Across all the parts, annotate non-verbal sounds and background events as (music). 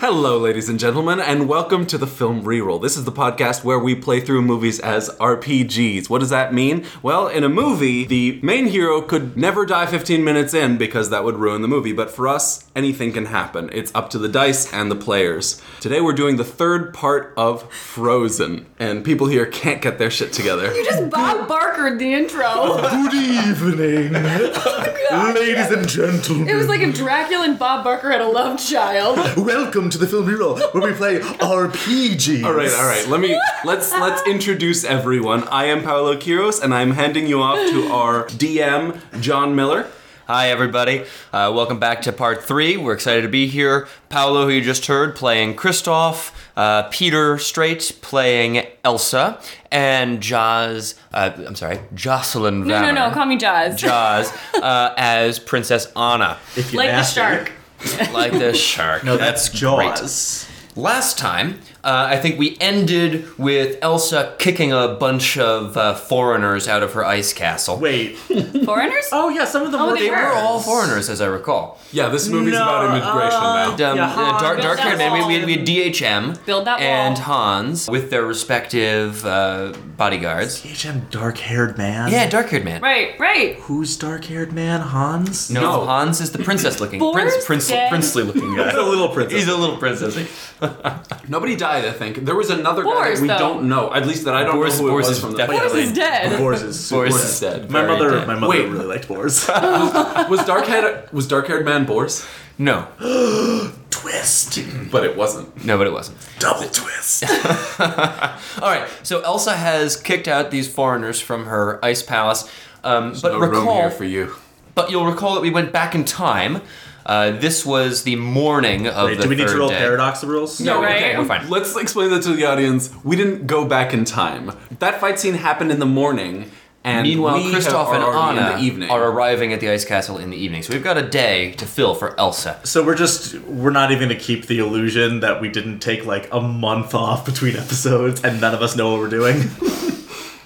Hello, ladies and gentlemen, and welcome to the Film Reroll. This is the podcast where we play through movies as RPGs. What does that mean? Well, in a movie, the main hero could never die 15 minutes in because that would ruin the movie, but for us, anything can happen. It's up to the dice and the players. Today, we're doing the third part of Frozen, and people here can't get their shit together. Just Bob Barker the (laughs) intro. Good evening, ladies and gentlemen. It was like if Dracula and Bob Barker had a love (laughs) child. Welcome to the film reroll where we play RPGs. All right, all right. Let me let's let's introduce everyone. I am Paolo Quiros, and I'm handing you off to our DM, John Miller. Hi, everybody. Uh, welcome back to part three. We're excited to be here. Paolo, who you just heard, playing Kristoff, uh, Peter Strait playing Elsa, and Jaz, uh, I'm sorry, Jocelyn No, no, no, call me Jaws. Jaz uh, as Princess Anna, like the shark. (laughs) like the shark. No, that's great. Jaws. Last time, uh, I think we ended with Elsa kicking a bunch of uh, foreigners out of her ice castle. Wait. (laughs) Foreigners? Oh yeah, some of them Oh, were they They were all foreigners, as I recall. Yeah, this movie's about No, immigration now. And, um, Yeah, uh, dark, Hans. dark haired Build that man. We had, wall. we had DHM Build that wall. and Hans with their respective uh, bodyguards. HM dark-haired man. Yeah, dark haired man. Right, right. Who's dark-haired man? Hans. No, No. Hans is the princess looking, Boar's prince, prince, dead. princely (laughs) looking guy. He's a little princess. He's a little princessy. Nobody died, I think. There was another guy Boris, that we though. don't know. At least that I don't Boris- know who Boris it was is from the definitely- Boris is dead. Boars is super Boris Boris is is dead. My very mother, dead. my mother Wait. really liked Boars. was dark haired was dark haired man Boris, No, (laughs) twist. but it wasn't. no, but it wasn't. Double twist. All right, so Elsa has kicked out these foreigners from her ice palace. Um, but no room recall, here for you. but you'll recall that we went back in time. Uh, this was the morning of Wait, the do we need to third roll day. paradox rules? No. right? okay, we're fine. Let's explain that to the audience. We didn't go back in time. That fight scene happened in the morning, and Meanwhile, we Kristoff have- and are already Anna in the evening. are arriving at the ice castle in the evening, so we've got a day to fill for Elsa. So we're just we're not even gonna keep the illusion that we didn't take like a month off between episodes and none of us know what we're (laughs) doing.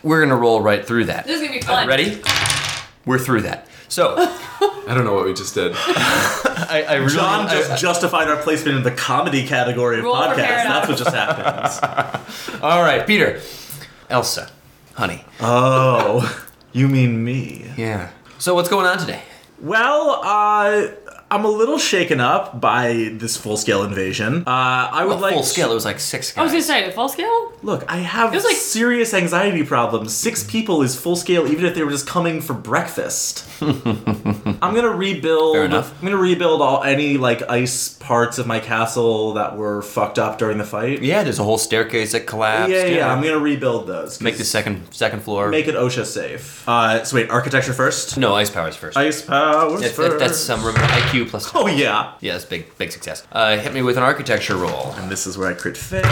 We're gonna roll right through that. This is gonna be fun. Uh, Ready? We're through that. (laughs) So I don't know what we just did. I, I really, John just I- justified our placement in the comedy category of Roll for podcasts. paradox. That's what just happened. all right, Peter, Elsa, honey. (laughs) oh, you mean me? Yeah. So what's going on today? Well, uh, I'm a little shaken up by this full-scale invasion. Uh, I would Well, like full scale. It was like six. I was guys. gonna say, full scale? Look, I have was like- serious anxiety problems. Six people is full scale, even if they were just coming for (laughs) breakfast. I'm gonna rebuild. Fair enough. I'm gonna rebuild all any like ice parts of my castle that were fucked up during the fight. yeah, there's a whole staircase that collapsed. yeah, yeah, I'm gonna rebuild those. 'cause- Make the second second floor. Make it OSHA safe. Uh, so wait, architecture first. no ice powers first. Ice powers That's- first. that's- that's some remember, IQ plus. Oh yeah. Yeah, that's big big success. Uh, hit me with an architecture roll. And this is where I crit fail.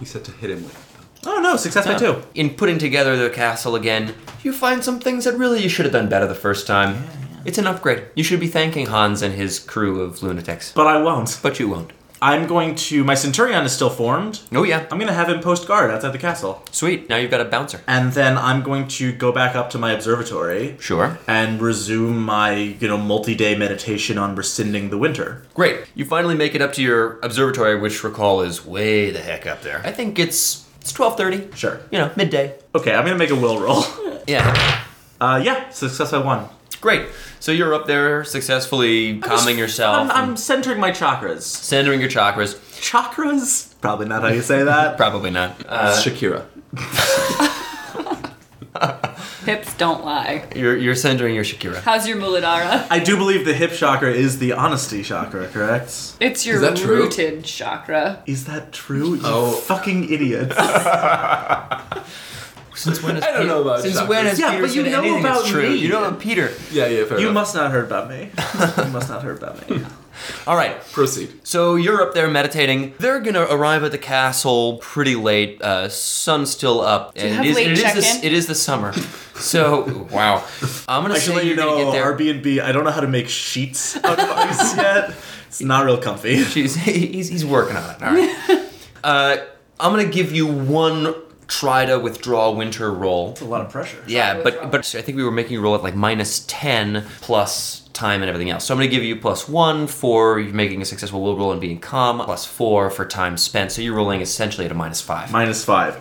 He said to hit him with. Oh no, success by two. Uh, In putting together the castle again, you find some things that really you should have done better the first time. It's an upgrade. You should be thanking Hans and his crew of lunatics. But I won't. But you won't. I'm going to. My centurion is still formed. Oh, yeah. I'm gonna have him post guard outside the castle. Sweet. Now you've got a bouncer. and then I'm going to go back up to my observatory Sure. and resume my you know multi-day meditation on rescinding the winter. Great. You finally make it up to your observatory, which recall is way the heck up there. I think it's it's 12:30. Sure. You know, midday. Okay, I'm gonna make a will roll. (laughs) Yeah. Uh, yeah, success by one. Great. So you're up there successfully calming yourself, I'm, I'm and centering my chakras. centering your chakras. Chakras? Probably not how you say (laughs) that. Probably not. Uh, Shakira. Hips don't lie. you're you're centering your Shakira. How's your muladhara? I do believe the hip chakra is the honesty chakra, correct? It's your Is that true? rooted chakra. Is that true? You Oh. fucking idiots. Since (laughs) when is I don't know about since chakras. when has Yeah, Peter but you said know anything that's about true? me. You know about Peter. Yeah, yeah, fair (laughs) you enough. must not heard about (laughs) me. You must not heard about me. All right. proceed. So you're up there meditating. They're gonna arrive at the castle pretty late. Uh, sun's still up, and have it is late it is, check-in? the, it is the summer. (laughs) So wow, I'm gonna I should say let you you're gonna know, get there. Airbnb, I don't know how to make (laughs) sheets out of ice yet. It's not real comfy. (laughs) (laughs) She's, he's, he's working on it. All right. uh, I'm going to give you one try to withdraw winter roll. It's a lot of pressure. Yeah, to but withdraw. but I think we were making you roll at like minus ten plus time and everything else. So I'm going to give you plus one for making a successful will roll and being calm, plus four for time spent. So you're rolling essentially at a minus five. Minus five.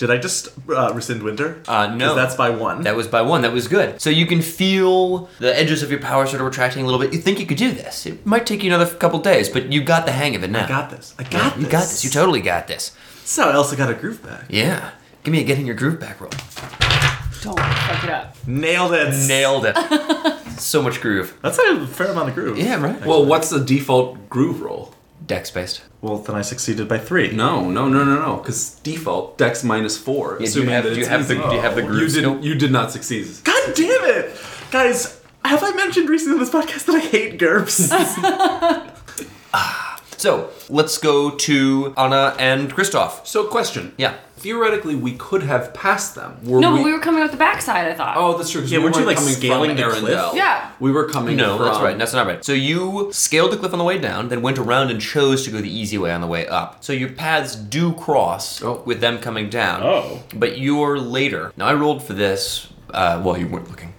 Did I just uh, rescind winter? Uh, 'Cause no. That's by one. That was by one. That was good. So you can feel the edges of your power sort of retracting a little bit. You think you could do this. It might take you another couple days, but you got the hang of it now. I got this. I got this. You got this. You totally got this. That's how Elsa got her groove back. Yeah. Give me a getting your groove back (laughs) roll. Don't fuck it up. Nailed it. Nailed it. so much groove. That's a fair amount of groove. Yeah, right? Well, what's the default groove roll? Dex based. Well, then I succeeded by three. No, no, no, no, no. Because default dex minus four. do you assuming have- that do you it's have the- easy. do you have the groove You skill? did. You did not succeed. God damn it! Guys, have I mentioned recently on this podcast that I hate GURPS? So let's go to Anna and Kristoff. So, question. Yeah. Theoretically, we could have passed them. Were No, but we were coming out the backside. I thought. Oh, that's true. 'cause Yeah, we weren't you, like, coming from scaling the cliff? Arendelle. Yeah. we were coming. No, from... that's right. That's not right. So you scaled the cliff on the way down, then went around and chose to go the easy way on the way up. So your paths do cross Oh. with them coming down. Oh. But you're later. Now I rolled for this uh, while you weren't looking.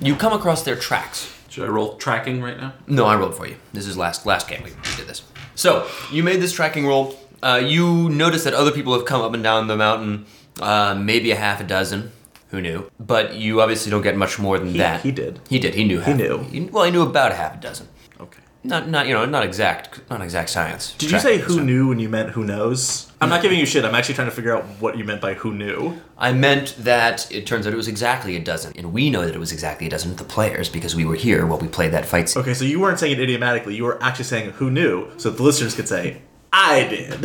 You come across their tracks. Should I roll tracking right now? No, I rolled for you. This is last last game we we did this. So you made this tracking roll. Uh, you notice that other people have come up and down the mountain, uh, maybe a half a dozen. Who knew? But you obviously don't get much more than that. he did. He did. He knew. Half, knew. well, he knew about a half a dozen. (laughs) okay. Not not you know not exact not exact science. Did you Tracking say and who stuff. knew when you meant who knows? I'm not giving you shit. I'm actually trying to figure out what you meant by who knew. I meant that it turns out it was exactly a dozen, and we know that it was exactly a dozen. The players because we were here while we played that fight. scene. Okay, so you weren't saying it idiomatically. You were actually saying who knew, so that the listeners could say, I did. (laughs)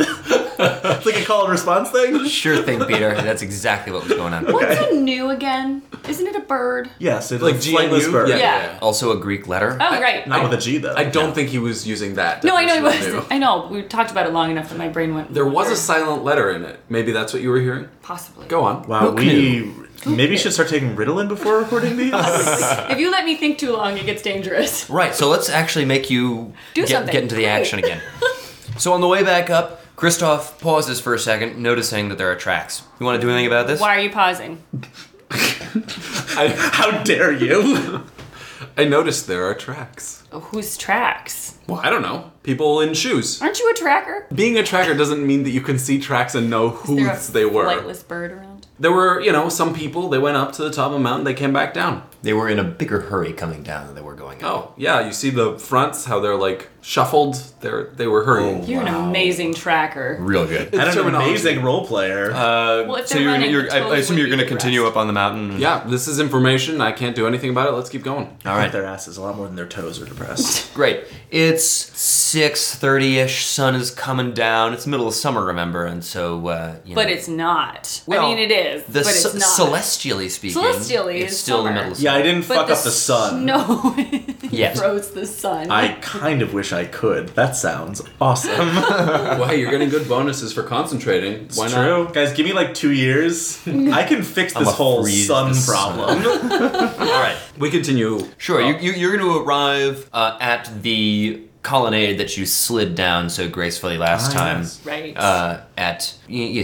it's like a call and response thing. Sure thing, (laughs) Peter. That's exactly what was going on. What's a new again? Isn't it a bird? Yes, it's Like like flightless GNU? bird. Yeah. Also a Greek letter. Oh, right. Not with a G though. I don't think he was using that. no, I know it definition was. of new. I know. We talked about it long enough that my brain went. There was a something silent letter in it. Maybe that's what you were hearing. possibly. Go on. Wow, Who we maybe should start taking Ritalin before recording (laughs) these. If you let me think too long, it gets dangerous. Right, so let's actually make you Do get, something. get into the action again. so on the way back up, Kristoff pauses for a second, noticing that there are tracks. You want to do anything about this? Why are you pausing? I, How dare (laughs) you? I noticed there are tracks. Oh, whose tracks? Well, I don't know. People in shoes. Aren't you a tracker? Being a tracker doesn't mean that you can see tracks and know There a whose they were. Flightless bird around. There were, you know, some people. They went up to the top of a mountain. They came back down. They were in a bigger hurry coming down than they were going up. Oh, yeah. You see the fronts, how they're like shuffled. They're they were hurrying. You're an amazing tracker. Real good. And It's an terminology. amazing role player. well, if Uh, So they're you're, running, you're, it I, I totally assume you're would going to be continue rest. up on the mountain. Yeah, this is information. I can't do anything about it. Let's keep going. (laughs) All right. their asses a lot more than their toes are depressed. Great. It's six thirty-ish. Sun is coming down. It's middle of summer, remember, and so uh, you But know. it's not. Well, I mean, it is, the but it's ce- not. celestially speaking. Celestially it's is still the summer. middle. (laughs) Of yeah, I didn't But fuck up the (laughs) sun. No, Yes. froze the sun. I kind of wish I could. That sounds (laughs) awesome. Wow, you're getting good bonuses for concentrating. Why It's not? true. Guys, give me like two years. I can fix this I'ma whole freeze sun the problem. summer. All right. We continue. Sure, up. you, you, you're going to arrive uh, at the colonnade that you slid down so gracefully last Ah, time. yes. right. Uh, at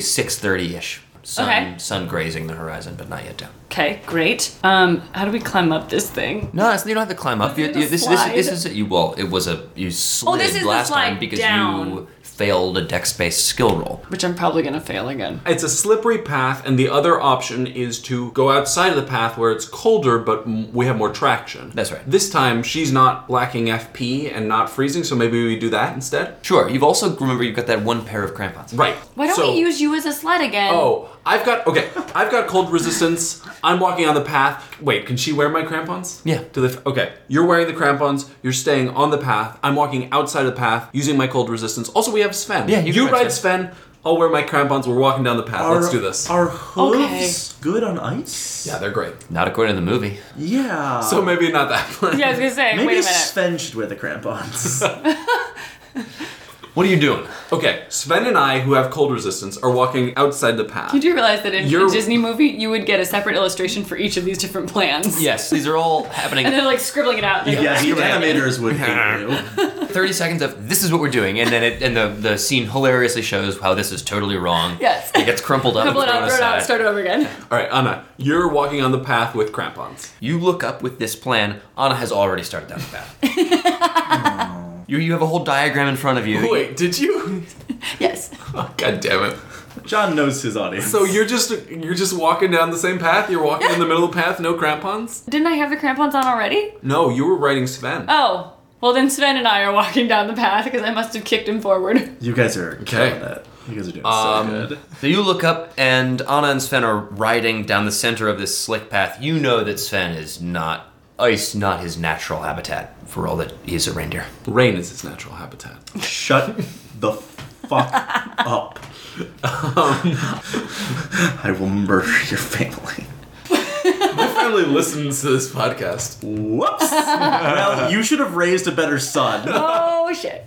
six thirty ish, sun Okay. sun grazing the horizon, but not yet down. okay, great. Um, how do we climb up this thing? No, it's, you don't have to climb up. You, it you, a this, this, slide? Oh, this is you. Well, it was a you slid this is the last time slide because you down. failed a dex based skill roll. Which I'm probably gonna fail again. It's a slippery path, and the other option is to go outside of the path where it's colder, but m- we have more traction. That's right. This time, she's not lacking FP and not freezing, so maybe we do that instead. Sure, you've also remember you've got that one pair of crampons. Right. Why don't so, we use you as a sled again? Oh, I've got okay. I've got cold resistance. I'm walking on the path. Wait, can she wear my crampons? Yeah. Do they? Okay. You're wearing the crampons. You're staying on the path. I'm walking outside of the path using my cold resistance. Also, we have Sven. Yeah, you can you ride ride Sven. I'll wear my crampons. We're walking down the path. Let's do this. Are hooves good on ice? yeah, they're great. Not according to the movie. Yeah. So maybe (laughs) not that plan. Yeah, I was gonna say. maybe wait a minute. Sven should wear the crampons. What are you doing? (laughs) Okay, Sven and I, who have cold resistance, are walking outside the path. You do realize that in You're- a Disney movie, you would get a separate illustration for each of these different plans. Yes, these are all (laughs) And happening. they're like scribbling it out. Like, Yeah, the you're right. animators would hate you. Thirty seconds of this is what we're doing, and then it, and the the scene hilariously shows how this is totally wrong. Yes. it gets crumpled up, Crumple and it out, thrown throw it out, aside. start it over again. All right, Anna, you're walking on the path with crampons. You look up with this plan. Anna has already started down the (laughs) path. you you have a whole diagram in front of you. Wait, did you? Yes. Oh, (laughs) God damn it! John knows his audience. So you're just you're just walking down the same path. You're walking in the middle of the path, no crampons. Didn't I have the crampons on already? No, you were writing Sven. Oh. Well, then Sven and I are walking down the path because I must have kicked him forward. (laughs) you guys are killing it. You guys are doing Um, so good. So you look up, and Anna and Sven are riding down the center of this slick path. You know that Sven is not ice, not his natural habitat. For all that he is a reindeer. Rain is its natural habitat. Shut (laughs) the fuck up. Um, (laughs) I will murder your family. My family listens to this podcast. Whoops. well, you should have raised a better son. (laughs) Oh, shit.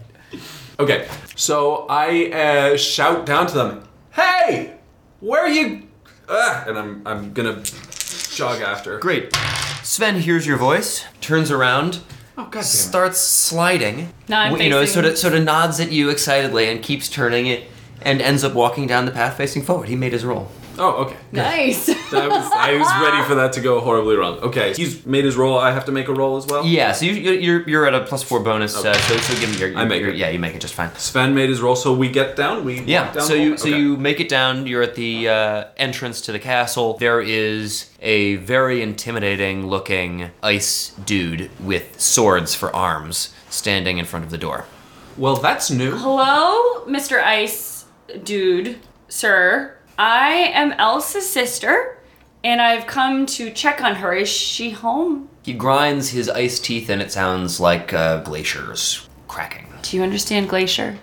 Okay, so I uh, shout down to them, "Hey, where are you?" Uh, and I'm I'm gonna jog after. Great. Sven hears your voice, turns around, Oh God damn it. starts sliding. Now I'm Well, you know, facing- sort of sort of nods at you excitedly and keeps turning it, and ends up walking down the path facing forward. He made his roll. Oh, okay. Nice. I was, I was ready for that to go horribly wrong. Okay, he's made his roll. I have to make a roll as well. Yeah, so you, you- you're you're at a plus four bonus. Uh, so, so give me your. your I make your- it. Yeah, you make it just fine. Sven made his roll, so we get down. We walk Yeah. Down So the you hall- so okay. you make it down. You're at the uh, entrance to the castle. There is a very intimidating looking ice dude with swords for arms standing in front of the door. Well, that's new. Hello, Mr. Ice Dude, sir. I am Elsa's sister, and I've come to check on her. Is she home? He grinds his ice teeth, and it sounds like uh, glaciers cracking. Do you understand Glacier?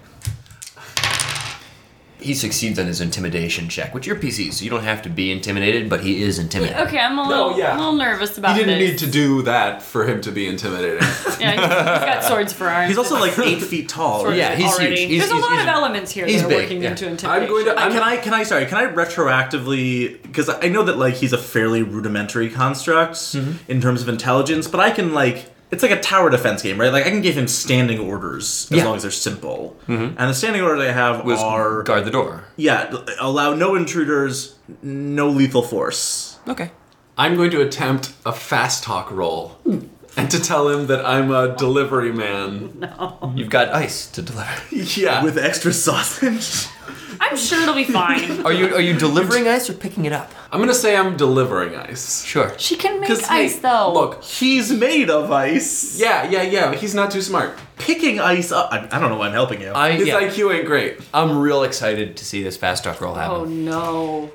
He succeeds on his intimidation check, which you're PC, so you don't have to be intimidated, but he is intimidated. Okay, I'm a little, yeah. a little nervous He about didn't need this. to do that for him to be (laughs) intimidating. Yeah, he's he's got swords for arms. He's also like eight feet tall. Swords Oh, Yeah. he's already. huge. He's- There's a he's- lot he's- of elements here he's that are big, working yeah. into intimidation. I'm going to. Uh, I'm, can I can I sorry can I retroactively because I know that like he's a fairly rudimentary construct Mm-hmm. in terms of intelligence, but I can like it's like a tower defense game, right? Like I can give him standing orders as Yeah. Mm-hmm. long as they're simple, and the standing orders I have Was are guard the door. yeah allow no intruders, no lethal force. Okay. I'm going to attempt a fast talk roll, and to tell him that I'm a delivery man. (laughs) You've got ice to (laughs) deliver. Yeah. With extra (laughs) sausage, I'm sure it'll be fine. (laughs) Are you are you delivering ice or picking it up? I'm gonna say I'm delivering ice. Sure. she can make 'Cause, hey, ice though. Look. he's made of ice. Yeah, yeah, yeah. but He's not too smart. Picking ice up. I, I don't know why I'm helping you. Uh, I His yeah, IQ ain't great. I'm real excited to see this fast talk roll happen. Oh no.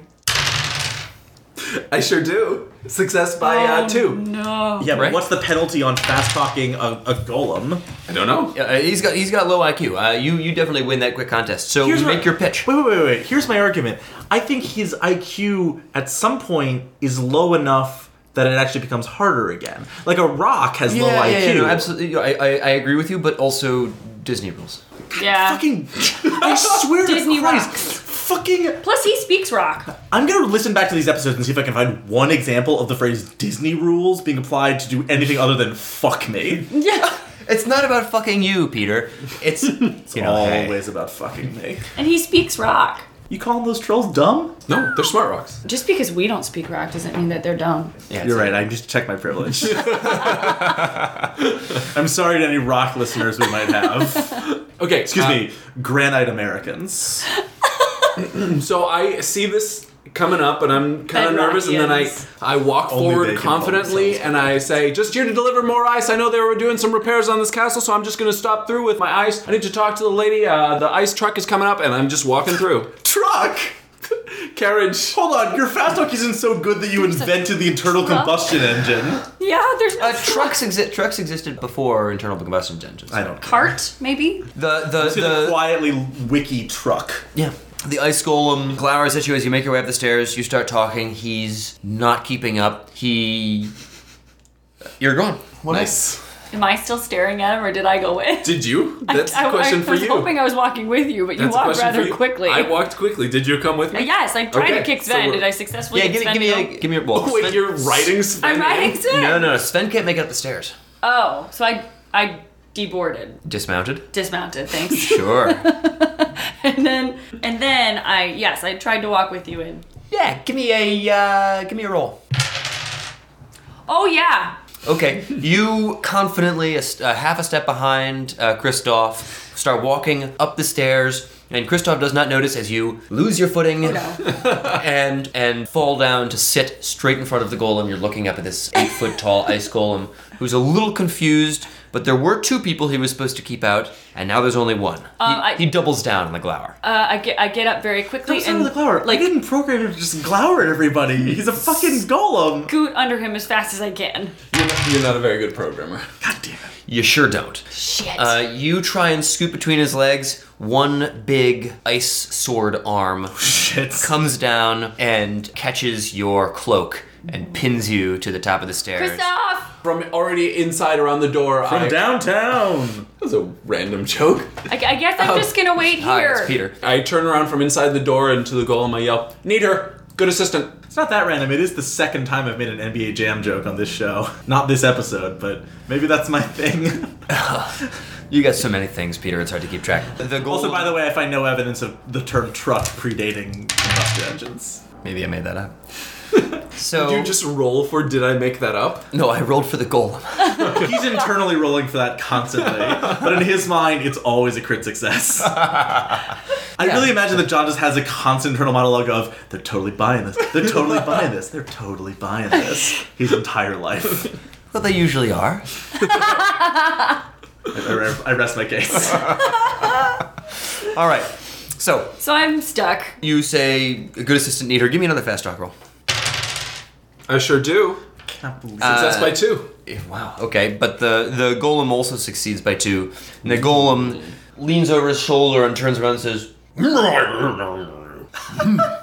I sure do. Success by uh, Um, two. No. yeah, right. but what's the penalty on fast talking a, a golem? I don't know. Uh, he's got he's got low IQ. Uh, you you definitely win that quick contest. So Here's make my- your pitch. Wait, wait, wait, wait. Here's my argument. I think his IQ at some point is low enough that it actually becomes harder again. Like a rock has low yeah, IQ. yeah, no, absolutely. I, I I agree with you, but also Disney rules. Yeah. Fucking, I swear Disney to Christ. rocks. Fucking, Plus he speaks rock. I'm gonna listen back to these episodes and see if I can find one example of the phrase Disney rules being applied to do anything other than fuck me. Yeah. It's not about fucking you, Peter. It's, (laughs) you know. hey. Always about fucking me. (laughs) And he speaks rock. You calling those trolls dumb? No, they're smart rocks. Just because we don't speak rock doesn't mean that they're dumb. You're Yeah, it's- right. I'm just check my privilege. (laughs) I'm sorry to any rock listeners we might have. Okay, Excuse uh, me, granite Americans. So I see this coming up, and I'm kind of Bedrockians. nervous, and then I I walk Only they forward can call confidently, themselves and I say, "Just here to deliver more ice. I know they were doing some repairs on this castle, so I'm just gonna stop through with my ice. I need to talk to the lady. Uh, the ice truck is coming up, and I'm just walking (laughs) through. Truck. Carriage. Hold on, your fast talk isn't so good that you invented the internal truck? combustion engine. Yeah, there's no Uh, trucks exist. Trucks existed before internal combustion engines. I don't. Car- cart, maybe? The the to the the quietly wiki truck. Yeah. The ice golem glowers at you as you make your way up the stairs. You start talking. He's not keeping up. He. You're gone. Nice. Am I still staring at him, or did I go in? Did you? That's (laughs) I, a question I, for I was you. hoping I was walking with you, but you That's a walked question for rather you. quickly. I walked quickly. Did you come with me? (laughs) yes, I tried Okay, to kick so Sven. we're- Did I successfully Yeah, kick give me, Sven give me, down? a, give me your. Well, Oh, (laughs) wait, Sven- you're writing Sven. I'm in? riding Sven. No, no, Sven can't make it up the stairs. Oh, so I I deboarded, Dismounted. dismounted. Thanks. (laughs) Sure. and then and then I yes, I tried to walk with you in. yeah, give me a uh, give me a roll. Oh yeah. Okay, you confidently, a, st- uh, half a step behind uh, Kristoff, start walking up the stairs, and Kristoff does not notice as you lose your footing Oh, uh, and and fall down to sit straight in front of the golem. You're looking up at this eight foot tall ice golem who's a little confused, but there were two people he was supposed to keep out, and now there's only one. he, Uh, I- he doubles down on the glower. Uh, I get I get up very quickly Don't sound and the glower. Like, I like didn't program him to just glower at everybody. He's a fucking golem. scoot under him as fast as I can. You're not, you're not a very good programmer. God damn it. you sure don't. Shit. Uh, you try and scoop between his legs. One big ice sword arm Shit. comes down and catches your cloak and pins you to the top of the stairs. Kristoff! From already inside around the door. From I, downtown. That was a random joke. I, I guess I'm just gonna wait Oh. Hi, here. it's Peter. I turn around from inside the door and to the golem. I yell, "Need her! Good assistant!" It's not that random. It is the second time I've made an NBA Jam joke on this show. Not this episode, but maybe that's my thing. You got so many things, Peter. It's hard to keep track. The goal. (laughs) also, by the way, I find no evidence of the term truck predating combustion engines. maybe I made that up. So Did Oh. you just roll for? Did I make that up? no, I rolled for the golem. He's internally rolling for that constantly, but in his mind, it's always a crit success. I really imagine that John just has a constant internal monologue of "They're totally buying this. They're totally buying this. They're totally buying this." His entire life. Well, they usually are. I, I rest my (laughs) case. All right. So So I'm stuck. you say, "A good assistant need her." Give me another fast talk roll. I sure do. Can't believe Uh, Success by two. Eh, Wow. Okay, but the the golem also succeeds by two. And the golem leans over his shoulder and turns around and says,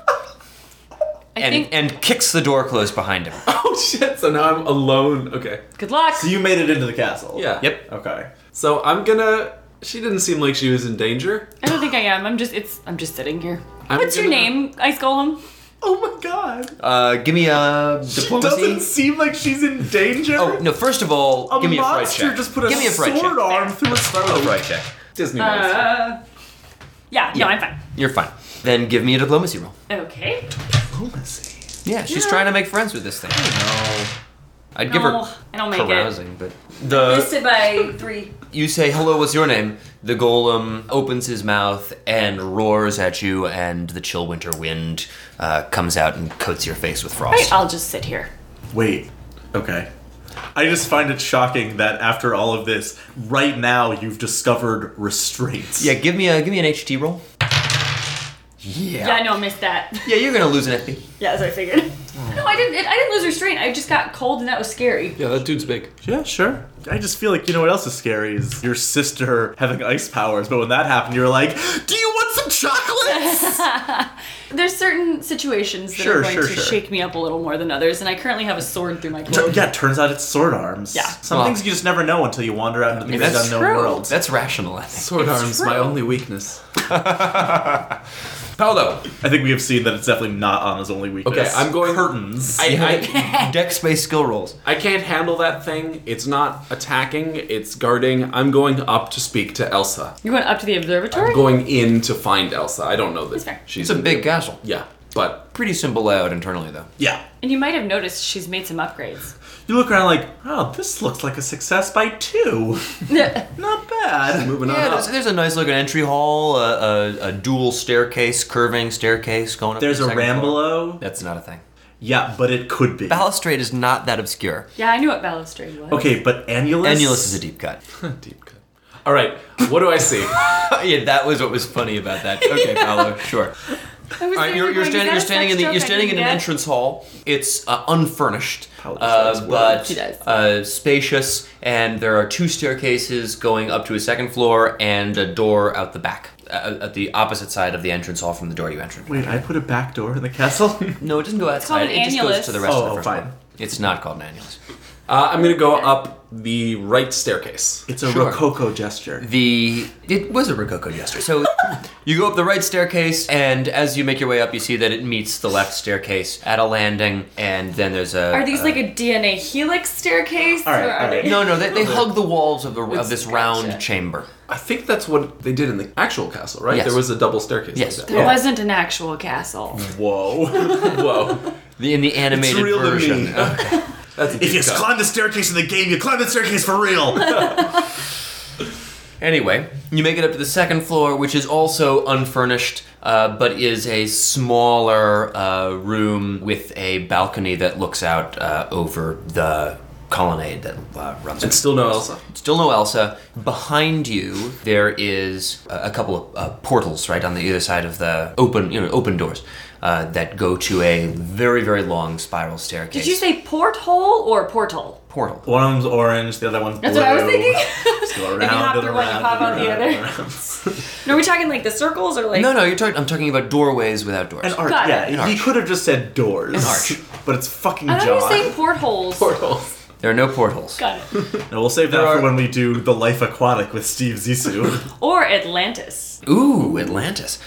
I and, think. and kicks the door closed behind him. (laughs) Oh shit! So now I'm alone. Okay. good luck. So you made it into the castle. Yeah. Yep. Okay. So I'm gonna. She didn't seem like she was in danger. I don't think I am. I'm just. It's. I'm just sitting here. I'm What's your gonna- name, Ice Golem? Oh my god. Uh, give me a diplomacy. Doesn't seem like she's in danger. Oh no! First of all, a give me a fright monster check. just put a, give me a fright sword check. arm through his throat. Fright check. Disney monster. Uh. Yeah. No, I'm fine. You're fine. Then give me a diplomacy roll. Okay. Diplomacy. Yeah, she's Yeah. trying to make friends with this thing. No. I'd give No, her I don't make it. carousing, but the Listed by three. you say hello. What's your name? The golem opens his mouth and roars at you, and the chill winter wind uh, comes out and coats your face with frost. I'll just sit here. Wait. Okay. I just find it shocking that after all of this, right now you've discovered restraints. yeah, give me a give me an HT roll. Yeah, I Yeah. know I missed that. (laughs) Yeah, you're gonna lose an FP. yeah, as I figured. Oh. No, I didn't. I didn't lose restraint. I just got cold, and that was scary. Yeah, that dude's big. Yeah, sure. I just feel like you know what else is scary is your sister having ice powers. But when that happened, you were like, "Do you want some (laughs) chocolates?" There's certain situations that Sure, are going sure, to sure. shake me up a little more than others, and I currently have a sword through my cloak. yeah. Turns out it's sword arms. Yeah. Some Well- things you just never know until you wander out into the that's unknown true. worlds. That's rational. I think. Sword arms, my true. only (laughs) weakness. Paolo, I think we have seen that it's definitely not Anna's only weakness. Okay, I'm going- curtains. (laughs) (laughs) I, dex based skill rolls. I, I can't handle that thing. It's not attacking, it's guarding. I'm going up to speak to Elsa. You went up to the observatory. I'm going in to find Elsa. I don't know this. fair. She's It's a big castle. Yeah, but Pretty simple layout internally, though. yeah. and you might have noticed she's made some upgrades. You look around like, oh, this looks like a success by two. (laughs) Not bad. moving Yeah, on. Uh, there's, Up. there's a nice looking entry hall, a, a, a dual staircase, curving staircase going up. There's to a the second floor. Rambolo. That's not a thing. Yeah, but it could be. Balustrade is not that obscure. Yeah, I knew what balustrade was. Okay, but Annulus. Annulus is a deep cut. Deep cut. All right, what do I see? (laughs) Uh, yeah, that was what was funny about that. (laughs) Okay, Paolo, sure. I was All right, there you're, you're going, standing. "Is You're that a standing in the. sex You're joke I standing in can an get?" entrance hall. It's uh, unfurnished, Paolo just uh, likes words. but She does. uh, spacious, and there are two staircases going up to a second floor and a door out the back uh, at the opposite side of the entrance hall from the door you entered. Wait, I put a back door in (laughs) the castle. No, it doesn't go outside. called an it just goes annulus. to the rest Oh, of the first fine. floor. It's not called an annulus. Uh, I'm gonna go up the right staircase. It's a Sure. rococo gesture. the it was a rococo gesture. So you go up the right staircase, and as you make your way up, you see that it meets the left staircase at a landing, and then there's a. Are these like a Uh, DNA helix staircase? All right, or are all right. they- No, no, they, they hug the walls of the It's- of this round Gotcha. chamber. I think that's what they did in the actual castle, right? Yes. There was a double staircase. Yes. Like that. There Yeah. wasn't an actual castle. Whoa. Whoa, The, in the animated real to version. me. that's a (laughs) if you deep cut. climb the staircase in the game, you climb the staircase (laughs) for real. Anyway, you make it up to the second floor, which is also unfurnished, uh, but is a smaller uh, room with a balcony that looks out uh, over the colonnade that uh, runs. And still no Elsa. Still no Elsa. Behind you, there is a, a couple of uh, portals, right on the either side of the open, you know, open doors uh, that go to a very, very long spiral staircase. Did you say porthole or portal? portal? One of them's orange, the other one's That's blue. what I was thinking. (laughs) Just (laughs) go if you hop around through and one, you around pop and out the other. around and (laughs) around. No, are we talking like the circles or like? No, no, you're talking. I'm talking about doorways without doors. An arch. Got it. yeah, An he arch. could have just said doors. An arch. (laughs) But it's fucking I thought you were John. saying portholes. Portals. There are no portholes. Got it. No, we'll save that There for are- when we do the Life Aquatic with (laughs) Steve Zissou. Or Atlantis. Ooh, Atlantis.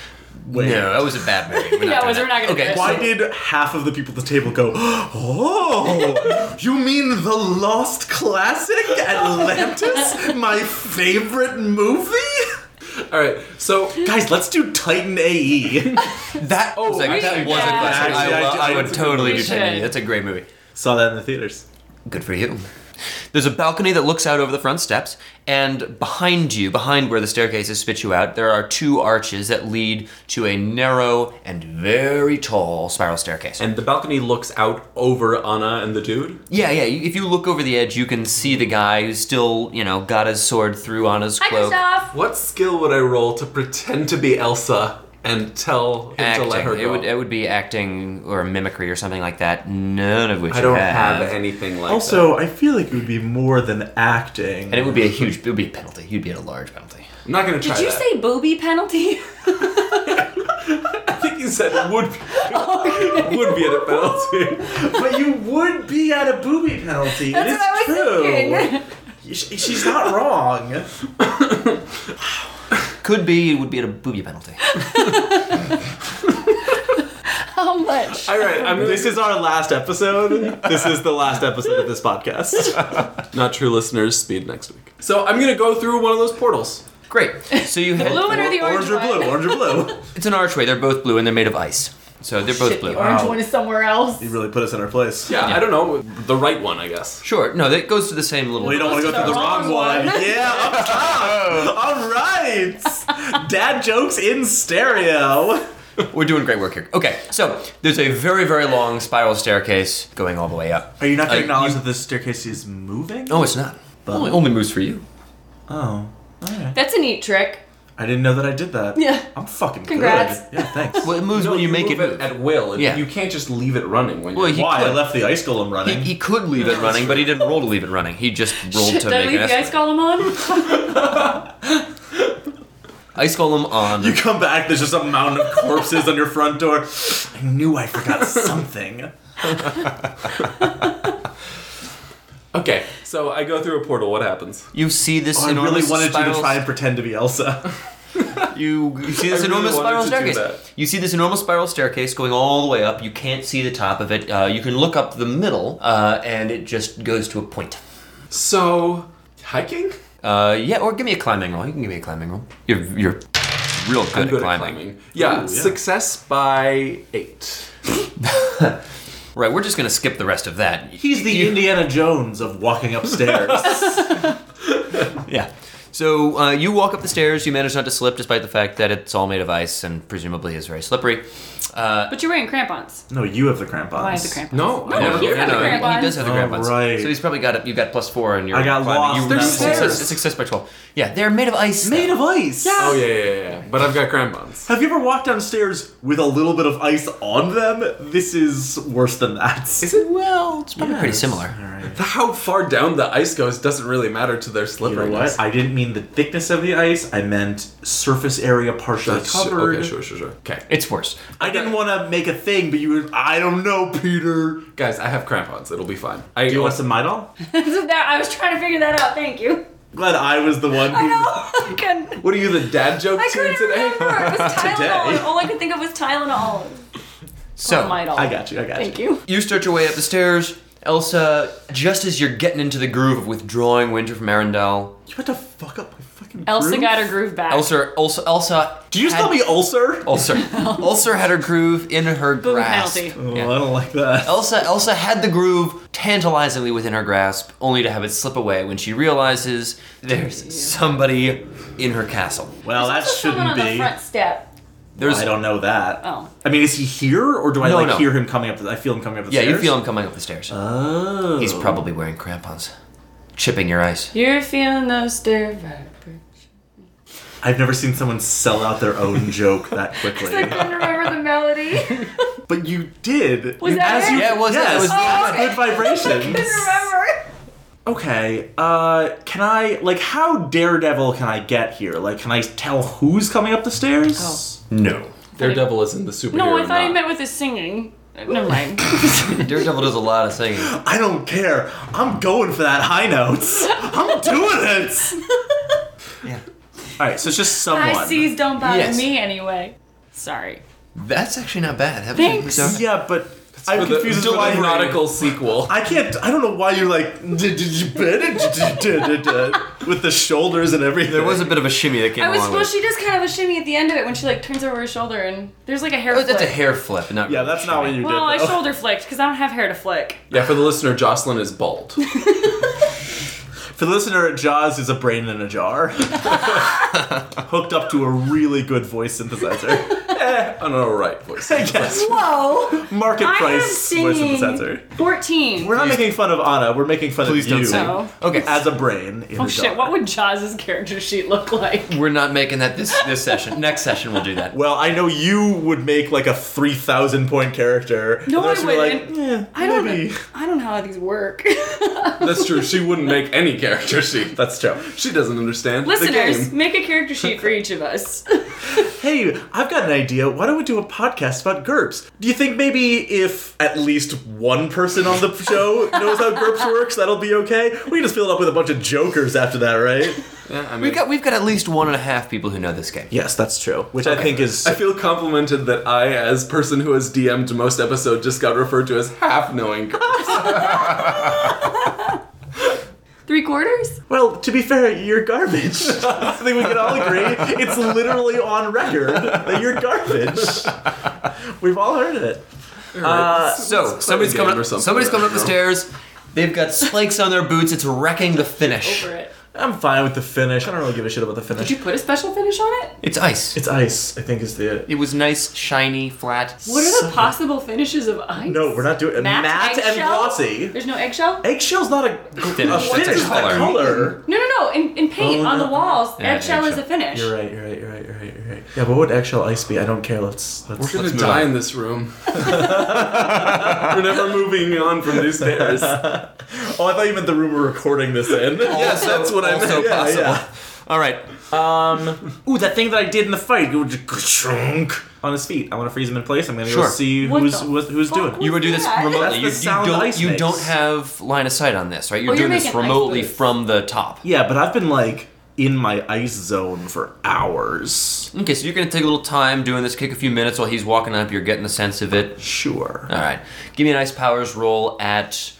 Wait. No, that was a bad movie. We're (laughs) not Yeah, it was- doing we're not gonna that. do Okay, it. Why so- did half of the people at the table go, Oh, you mean the lost classic Atlantis? My favorite movie? All right, so Guys, let's do Titan E. AE. that? Oh, I that should- was a yeah. classic. I, Actually, I lo- should- I would totally We do Titan. should. That's a great movie. Saw that in the theaters. Good for you. There's a balcony that looks out over the front steps, and behind you, behind where the staircases spit you out, there are two arches that lead to a narrow and very tall spiral staircase. and the balcony looks out over Anna and the dude. yeah, yeah. If you look over the edge, you can see the guy who's still, you know, got his sword through on his Hi, cloak. Kristoff. What skill would I roll to pretend to be Elsa and tell him to let her Acting. It go? would, it would be acting or mimicry or something like that. None of which I don't you have anything like that. Also, I feel like it would be more than acting. And it would be a huge. It would be a penalty. You'd be at a large penalty. I'm not gonna try Did you that. say booby penalty? (laughs) I think you said it would (laughs) be, would be at a penalty. but you would be at a booby penalty. That's it's what I was true. thinking. (laughs) Sh- She's not wrong. Could be. It would be at a booby penalty. How much? All right, I'm This is our last episode. This is the last episode of this (laughs) podcast. not true listeners. Speed next week. So I'm gonna go through one of those portals. Great. So you head. blue one or the orange, orange or one? blue? Orange or blue? It's an archway. They're both blue and they're made of ice. So they're both Shit, blue. the orange Wow. one is somewhere else. You really put us in our place. Yeah, Yeah. I don't know the right one, I guess. Sure. No, that goes to the same little. Well, you don't want to go through the wrong one. Yeah, up top. All (laughs) right. Dad jokes in stereo. We're doing great work here. Okay. So there's a very very long spiral staircase going all the way up. Are you not going Uh, to acknowledge that the staircase is moving? No, it's not. Only, only moves for you. Oh. Alright. That's a neat trick. I didn't know that I did that. Yeah. I'm fucking Congrats. good. Yeah, thanks. Well, it moves No, when you, make move it. move. at will. It- Yeah. You can't just leave it running when Well, you're. he Why? I could. left the ice golem He, running. he could leave it running, but he didn't roll to leave it running. He just rolled Shit, to did I make leave an the ice estimate. column on? Ice golem on. You (laughs) come back, there's just a mountain of corpses on your front door. I knew I (laughs) forgot something. Okay, so I go through a portal. What happens? You see this Oh, I enormous really wanted spiral. you to try and pretend to be (laughs) Elsa. you, you see this I really enormous wanted spiral to do staircase. that. You see this enormous spiral staircase going all the way up. You can't see the top of it. Uh, you can look up the middle, uh, and it just goes to a point. So hiking. Uh, yeah, or give me a climbing roll. You can give me a climbing roll. You're you're real good, Good at, at climbing. Yeah, Ooh, yeah. success by eight. Right, we're just gonna skip the rest of that. He's the Indiana Jones of walking upstairs. (laughs) Yeah. So uh, you walk up the stairs. You manage not to slip, despite the fact that it's all made of ice and presumably is very slippery. But you're wearing crampons. no, you have the crampons. Why is the (laughs) crampons? No, I No, never he's did. got the he- he crampons. does have the Oh, crampons. right. So he's probably got a, you got plus four in your. I got climbing. lost. You They're rolled stairs. success, success by twelve. Yeah, they're made of ice. Made of ice. Oh yeah, yeah, yeah, yeah. But I've got crampons. Have you ever walked downstairs with a little bit of ice on them? This is worse than that. Is it? Well, it's probably pretty Yes. similar. All right. How far down the ice goes doesn't really matter to their You know slipperiness. what? I didn't mean the thickness of the ice. I meant surface area partially That's covered. okay. Sure, sure, sure. Okay, It's worse. I didn't want to make a thing, but you were. I don't know, Peter. guys, I have crampons. It'll be fine. I, Do you want some Midol? that, I was trying to figure that out. Thank you. (laughs) Glad I was the one who. I know. I couldn't. What are you, the dad joke I team couldn't today? remember. It was Tylenol. (laughs) Today. All I could think of was Tylenol. So Midol. I got you. I got Thank you. You start your way up the stairs. Elsa, just as you're getting into the groove of withdrawing Winter from Arendelle, You had to fuck up my fucking. Elsa groove? got her groove back. Elsa, Elsa, Elsa. Did you just had- call me ulcer? Ulcer? Ulcer had her groove in her Boom grasp. penalty. Oh, Yeah. I don't like that. Oh, Elsa, Elsa had the groove tantalizingly within her grasp, only to have it slip away when she realizes there's somebody in her castle. well, that There's also shouldn't someone on be. the front step. There's I don't know that. Oh. I mean, is he here or do I No, like no. hear him coming up? The, I feel him coming up the yeah, stairs. you feel him coming up the stairs. Oh. He's probably wearing crampons, chipping your (laughs) ice. You're feeling those stir vibrations. I've never seen someone sell out their own (laughs) joke that I quickly. couldn't remember the (laughs) melody. but you did. Was You- that as it? you- Yeah, it was- Yes, it was- Oh, okay. good vibrations. I Okay, uh, can I, like, how daredevil can I get here? Like, can I tell who's coming up the Oh. stairs? No. (laughs) Daredevil is in the superhero. couldn't remember. No, I thought he not. meant with his singing. Never (laughs) mind. (laughs) Daredevil does a lot of singing. I don't care. I'm going for that high notes. I'm doing it. Yeah. Alright, so it's just someone. (laughs) High seas don't bother Yes. me anyway. Sorry. That's actually not bad. That was- Thanks. that was- Yeah, but I'm For the, confused as to for why the nautical sequel. I can't. I don't know why you're like (laughs) with the shoulders and everything. There was a bit of a shimmy that came I was along. with supposed. it. She does kind of a shimmy at the end of it when she like turns over her shoulder and there's like a hair. Oh, that's a flick. hair flip, (laughs) not Yeah, that's not what you Well, I did. though. shoulder flicked because I don't have hair to flick. yeah, for the listener, Jocelyn is (laughs) bald. For the listener, Jaws is a brain in a jar, (laughs) hooked up to a really good voice synthesizer. On our right voice. yes, Whoa! market I am price voice singing. synthesizer. (laughs) Fourteen. We're not making fun of Anna. We're making fun Please of don't you sing. No. Okay, as a brain. In oh a shit! jar. What would Jaws' character sheet look like? we're not making that this this session. Next session we'll do that. Well, I know you would make like a three thousand point character. No, and the I rest would be wouldn't. Like, eh, I don't. maybe. I don't know how these work. (laughs) That's true. She wouldn't make any character sheet. That's true. She doesn't understand the Listeners, game. make a character sheet for each of us. Hey, I've got an idea. Why don't we do a podcast about GURPS? Do you think maybe if at least one person on (laughs) the show knows how GURPS works, that'll be okay? We can just fill it up with a bunch of jokers after that, right? Yeah, I mean, (laughs) We've got we've got at least one and a half people who know this game. Yes, that's true. Which I think is. I feel complimented that I, as person who has DM'd most episode, just got referred to as half knowing. (laughs) Three quarters. Well, to be fair, you're garbage. (laughs) I think we can all agree. It's literally on record that you're garbage. We've all heard it. Uh, So somebody's game coming or up. something Somebody's right coming up the now. stairs. They've got spikes on their boots. It's wrecking the finish. Over it. I'm fine with the finish. I don't really give a shit about the Did finish. you put a special finish on it? It's ice. It's ice, I think, is the. It was nice, shiny, flat. What are the Suck. possible finishes of ice? No, we're not doing Matte Matt and eggshell? Glossy. Eh? There's no eggshell. Eggshell's not a Finish. A That's a finish it's a color. color. No, no, no. In, in paint Oh, on no. the walls, Yeah, eggshell is a eggshell. finish. You're right. You're right. You're right. You're right. You're right. Yeah, but what would eggshell ice be? I don't care. Let's let's. We're gonna let's move die on. in this (laughs) room. We're never moving on from these stairs. (laughs) Oh, I thought you meant the room we're recording this in. (laughs) Also- that's what I meant. also yeah, possible. yeah. All right. Um. Ooh, that thing that I did in the fight. Go shrunk on his feet. I want to freeze him in place. I'm gonna Sure. go see What who's the who's, who's fuck doing. was You would do this Yeah. remotely. You, That's the you sound don't. ice You makes. don't have line of sight on this, right? You're Oh, you're doing this making ice remotely boots. from the top. Yeah, but I've been like in my ice zone for hours. Okay, so you're gonna take a little time doing this. Kick a few minutes while he's walking up. You're getting the sense of it. Sure. All right. Give me an ice powers roll at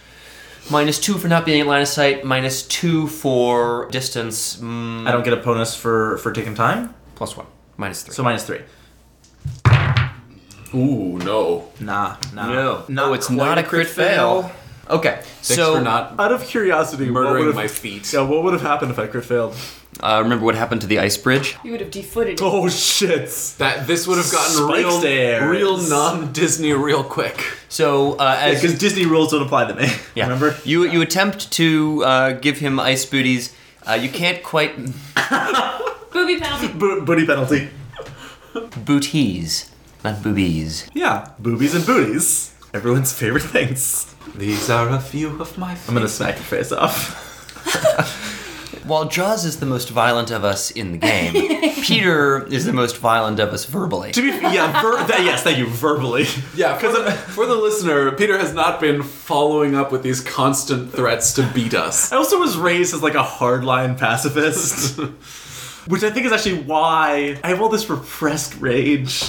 minus two for not being in line of sight, minus two for distance, mm, I don't get a bonus for for taking time, plus one, minus three. so minus three. (laughs) Ooh, no. Nah, nah. no, Oh, Not no, Oh, it's quite not a crit, fail. Okay, Thanks so for not Out of curiosity, what murdering would've- my feet. Yeah, what would have happened if I crit failed? (laughs) uh, remember what happened to the ice bridge? You would have defooted it. Oh shit! That this would have gotten Spike real, stairs. real non-Disney real quick. So uh, as Because Disney rules don't apply to me. yeah, Remember? you you attempt to uh, give him ice booties. Uh, you can't quite Booby penalty. Bo- booty penalty. booties, not boobies. Yeah, boobies and booties. Everyone's favorite things. These are a few of my. I'm gonna smack your face off. while Jaws is the most violent of us in (laughs) the game, Peter is the most violent of us verbally. To be yeah, ver- that, yes, thank you. Verbally, Yeah, for the, for the listener, Peter has not been following up with these constant threats to beat us. I also was raised as like a hardline pacifist, (laughs) which I think is actually why I have all this repressed rage.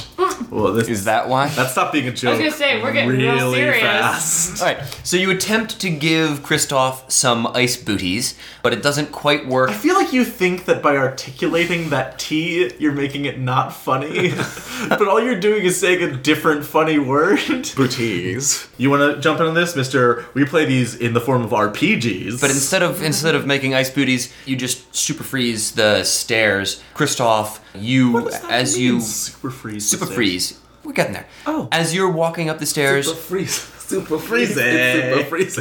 Well, this Mm. Is that why? that stopped being a joke. gonna say, we're getting real really serious. fast. All right. So you attempt to give Kristoff some ice booties, but it doesn't quite work. I feel like you think that by articulating that T, you're making it not (laughs) funny, but all you're doing is saying a different funny word. Booties. You want to jump in on this, Mister? We play these in the form of RPGs, But instead of instead of making ice booties, you just super freeze the stairs. Kristoff, you What does that as mean, you super freeze, super is it? freeze. We're getting there. Oh. As you're walking up the stairs, Super freeze. (laughs) Super freeze. freeze. It's Super freeze.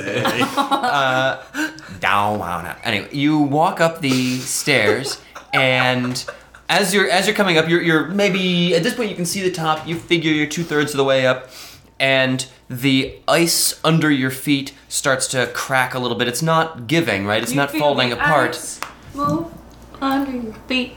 down, down, down. Anyway, you walk up the stairs, and as you're as you're coming up, you're you're maybe at this point you can see the top. You figure you're two thirds of the way up, and the ice under your feet starts to crack a little bit. It's not giving, right? It's You not feel falling the apart. ice Move under your feet.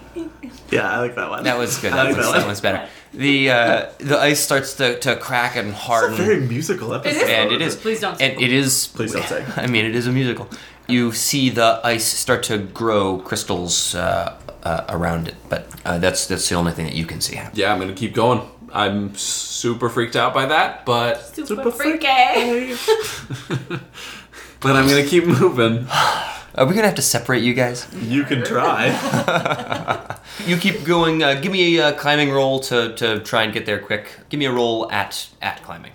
Yeah, I like that one. That was good. I That, like was, that that one. one's better. The uh, the ice starts to, to crack and harden. It's a very musical episode. is. and it is. Please don't say. And it is. Please don't say. (laughs) I mean, it is a musical. You see the ice start to grow crystals uh, uh, around it, but uh, that's that's the only thing that you can see happen. Yeah, I'm gonna keep going. I'm super freaked out by that, but Super freaky. but I'm gonna keep moving. Are we gonna have to separate you guys? You can try. You keep going. Uh, give me a uh, climbing roll to, to try and get there quick. Give me a roll at at climbing.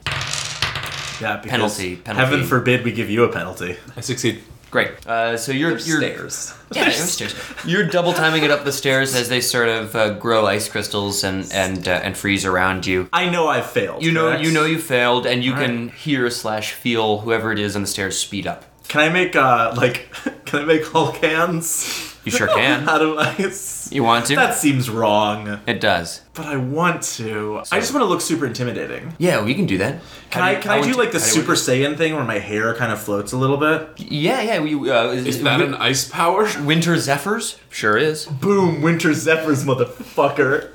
Yeah, because Penalty, penalty. Heaven forbid we give you a penalty. I succeed. Great. Uh, so you're you're stairs. Yeah, they're upstairs. You're double timing it up the stairs as they sort of uh, grow ice crystals and and uh, and freeze around you. I know I've failed. You know, correct? you know, you failed, and you can hear slash feel whoever it is on the stairs speed up. Can I make uh like? (laughs) Can I make Hulk hands? You sure can. (laughs) Out of ice. You want to? That seems wrong, it does. but I want to. I just want to look super intimidating. Yeah, we can do that. Can How I? you- Can I, how do would like the you- how do you Super want Saiyan thing where my hair kind of floats a little bit? to- Yeah, yeah. We, uh, Is that an ice power? winter zephyrs? Sure is. Boom! Winter Zephyrs, motherfucker.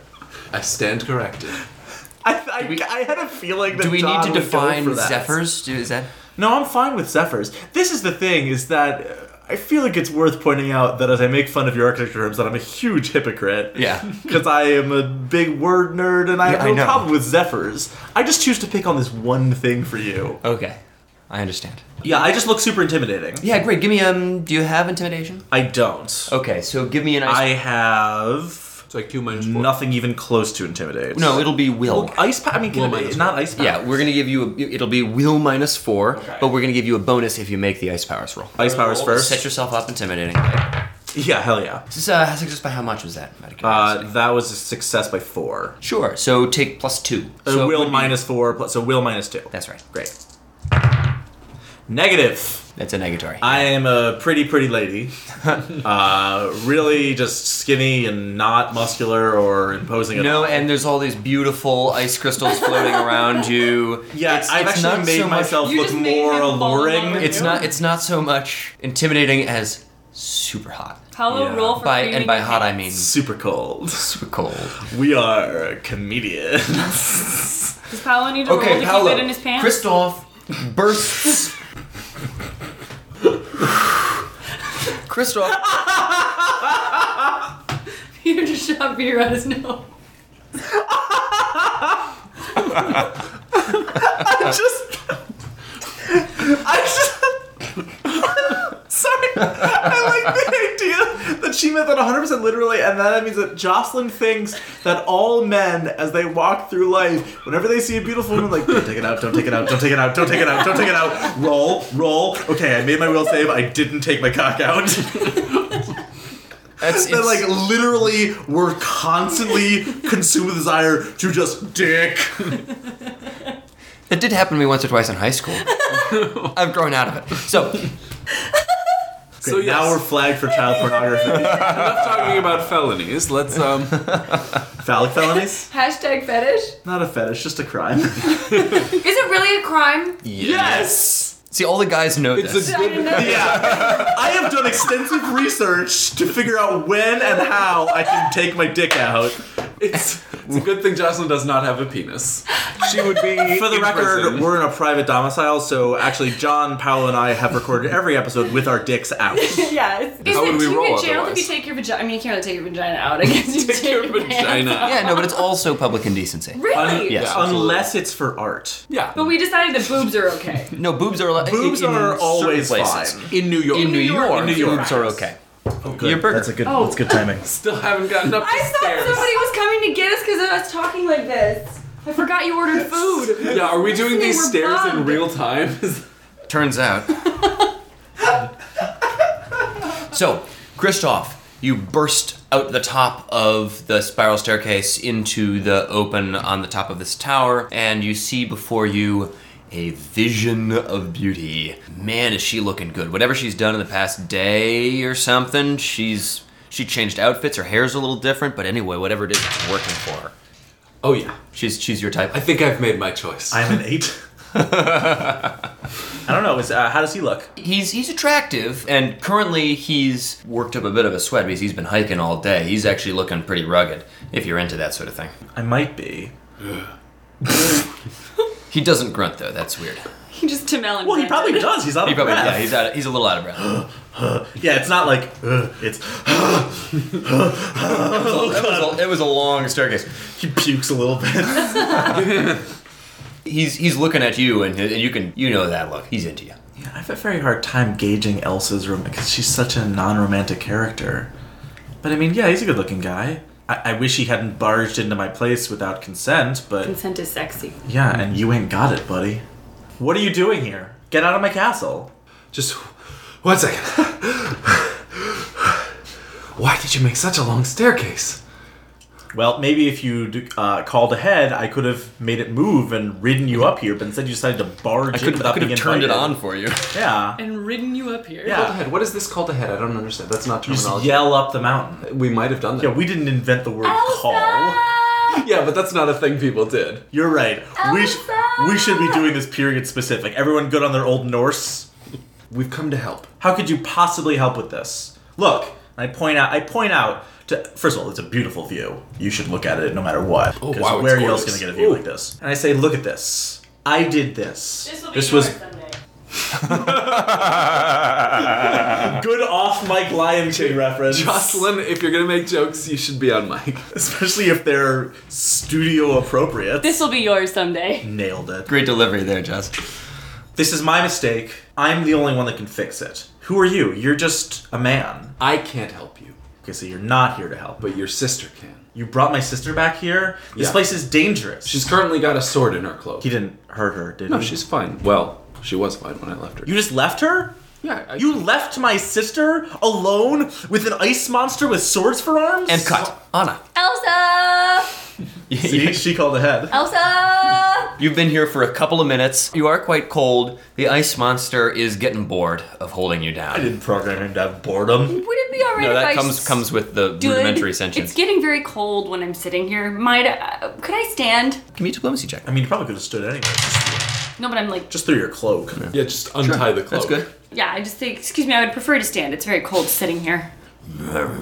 I stand corrected. I, I, we- I had a feeling that Do we John need to would go for define that. zephyrs? Do- Is that? No, I'm fine with Zephyrs. This is the thing, is that uh, I feel like it's worth pointing out that as I make fun of your architecture terms, that I'm a huge hypocrite. (laughs) Yeah. Because I am a big word nerd and I have Yeah, I no know. problem with Zephyrs. I just choose to pick on this one thing for you. Okay, I understand. Yeah, I just look super intimidating. Yeah, great. Give me um. Do you have intimidation? I don't. Okay, so give me an ice. I have So I Q minus four. nothing even close to intimidate. no, it'll be will. Well, ice power. I mean, Well, can it, minus not ice power. Yeah, we're gonna give you. A, it'll be will minus four, but we're gonna give you a bonus if you make the ice powers roll. ice powers Set first. yourself up intimidating. Yeah, hell yeah. This uh, success by how much was that? Out of Uh, curiosity. that was a success by four. sure. So take plus two. Uh, So it will would be- minus four. Plus, so will minus two. That's right. Great. Negative. That's a negatory. I am a pretty, pretty (laughs) lady. uh, really just skinny and not muscular or imposing at no, all. and there's all these beautiful ice crystals floating around you. Yeah, it's, I've it's actually not made so much- myself You look just made more him fall in love alluring. with It's not. It's not so much intimidating as super hot. Paulo Yeah. roll for By creaming and by your hot, I pants. mean super cold. super cold. We are comedians. (laughs) Does Paolo need to roll to keep it in his pants? (laughs) Kristoff bursts. Kristoff Peter just shot beer out his nose. I just. I just. Sorry, I like the idea that she meant that 100% literally, and that means that Jocelyn thinks that all men, as they walk through life, whenever they see a beautiful woman, like, don't take it out, don't take it out, don't take it out, don't take it out, don't take it out, roll, roll. Okay, I made my will save, I didn't take my cock out. (laughs) That's that, like, literally, we're constantly consumed with desire to just dick. that did happen to me once or twice in (laughs) high school. I've grown out of it. So So yes, Now we're flagged for child pornography. enough talking about felonies. Let's um. Phallic felonies? Hashtag fetish. Not a fetish, just a crime. Is it really a crime? yes. See, all the guys know It's this. a I didn't know (laughs) good. (laughs) Yeah. I have done extensive research to figure out when and how I can take my dick out. It's, it's a good thing Jocelyn does not have a penis. She would be For the in record, prison. we're in a private domicile, so actually, John, Paolo, and I have recorded every episode with our dicks out. yeah. It's, How would we you roll get jailed if you otherwise? take your vagina? I mean, you can't really take your vagina out. I guess you Take your pants vagina off. yeah, no, but it's also public indecency. Really? Yes. Yeah. Unless it's for art. yeah, But we decided that boobs are okay. No, boobs are allowed. Boobs in, in are certain always places. fine. in New York. In New York, In New York. boobs are okay. Oh, Your burger. That's a good. Oh. that's good (laughs) timing. Still haven't gotten up the I thought stairs. somebody was coming to get us because of us talking like this. I forgot you ordered food. Yeah, are we doing They these were stairs in bugged. real time? (laughs) Turns out. so, Kristoff, you burst out the top of the spiral staircase into the open on the top of this tower, and you see before you a vision of beauty. Man, is she looking good. Whatever she's done in the past day or something, she's. She changed outfits, her hair's a little different, but anyway, whatever it is, it's working for her. oh yeah, She's she's your type. I think I've made my choice. I'm an (laughs) eight. I don't know. Is, uh, how does he look? He's he's attractive, and currently he's worked up a bit of a sweat because he's been hiking all day. He's actually looking pretty rugged, if you're into that sort of thing. I might be. He doesn't grunt though. That's weird. He just Tim Allen. Well, he grunted. probably does. He's out of He probably breath. yeah. He's out. Of, he's a little out of breath. Yeah, it's not like "Ugh," it's. Oh, it, was a, it was a long staircase. He pukes a little bit. He's he's looking at you, and, and you can you know that look. He's into you. Yeah, I have a very hard time gauging Elsa's room because she's such a non-romantic character. But I mean, yeah, he's a good-looking guy. I, I wish he hadn't barged into my place without consent, but Consent is sexy. yeah, and you ain't got it, buddy. What are you doing here? Get out of my castle. Just one second. Why did you make such a long staircase? Well, maybe if you'd uh, called ahead, I could have made it move and ridden you up here, but instead you decided to barge I in could I without could being have turned it on invited. for you. (laughs) Yeah. And ridden you up here. Yeah. Called ahead. What is this called ahead? I don't understand. That's not You just terminology. yell up the mountain. We might have done that. Yeah, we didn't invent the word call. Elsa! Yeah, but that's not a thing people did. You're right. We, sh- Elsa! we should be doing this period specific. Everyone good on their Old Norse? We've come to help. How could you possibly help with this? Look, I point out. I point out to first of all, it's a beautiful view. You should look at it no matter what. Oh, 'Cause wow, it's Where are you else gorgeous. going to get a view Ooh. like this? And I say, look at this. I did this. This will be this yours was someday. good off Mike Lion King reference. Jocelyn, if you're gonna make jokes, you should be on mic. (laughs) (laughs) especially if they're studio appropriate. This will be yours (laughs) someday. nailed it. Great delivery there, Jess. This is my mistake. I'm the only one that can fix it. Who are you? You're just a man. I can't help you, Okay, so you're not here to help. But but your sister can. you brought my sister back here. This Yeah. place is dangerous. She's currently got a sword in her cloak. He didn't hurt her, did No, he? she's fine. Well, she was fine when I left her. You just left her? yeah, I- You left my sister alone with an ice monster with swords for arms? And cut. Anna, (laughs) Elsa! (laughs) See, she called ahead. Elsa! You've been here for a couple of minutes. You are quite cold. The ice monster is getting bored of holding you down. I didn't program him to have boredom. Would it be alright No, if I that comes s- comes with the stood? rudimentary sentience. It's getting very cold when I'm sitting here. Might uh, could I stand? Give me a diplomacy check. I mean, you probably could have stood anyway. No, but I'm like, Just through your cloak. yeah, just untie the cloak. That's good. yeah. I just think, excuse me. I would prefer to stand. It's very cold sitting here.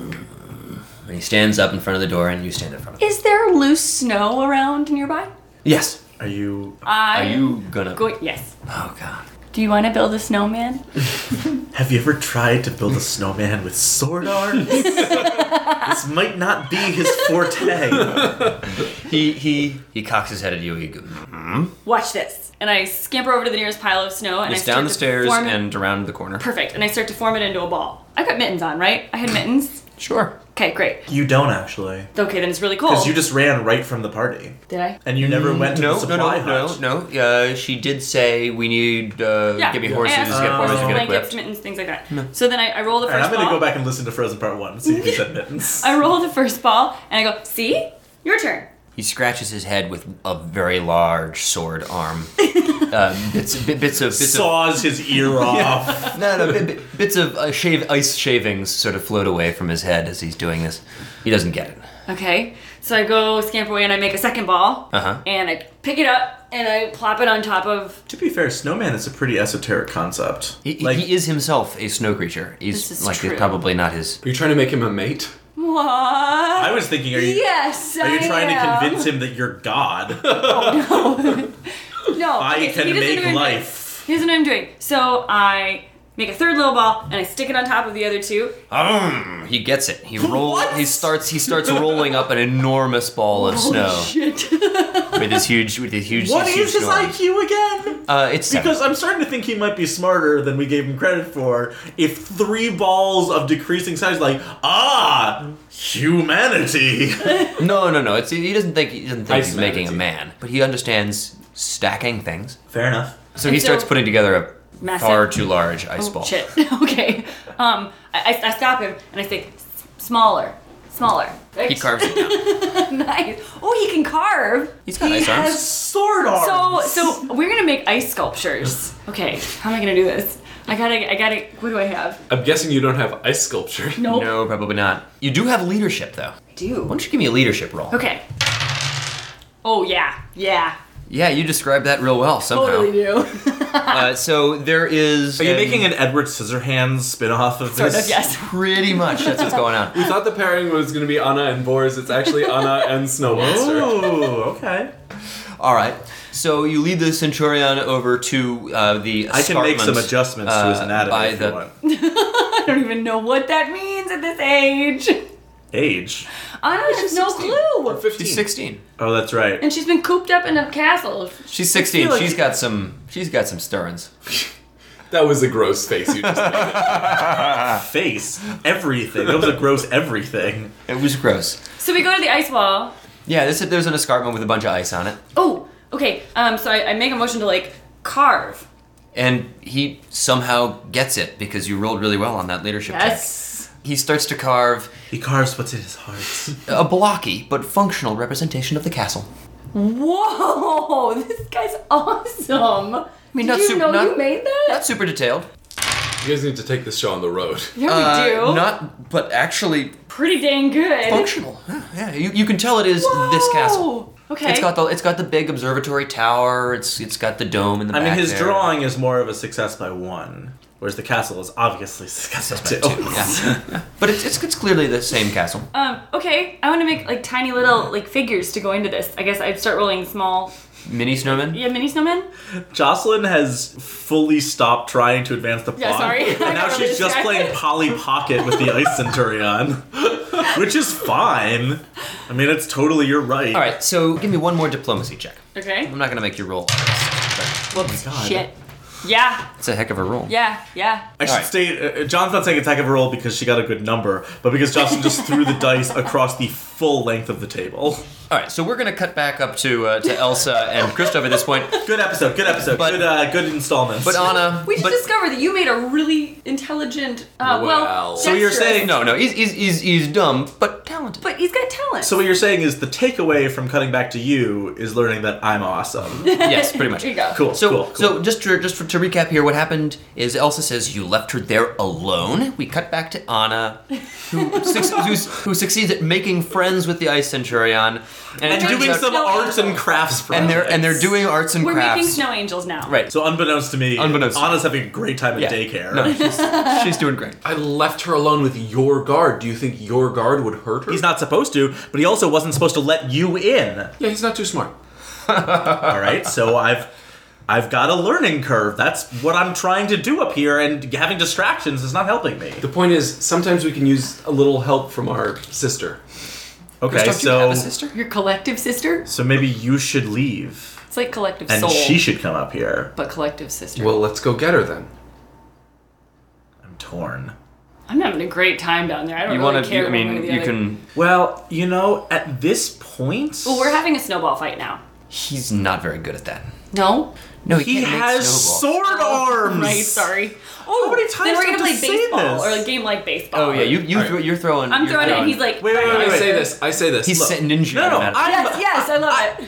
And he stands up in front of the door, and you stand in front of him. Is there loose snow around nearby? Yes. Are you I Are you gonna? go? Yes. oh God. Do you want to build a snowman? Have you ever tried to build a snowman with sword arms? this might not be his (laughs) forte. He he Mm-hmm. he cocks his head at you. He goes. Watch this. And I scamper over to the nearest pile of snow and It's I start down the to stairs form it- and around the corner. perfect. And I start to form it into a ball. I got mittens on, right? I had mittens. Sure. Okay, great. You don't actually, Okay, then it's really cold. because you just ran right from the party, Did I? and you never went to the Mm, No, no, supply no, no, hut. no. Uh, she did say we need. Uh, Yeah. Give me I horses. asked for get horses, horses. Get blankets, equipped. mittens, things like that. So then I, I roll the All right, first I'm gonna ball. go back and listen to Frozen Part One, see if he (laughs) said mittens. I roll the first ball and I go, see? Your turn. He scratches his head with a very large sword (laughs) arm. uh, bits, bit, bits of bits of Saws his (laughs) ear off. No, no, bit, bit- bits of uh, shave ice shavings sort of float away from his head as he's doing this. He doesn't get it. Okay. So I go scamper away and I make a second ball, Uh-huh. and I pick it up and I plop it on top of. To be fair, snowman is a pretty esoteric concept. He, he- like, he is himself a snow creature. He's This is like true. probably not his. Are you trying to make him a mate? What? I was thinking, are you yes, are you I trying am. to convince him that you're (laughs) God? No, (laughs) I Oh, okay, so can he doesn't make know what I'm doing. life. Here's what I'm doing. So I make a third little ball and I stick it on top of the other two. Um, he gets it. He rolls. (laughs) What? He starts. He starts rolling up an enormous ball of Oh, snow shit. with his huge. With his huge. What huge is his storm. IQ again? Uh, it's seven. Because I'm starting to think he might be smarter than we gave him credit for. If three balls of decreasing size, like ah, (laughs) humanity. No, no, no. It's he doesn't think he doesn't think Ice he's humanity. making a man, but he understands stacking things. Fair enough. So And he starts so- putting together a Massive- far too large ice Oh, (laughs) ball. Shit. okay. Um, I, I, I stop him and I say, "S- smaller, smaller. He carves it down. (laughs) nice. Oh, he can carve. He's got He nice has arms. sword So, arms. so we're gonna make ice sculptures. Okay. How am I gonna do this? I gotta, I gotta. What do I have? I'm guessing you don't have ice sculpture. (laughs) Nope. No, probably not. You do have leadership though. I do. Why don't you give me a leadership roll? Okay. Oh yeah, yeah. Yeah, you described that real well somehow. Totally do. Uh, so there is. are you making an Edward Scissorhands spin-off of sort this? of. Yes. (laughs) Pretty much. That's what's going on. I thought the pairing was going to be Anna and Boris. It's actually Anna and Snow Monster. (laughs) Oh, okay. All right. So you lead the centurion over to uh, the. I can make some escarpment, adjustments to his uh, anatomy by if the- you want. (laughs) I don't even know what that means at this age. Age. Anna has no 16. clue. Or 15. She's 16. Oh, that's right. And she's been cooped up in a castle. She's 16. like- she's got some. She's got some stirrings. That was a gross face you just made. Face. Everything. That was a gross everything. It was gross. So we go to the ice wall. Yeah, this, there's an escarpment with a bunch of ice on it, Oh, okay. Um, so I, I make a motion to like carve. and he somehow gets it because you rolled really well on that leadership Yes. check. He starts to carve He carves what's in his heart. a blocky but functional representation of the castle. Whoa, (laughs) this guy's awesome. I mean, Did not you super- know not- you made that? Not super detailed. You guys need to take this show on the road. yeah, Uh, we do. Not, but actually Pretty dang good. functional. Yeah, yeah, you, you can tell it is this castle. Whoa. Okay. It's got the it's got the big observatory tower. It's it's got the dome in the I mean, back his there. drawing is more of a success by one, whereas the castle is obviously success by two. Yeah. (laughs) But it's, it's it's clearly the same castle. um, okay, I want to make like tiny little like figures to go into this. I guess I'd start rolling small. Mini snowman. Yeah, mini snowmen. Jocelyn has fully stopped trying to advance the plot. Yeah, sorry. (laughs) And now she's just playing Polly Pocket with the Ice Centurion, (laughs) which is fine. I mean, it's totally your right. All right, so give me one more diplomacy check. Okay. I'm not gonna make you roll. Oh but my god. Shit. Yeah. It's a heck of a roll. Yeah. Yeah. I should All right. state uh, uh, John's not saying attack of a roll because she got a good number, but because Jocelyn just threw (laughs) the dice across the full length of the table. All right, so we're gonna cut back up to uh, to Elsa and Kristoff at this (laughs) point. Good episode. Good episode. But- good. Uh, good installments. But Anna, We just but, discovered that you made a really intelligent. Uh, Wow. Well, So you're dexterous- saying- no, no, he's, he's, he's, he's dumb but (laughs) talented. But he's got talent. So what you're saying is the takeaway from cutting back to you is learning that I'm (laughs) awesome. yes, pretty much. There you go. Cool. So, cool, cool. so just to, just for, to recap here, what happened is Elsa says you left her there alone. We cut back to Anna, who, suc- (laughs) who's, who succeeds at making friends with the Ice Centurion, and, it and turns doing out- some No. arts and crafts projects. and they're and they're doing arts and We're crafts. making snow angels now. right. So unbeknownst to me, Unbeknownst. Anna's having a great time at Yeah. daycare. No, (laughs) she's, she's doing great. I left her alone with your guard. Do you think your guard would hurt her? He's not supposed to, but he also wasn't supposed to let you in. (laughs) Yeah, he's not too smart. All right, so I've I've got a learning curve. That's what I'm trying to do up here, and having distractions is not helping me. The point is, sometimes we can use a little help from our sister. Okay, Kristoff, do you have so a sister? Your collective sister. so maybe you should leave, It's like collective and soul, she should come up here. but collective sister. Well, let's go get her then. I'm torn. I'm having a great time down there. I don't You really want to? care. I one way or mean, the you other. can. Well, you know, at this point, Well, we're having a snowball fight now. He's not very good at that. No. No, he, he can't make has snowballs. sword arms. Oh, Right. Sorry. Oh, How many times then we're do I gonna play have to say baseball this? or a game like baseball. Oh yeah, you you All right. throw- you're throwing. I'm you're throwing it. throwing- and He's like. Wait, wait, wait, I wait. say this. I say this. He's Look, sent ninja. No, no, at it. I- Yes. Yes. I love it.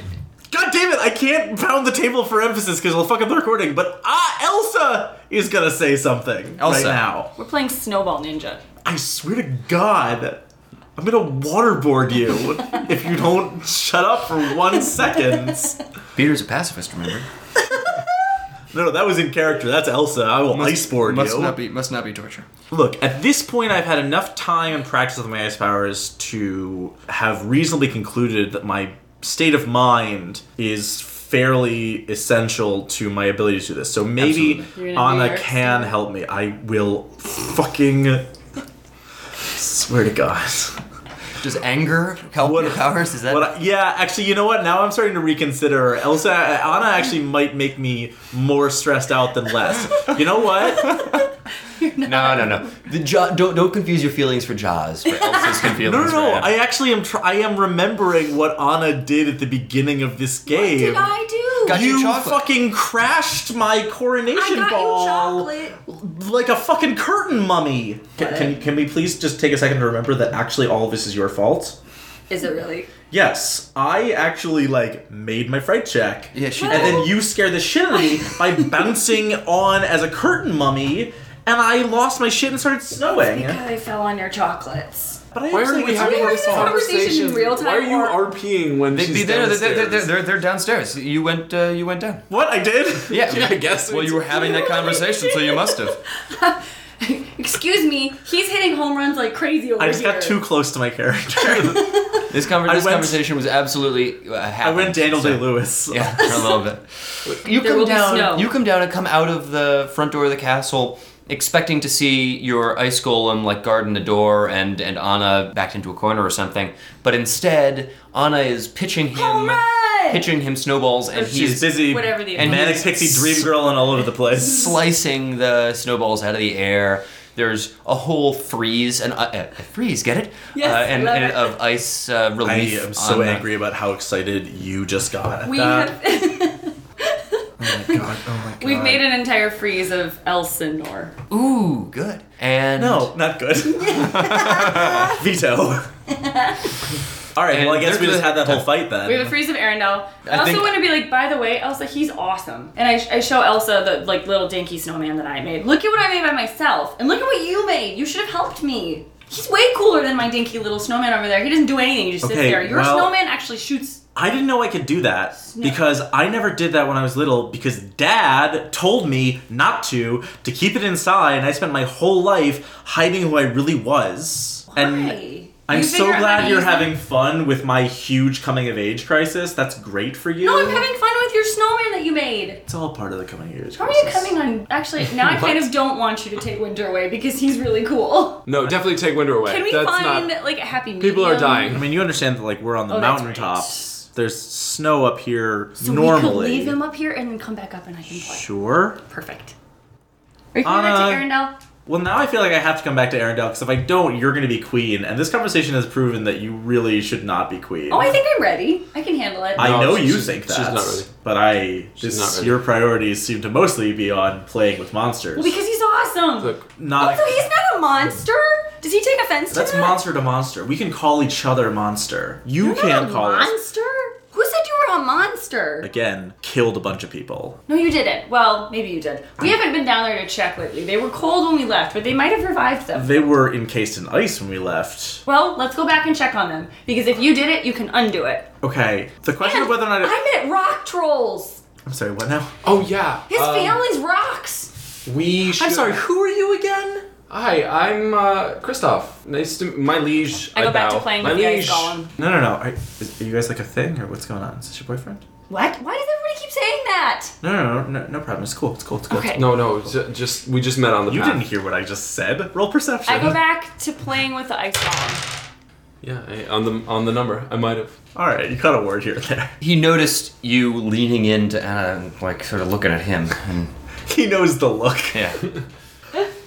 God damn it! I can't pound the table for emphasis because it'll fuck up the recording. But ah, Elsa is gonna say something Elsa. right now. We're playing snowball ninja. I swear to God, I'm gonna waterboard you (laughs) if you don't shut up for one second. Peter's a pacifist, remember? No, no, that was in character. That's Elsa. I will iceboard must you. Not be, must not be torture. Look, at this point, I've had enough time and practice with my ice powers to have reasonably concluded that my state of mind is fairly essential to my ability to do this. So maybe Absolutely. You're gonna do Anna your can same. help me. I will fucking swear to God. Does anger help What- your powers? Is that What I, yeah, actually, you know what? Now I'm starting to reconsider. Elsa, Anna actually might make me more stressed out than less. You know what? no, no, no. The ja- don't don't confuse your feelings for Jaws. For Elsa's (laughs) con- feelings. No, no, no. for Anna. I actually am. Tr- I am remembering what Anna did at the beginning of this game. did I do? Got you you chocolate. fucking crashed my I coronation got ball you chocolate. like a fucking curtain mummy. Can, can can we please just take a second to remember that actually all of this is your fault? Is it really? Yes, I actually like made my fright check. Yeah, she And did. then you scared the shit out (laughs) of me by bouncing on as a curtain mummy. And I lost my shit and started snowing. Because I fell on your chocolates. But I Why are actually- we it's having your this having a conversation? conversation in real time, Why are you or- RPing when They, she's they, they're, they're, they're, downstairs? they're, they're downstairs. You went uh, you went down. What I did? Yeah, Yeah, (laughs) I guess we Well, you were did. having that conversation, so you must have. (laughs) Excuse me, he's hitting home runs like crazy over I just here. got too close to my character. (laughs) This, conver- I this went- conversation was absolutely. Uh, I happened, went Daniel so- Day Lewis. (laughs) Yeah, for a little bit. You There come will be down. snow. You come down and come out of the front door of the castle, expecting to see your ice golem like guarding the door and and Anna backed into a corner or something. But instead, Anna is pitching him, Home run! pitching him snowballs, and She's he's busy. whatever the and And Manic Pixie Dream Girl and all over the place. slicing the snowballs out of the air. There's a whole freeze and uh, uh, freeze. Get it? Yes, uh, and, love and it. of ice uh, I relief. am so on the- angry about how excited you just got at we that. (laughs) have oh my god, oh my god. we've made an entire freeze of Elsinore. Ooh, good. And No, not (laughs) good. Veto. All right, And well, I guess there's we just the- had that whole fight then. We have a freeze of Arendelle. I, I also think- want to be like, by the way, Elsa, he's awesome. And I, I show Elsa the like little dinky snowman that I made. Look at what I made by myself, and look at what you made. You should have helped me. He's way cooler than my dinky little snowman over there. He doesn't do anything. He just Okay, sits there. Your well- snowman actually shoots. I didn't know I could do that because I never did that when I was little because dad told me not to, to keep it inside, and I spent my whole life hiding who I really was. Why? And I'm You so figure out how glad to you're use them. having fun with my huge coming of age crisis. That's great for you. No, I'm having fun with your snowman that you made. It's all part of the coming of age How are crisis. you coming on? Actually, now I kind What? of don't want you to take Winter away because he's really cool. no, definitely take Winter away. Can we That's find not. like a happy medium? People are I dying. mean, you understand that like we're on the Oh, that's right. mountaintops. There's snow up here So normally. we could leave him up here and then come back up and I can play. Sure. Perfect. Are you coming Uh, back to Arendelle? Well, now I feel like I have to come back to Arendelle because if I don't, you're going to be queen, and this conversation has proven that you really should not be queen. Oh, I think I'm ready. I can handle it. I No, know you she's- think that, she's not ready. but I She's this- not ready. your priorities seem to mostly be on playing with monsters. well, because he's awesome. Look, not also, he's not a monster. Does he take offense that's to that? monster to monster. We can call each other monster. You You're not can't a call us monster. Who said you were a monster? again. Killed a bunch of people. No, you didn't. Well, maybe you did. We haven't been down there to check lately. They were cold when we left, but they might have revived them. They were encased in ice when we left. Well, let's go back and check on them because if you did it, you can undo it. Okay, the question of whether or not it, I met rock trolls. I'm sorry. What now? oh yeah. His um, family's rocks. We. Should, I'm sorry. Who are you again? Hi, I'm uh, Christoph. Nice to my liege. I go back bow. to playing my with the ice liege. golem. No, no, no. Are, is, are you guys like a thing, or what's going on? Is this your boyfriend? What? Why does everybody keep saying that? No, no, no, no, no problem. It's cool. It's cool. It's cool. Okay. No, no, ju- just we just met on the You path. didn't hear what I just said. Roll perception. I go back to playing with the ice golem. Yeah, I, on the on the number, I might have. All right, you caught a word here (laughs) and there. He noticed you leaning into Anna and like sort of looking at him. (laughs) And He knows the look. yeah.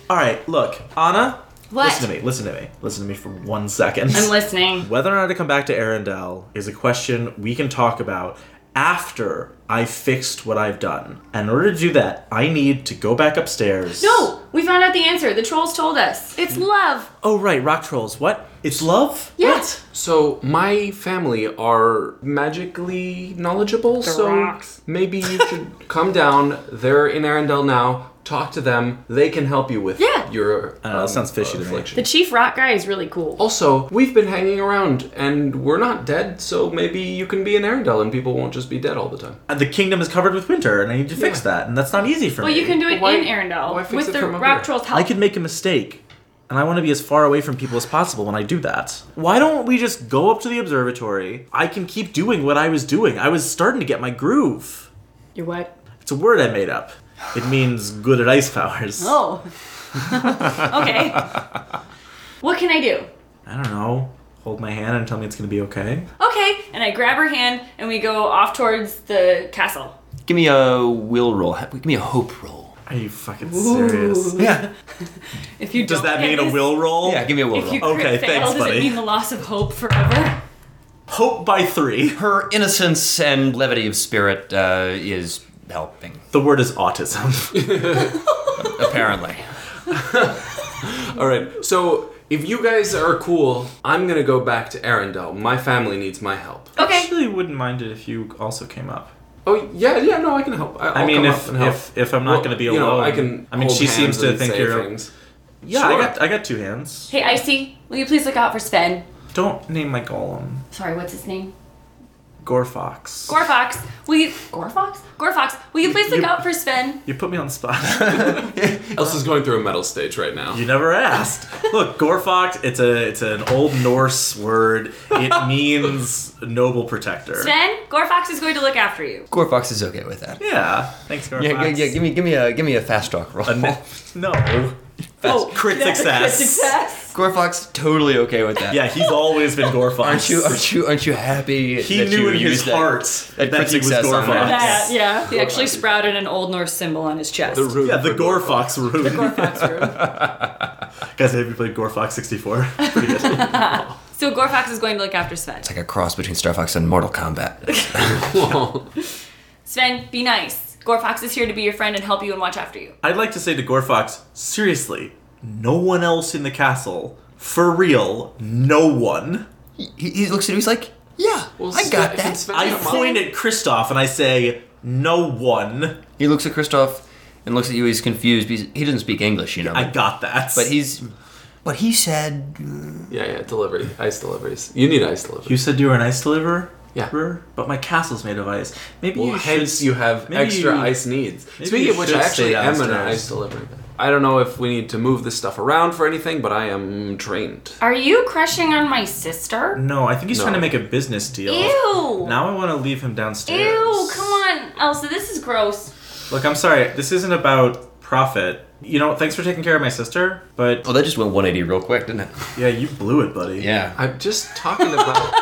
All right, look, Anna. What? Listen to me. Listen to me. Listen to me for one second. I'm listening. Whether or not to come back to Arendelle is a question we can talk about after I fixed what I've done. And in order to do that, I need to go back upstairs. No, we found out the answer. The trolls told us. It's love. Oh right, rock trolls. What? It's love. Yeah. What? So my family are magically knowledgeable. so rocks. (laughs) maybe you should come down. They're in Arendelle now. Talk to them. They can help you with Yeah. your. um, I don't know, that sounds fishy to me. affliction. The chief rock guy is really cool. Oh, Also, we've been hanging around and we're not dead, so maybe you can be an Arendelle and people won't just be dead all the time. And the kingdom is covered with winter, and I need to fix Yeah. that, and that's not easy for Well, me. you can do it why- in why fix Arendelle with it the from up rock here? troll's help. I could make a mistake, and I want to be as far away from people as possible when I do that. Why don't we just go up to the observatory? I can keep doing what I was doing. I was starting to get my groove. You're (laughs) what? It's a word I made up. It means good at ice powers. Oh. okay. what can I do? I don't know. Hold my hand and tell me it's gonna be okay. Okay. And I grab her hand and we go off towards the castle. Give me a will roll. Give me a hope roll. Are you fucking serious? Ooh. Yeah. If you Does don't that get mean a this- will roll? Yeah, give me a will If you roll. crit Okay, fail, thanks, does buddy. it mean the loss of hope forever? Hope by three. Oh, Her innocence and levity of spirit uh, is helping, The word is autism. (laughs) apparently. All right. So if you guys are cool, I'm gonna go back to Arendelle. My family needs my help. Okay. Actually, wouldn't mind it if you also came up. Oh yeah, yeah. No, I can help. I, I'll I mean, come if, up and help. if if I'm not Well, going to be you alone, know, I can. I mean, hold she seems hands to and think say you're. things. Yeah, I Sure. got I got two hands. Hey, Icy, will you please look out for Sven? Don't name my golem Sorry, what's his name? Gorfox. Gorfox. Will you Gorfox? Gorfox, will you please look You- out for Sven? you put me on the spot. (laughs) Elsa's going through a metal stage right now. you never asked. Look, Gorfox. It's a it's an old Norse word. (laughs) It means noble protector. Sven, Gorfox is going to look after you. Gorfox is okay with that. Yeah. Thanks, Gorfox. Yeah, yeah, yeah, give me, give me a, give me a fast talk roll. no. no. Oh, crit success. Success. Gorfox totally okay (laughs) with that. Yeah, he's always been Gorfox. Aren't you, aren't you, aren't you happy? He that knew you in his used that? heart that, that crit he was success on Gorfox. that. That, yeah. He actually sprouted an old Norse symbol on his chest. The room Yeah, the for Gorfox The rune. Gorfox room. Guys, have you played Gorfox 64? (laughs) So Gorfox is going to look after Sven. Like a cross between Star Fox and Mortal Kombat. (laughs) Sven, be nice. Gorfox is here to be your friend and help you and watch after you. I'd like to say to Gorfox, seriously, no one else in the castle. For real, no one. he, he looks at you. He's like, "Yeah, Well, I got Sven- can that." Sven I come up? point at Kristoff and I say, no one. He looks at Kristoff and looks at you. He's confused. Because he doesn't speak English, you know. I got that. but he's. But he said. Yeah, yeah. Delivery, ice deliveries. You need ice delivery. You said you were an ice deliverer? Yeah. But my castle's made of ice. Maybe Well, you hence should... you have maybe extra you- ice needs. maybe Speaking you of which, should I actually stay am an downstairs. ice delivery. I don't know if we need to move this stuff around for anything, but I am trained. Are you crushing on my sister? No, I think he's No. trying to make a business deal. Ew. Now I want to leave him downstairs. Ew, come on, Elsa, this is gross. Look, I'm sorry. This isn't about profit. You know, thanks for taking care of my sister, but Well, Oh, that just went 180 real quick, didn't it? yeah, you blew it, buddy. Yeah. I'm just talking (laughs) about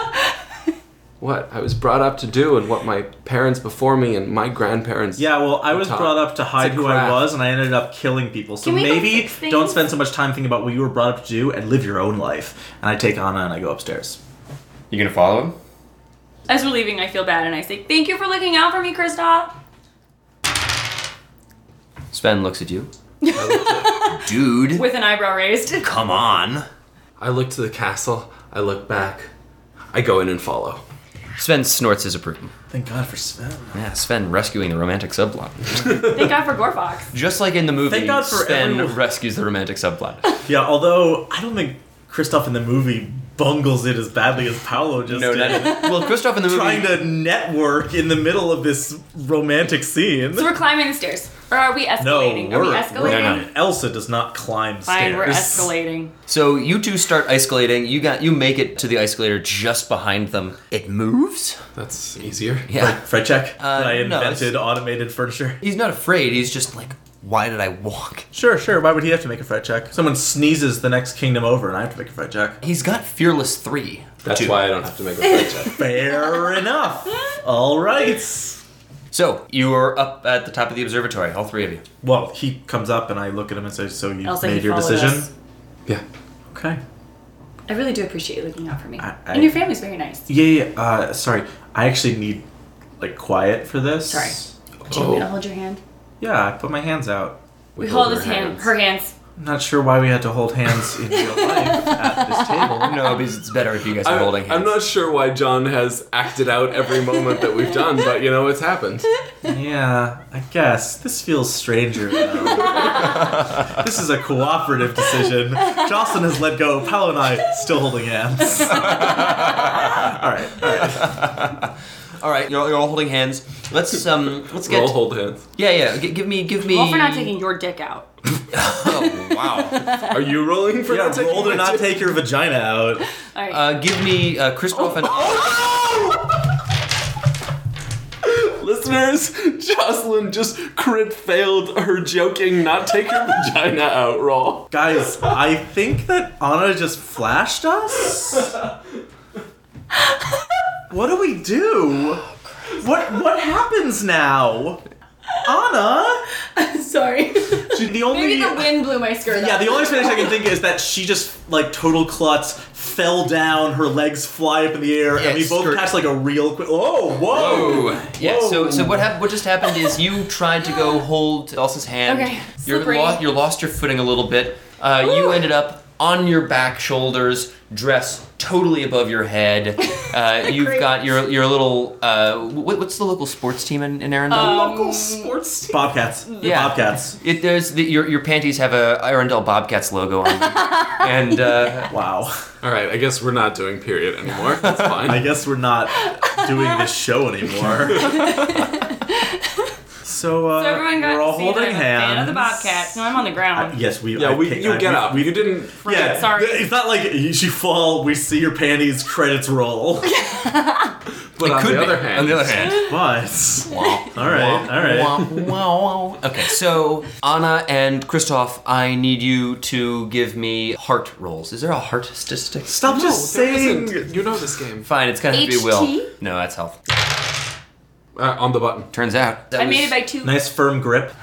what I was brought up to do and what my parents before me and my grandparents. Yeah, well, I was Top. brought up to hide a who I craft. was, and I ended up killing people. So Can we go maybe fix things? don't spend so much time thinking about what you were brought up to do and live your own life. And I take Anna and I go upstairs. You gonna follow him? As we're leaving, I feel bad and I say, Thank you for looking out for me, Kristoff. Sven looks at (laughs) you. I looked, at, Dude, With an eyebrow raised. come on. I looked to the castle. I look back. I go in and follow. Sven snorts his approval. Thank God for Sven. Yeah, Sven rescuing the romantic subplot. Thank God for Gorfox. Just like in the movie, Thank God for Sven everyone. rescues the (laughs) romantic subplot. Yeah, although I don't think Kristoff in the movie bungles it as badly as Paolo just no, did. not even. Well, Kristoff in the movie. (laughs) Trying to network in the middle of this romantic scene. So we're climbing the stairs. Or are we escalating? No, are we we're- escalating? we're- No, no. Elsa does not climb Fine, stairs. we're escalating. So you two start escalating. You got you make it to the escalator just behind them. It moves. That's easier. Yeah. Fred check. Uh, that I no, it's- invented automated furniture. He's not afraid. He's just like, why did I walk? Sure, sure. Why would he have to make a fret check? Someone sneezes the next kingdom over, and I have to make a fret check. He's got fearless three. That's too. why I don't have to make a flight check. (laughs) Fair enough. All right. So you are up at the top of the observatory, all three of you. Well, he comes up, and I look at him and say, "So you Elsa, made he your followed decision." us. Yeah. Okay. I really do appreciate you looking out for me. I- I- and your family's very nice. Yeah. yeah, yeah. Uh, sorry, I actually need like quiet for this. Sorry. Do you want me to Oh, hold your hand? Yeah, I put my hands out. We, hold his her hand, hands. (laughs) her hands. (laughs) I'm not sure why we had to hold hands in real life at this table. (laughs) No, because it's better if you guys are I'm, holding hands. I'm not sure why John has acted out every moment that we've done, but you know, it's happened. Yeah, I guess. This feels stranger now. this is a cooperative decision. Jocelyn has let go. Paolo and I still holding (laughs) hands. all right, all right. All right, you're, you're all holding hands. Let's um, let's Roll get hold hands. yeah, yeah. G- give me, give me. Well, for not taking your dick out. Oh (laughs) wow. Are you rolling for that? Yeah, roll to or (laughs) not take your vagina out. All right. Uh, give me uh, Oh, Kristoff and Oh! (laughs) Listeners, Jocelyn just crit failed her joking not take her vagina out roll. Guys, I think that Anna just flashed us. What do we do? What what happens now? Anna, (laughs) Sorry. she, the only Maybe (laughs) the wind blew my skirt. yeah, up. the only explanation I can think is that she just like total klutz fell down, her legs fly up in the air, Yeah, and we both skirt. catch like a real quick. Oh, whoa! Oh, yeah. So, so what hap- What just happened (laughs) is you tried to go hold Elsa's hand. Okay, You're slippery. lo- you lost your footing a little bit. Uh, you ended up on your back, shoulders, dress totally above (laughs) your head. Uh, you've Great. got your your little. Uh, what, what's the local sports team in, in Arendelle? Um, sports team. Bobcats. Yeah. Bobcats. It there's the, your your panties have a Irondale Bobcats logo (laughs) on them, and uh, Wow. All right, I guess we're not doing period anymore. (laughs) That's fine. I guess we're not doing this show (laughs) anymore. so, uh, so everyone got we're all to see that holding I'm a hands. fan of the Bobcats. No, I'm on the ground. Yes, we. yeah, I we, pick- you I- get we- up. We, you didn't. yeah, sorry. It's not like you you fall. We see your panties. (laughs) Credits roll. But on could the be. other hand, on the other hand. But all right, all right. Okay, so Anna and Kristoff, I need you to give me heart rolls. Is there a heart statistic? Stop No, just there saying. isn't. You know this game. Fine, it's gonna have to be Will. HT? No, that's health. Uh, on the button. Turns out that I made was- it by two. Nice firm grip.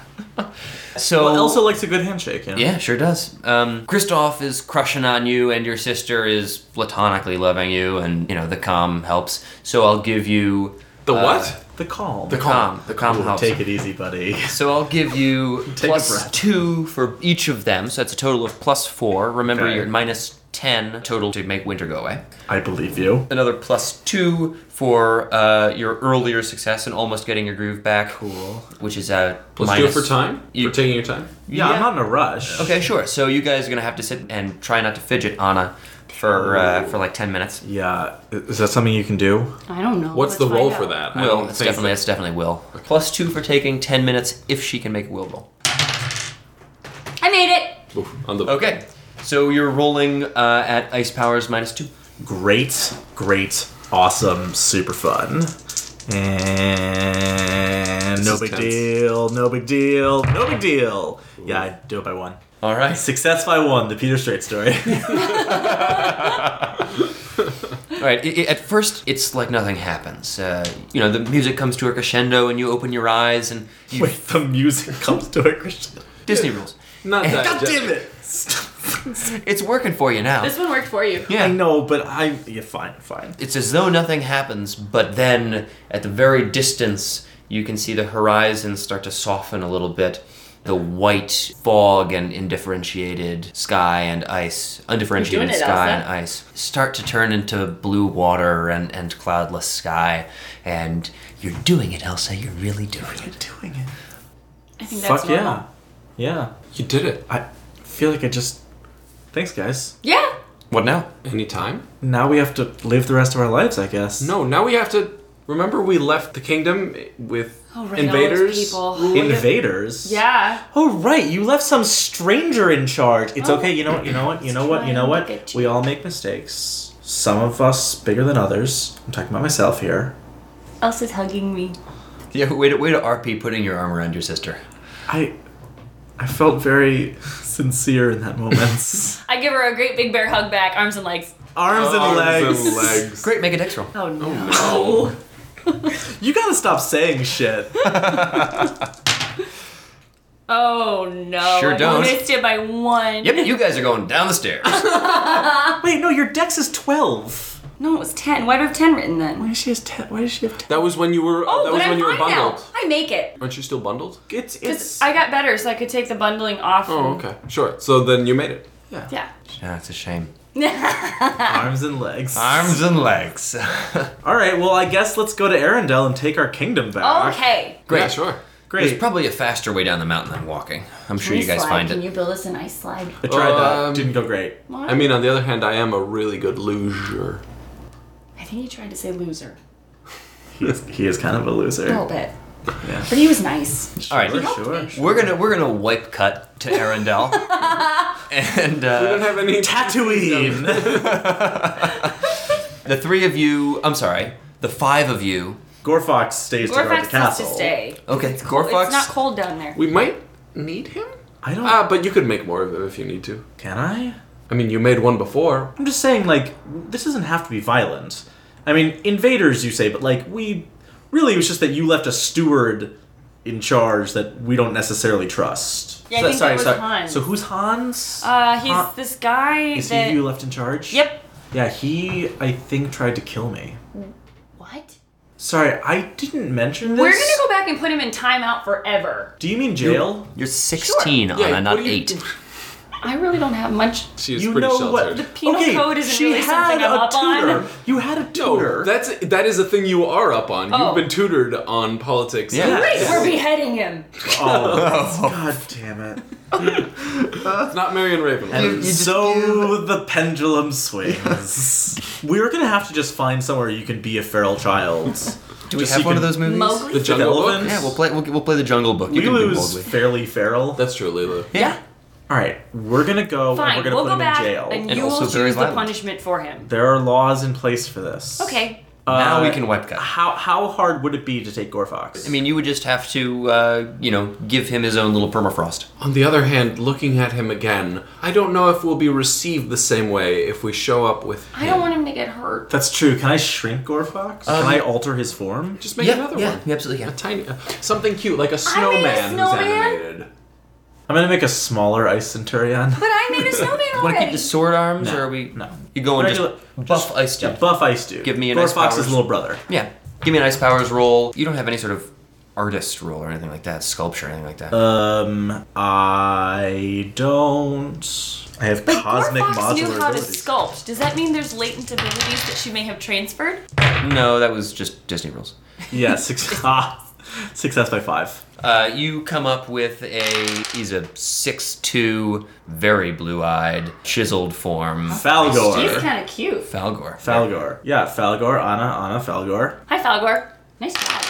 So Well, Elsa likes a good handshake. You know? yeah, sure does. Um, Kristoff is crushing on you, and your sister is platonically loving you, and you know the calm helps. So I'll give you The uh, what? The calm. The calm. The calm Ooh, helps. Take it easy, buddy. So I'll give you Take a plus breath. two for each of them. So that's a total of plus four. Remember, Okay. you're at minus ten total to make winter go away. I believe you. Another plus two for uh, your earlier success and almost getting your groove back. Cool. Which is a Let's minus. do it for time. You- for taking your time. Yeah, Yeah. I'm not in a rush. Okay, sure. So you guys are gonna have to sit and try not to fidget, Anna, for uh, for like ten minutes. Yeah, is that something you can do? I don't know. What's Let's the find roll out. for that? I Will, don't it's think- definitely that's definitely Will. Plus two for taking ten minutes if she can make a Will roll. I made it. Oof, on the Okay, so you're rolling uh, at ice powers minus two. great, great, awesome, super fun. And no is big tense. deal, no big deal, no big deal. Yeah, I do it by one. All right. Success by one, the Peter Strait story. (laughs) All right. i i at first, it's like nothing happens. Uh, you know, the music comes to a crescendo, and you open your eyes, and you, Wait, the music comes to a Christian. (laughs) Disney rules. Not that. (laughs) God damn it! Stop. It's working for you now. This one worked for you. yeah. I know, but I. Yeah, fine, fine. It's as though nothing happens, but then at the very distance, you can see the horizon start to soften a little bit. The white fog and undifferentiated sky and ice, undifferentiated You're doing it, sky Elsa. and ice, start to turn into blue water and, and cloudless sky. And you're doing it, Elsa. You're really doing it. Doing it. I think that's Fuck normal. yeah. Yeah. You did it. I feel like I just. Thanks, guys. Yeah. What now? Any time? Now we have to live the rest of our lives, I guess. No, now we have to remember we left the kingdom with Oh, right, all those invaders. people. ruling it? Invaders. Yeah. Oh right, you left some stranger in charge. It's okay. You know what? You know what? You know what? You know Trying Oh. to what? get you. We all make mistakes. Some of us bigger than others. I'm talking about myself here. Elsa's hugging me. Yeah, way to, way to RP putting your arm around your sister. I, I felt very sincere in that (laughs) moment. I give her a great big bear hug back, arms and legs. Arms and Arms legs. and legs. Great, make a dex roll. Oh no. No. You gotta stop saying (laughs) shit. Oh no. Sure I don't. missed it by one. Ah, Yep, you guys are going down the stairs. Wait, no, your dex is twelve. No, it was ten. Why do I have ten written then? does she have ten? Why does she have ten? That was when you were. Oh, that but was I'm when you were fine now. bundled. I make it. Aren't you still bundled? It's 'Cause I got better, so I could take the bundling off. Oh, okay, sure. So then you made it. Yeah. Yeah, it's a shame. Arms and legs. Arms and legs. (laughs) All right, well, I guess let's go to Arendelle and take our kingdom back. Okay. Great. Yeah, sure. There's Great. probably a faster way down the mountain than walking. I'm sure you guys slide. find Can it. you build us an ice slide? I tried Um, that. Didn't go great. I mean, on the other hand, I am a really good loser. I think he tried to say loser. He is, he is kind of a loser. A little bit. Yeah. But he was nice. All right. Sure, sure, sure. We're gonna we're gonna wipe cut (laughs) to Arendelle, I don't and uh, have any (laughs) Tatooine! the three of you. I'm sorry, the five of you. Gorfox stays to guard Gorfax the has to castle. stay. Okay, Gorfox. It's not cold down there. We might need him. I don't. Ah, but you could make more of them if you need to. can I? I mean, you made one before. I'm just saying, like, this doesn't have to be violent. I mean, invaders, you say, but, like, we. Really, it was just that you left a steward in charge that we don't necessarily trust. Yeah, I So- think that sorry, was sorry. Hans. So who's Hans? Uh, he's Huh? this guy Is he that. who you left in charge? Yep. Yeah, he, I think, tried to kill me. What? Sorry, I didn't mention this. We're gonna go back and put him in timeout forever. Do you mean jail? You're 16, Yeah, Anna, not what do you- eight. I really don't have much. She's You pretty know sheltered. what? The penal code isn't she really had something I'm a up on. tutor. You had a No, tutor. that's that is a thing you are up on. Oh. You've been tutored on politics. Yeah. and- Great. Wait, we're beheading him. (laughs) oh, God damn it. It's not Marion Ravenloft. so the pendulum swings. We're gonna have to just find somewhere you can be a feral child. Do we Just have so one of you those The movies? Mowgli? Jungle Book. Elephant? Yeah, we'll play. We'll, we'll play the Jungle Book. (laughs) You can- can We do lose Mowgli. fairly feral. That's true, Lulu. Yeah. All right, we're gonna go and Fine, we're gonna we'll put go him back in jail. and And you also will very choose the violent. punishment for him. there are laws in place for this. Okay. Now Uh, we can wipe cut. How how hard would it be to take Gorfox? I mean, you would just have to, uh, you know, give him his own little permafrost. On the other hand, looking at him again, I don't know if we'll be received the same way if we show up with. I don't want him to get hurt. that's true. Can I shrink Gorfox? Um, can I alter his form? Just make another yeah, one. you absolutely A can. tiny, uh, something cute like a snowman, snowman. who's animated. I'm gonna make a smaller ice centurion. But I made a snowman Want to already. keep the sword arms, or are we? No. You (laughs) go and just Regular- buff just- ice Yeah, dude. buff ice dude. Give me an ice Gorfox's powers. little brother. Yeah. Give me an ice powers roll. You don't have any sort of artist roll or anything like that, sculpture, anything like that. Um, I don't. I have But cosmic Gorfox modular knew how to abilities. sculpt. Does that mean there's latent abilities that she may have transferred? no, that was just Disney rules. Yeah, (laughs) six. ah, success by five. Uh, you come up with a he's a six-two, very blue-eyed, chiseled form. He's Falgor. kind of cute. Falgor. Falgor. Yeah, Falgor. Anna. Anna. Falgor. Hi, Falgor. Nice job.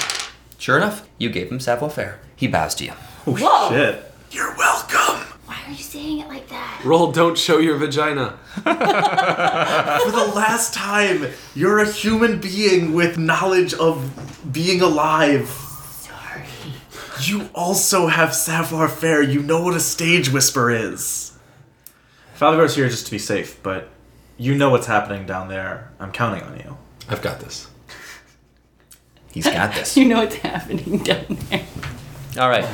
Sure enough, you gave him savoir faire. He bows to you. Oh Whoa. shit. You're welcome Why are you saying it like (laughs) that? Roll, don't show your vagina. for the last time. You're a human being with knowledge of being alive. Sorry. You also have savoir faire. You know what a stage whisper is. Falgor's here just to be safe, but you know what's happening down there. I'm counting on you. I've got this. He's got (laughs) this. You know what's happening down (laughs) there. All right.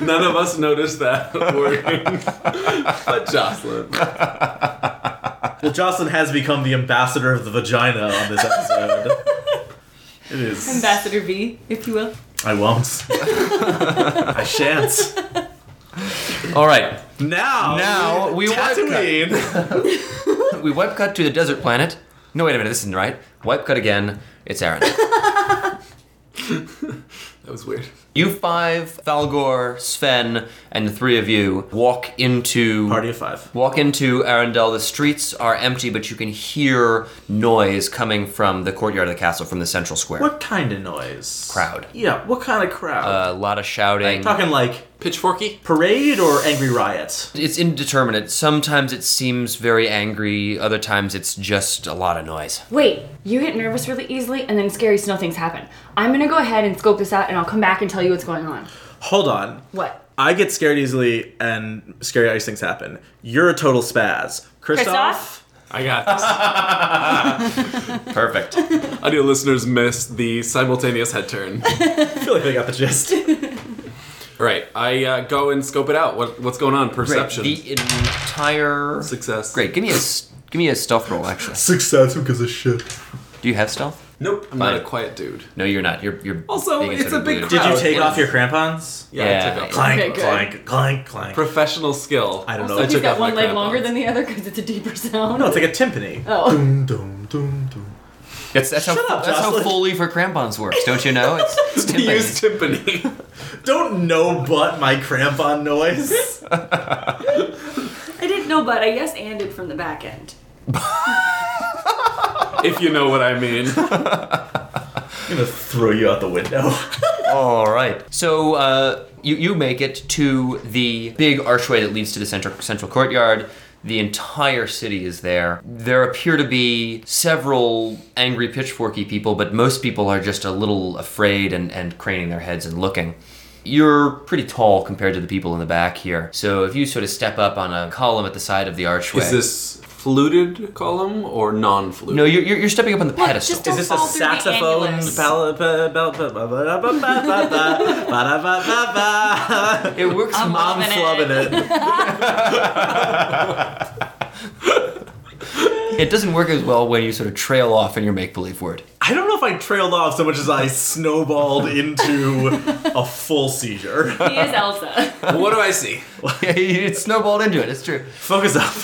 None of us noticed that working, (laughs) but Jocelyn. Well, Jocelyn has become the ambassador of the vagina on this episode. (laughs) it is. Ambassador V, if you will. I won't. (laughs) I shan't. All right. Now. Now we wipe Tatooine. cut. We wipe cut to the desert planet. No, wait a minute. This isn't right. Wipe cut again. It's (laughs) Aaron. That was weird. you five, Falgor, Sven, and the three of you walk into Party of five. Walk into Arendelle. The streets are empty, but you can hear noise coming from the courtyard of the castle, from the central square. What kind of noise? Crowd. Uh, Yeah. What kind of crowd? A lot of shouting. Talking like Pitchforky? parade or angry riot. It's indeterminate. Sometimes it seems very angry. Other times it's just a lot of noise. Wait, you get nervous really easily, and then scary snow things happen. I'm gonna go ahead and scope this out, and I'll come back and tell you what's going on. Hold on. What? I get scared easily, and scary ice things happen. You're a total spaz, Christoph. Christoph? I got this. (laughs) Perfect. Audio listeners missed the simultaneous head turn. I feel like they got the gist. All right, I uh, go and scope it out. What, what's going on? Perception. The entire Success. Great. Give me a s- Give me a stealth roll, actually. Success because of shit. Do you have stealth? Nope, I'm not a Fine. quiet dude. No, you're not. You're you're Also, being it's a considered big weird. Did you Crowd. take Yes. off your crampons? Yeah, Yeah. I took off. Clank, Okay, good. clank, clank, clank. Professional skill. I (laughs) don't know. Also, I he's took got off my one leg crampons. longer than the other because it's a deeper (laughs) sound. no, it's like a timpani. oh. Dum, dum, dum, dum. That's, that's Shut how up, that's how Jocelyn. Foley for crampons works, don't you know? It's, it's He (laughs) (laughs) timpani. used timpani. Don't know but my crampon noise. I didn't know, but I yes anded from the back end. if you know what I (laughs) mean. I'm gonna throw you out the window. All right. So uh, you you make it to the big archway that leads to the central central courtyard. The entire city is there. There appear to be several angry pitchforky people, but most people are just a little afraid and, and craning their heads and looking. You're pretty tall compared to the people in the back here, so if you sort of step up on a column at the side of the archway, Is this fluted column or non-fluted? no, you're, you're you're stepping up on the What, pedestal. just Don't fall through the annulus. Bal- ba- ba- ba- ba- ba- ba- ba- ba- ba- ba- ba- ba- ba. it works. I'm Mom loving it. flubbing it. It doesn't work as well when you sort of trail off in your make believe word. (laughs) I don't know if I trailed off so much as I snowballed into a full seizure. He is Elsa. What do I see? it snowballed into it. It's true. (laughs) Focus up.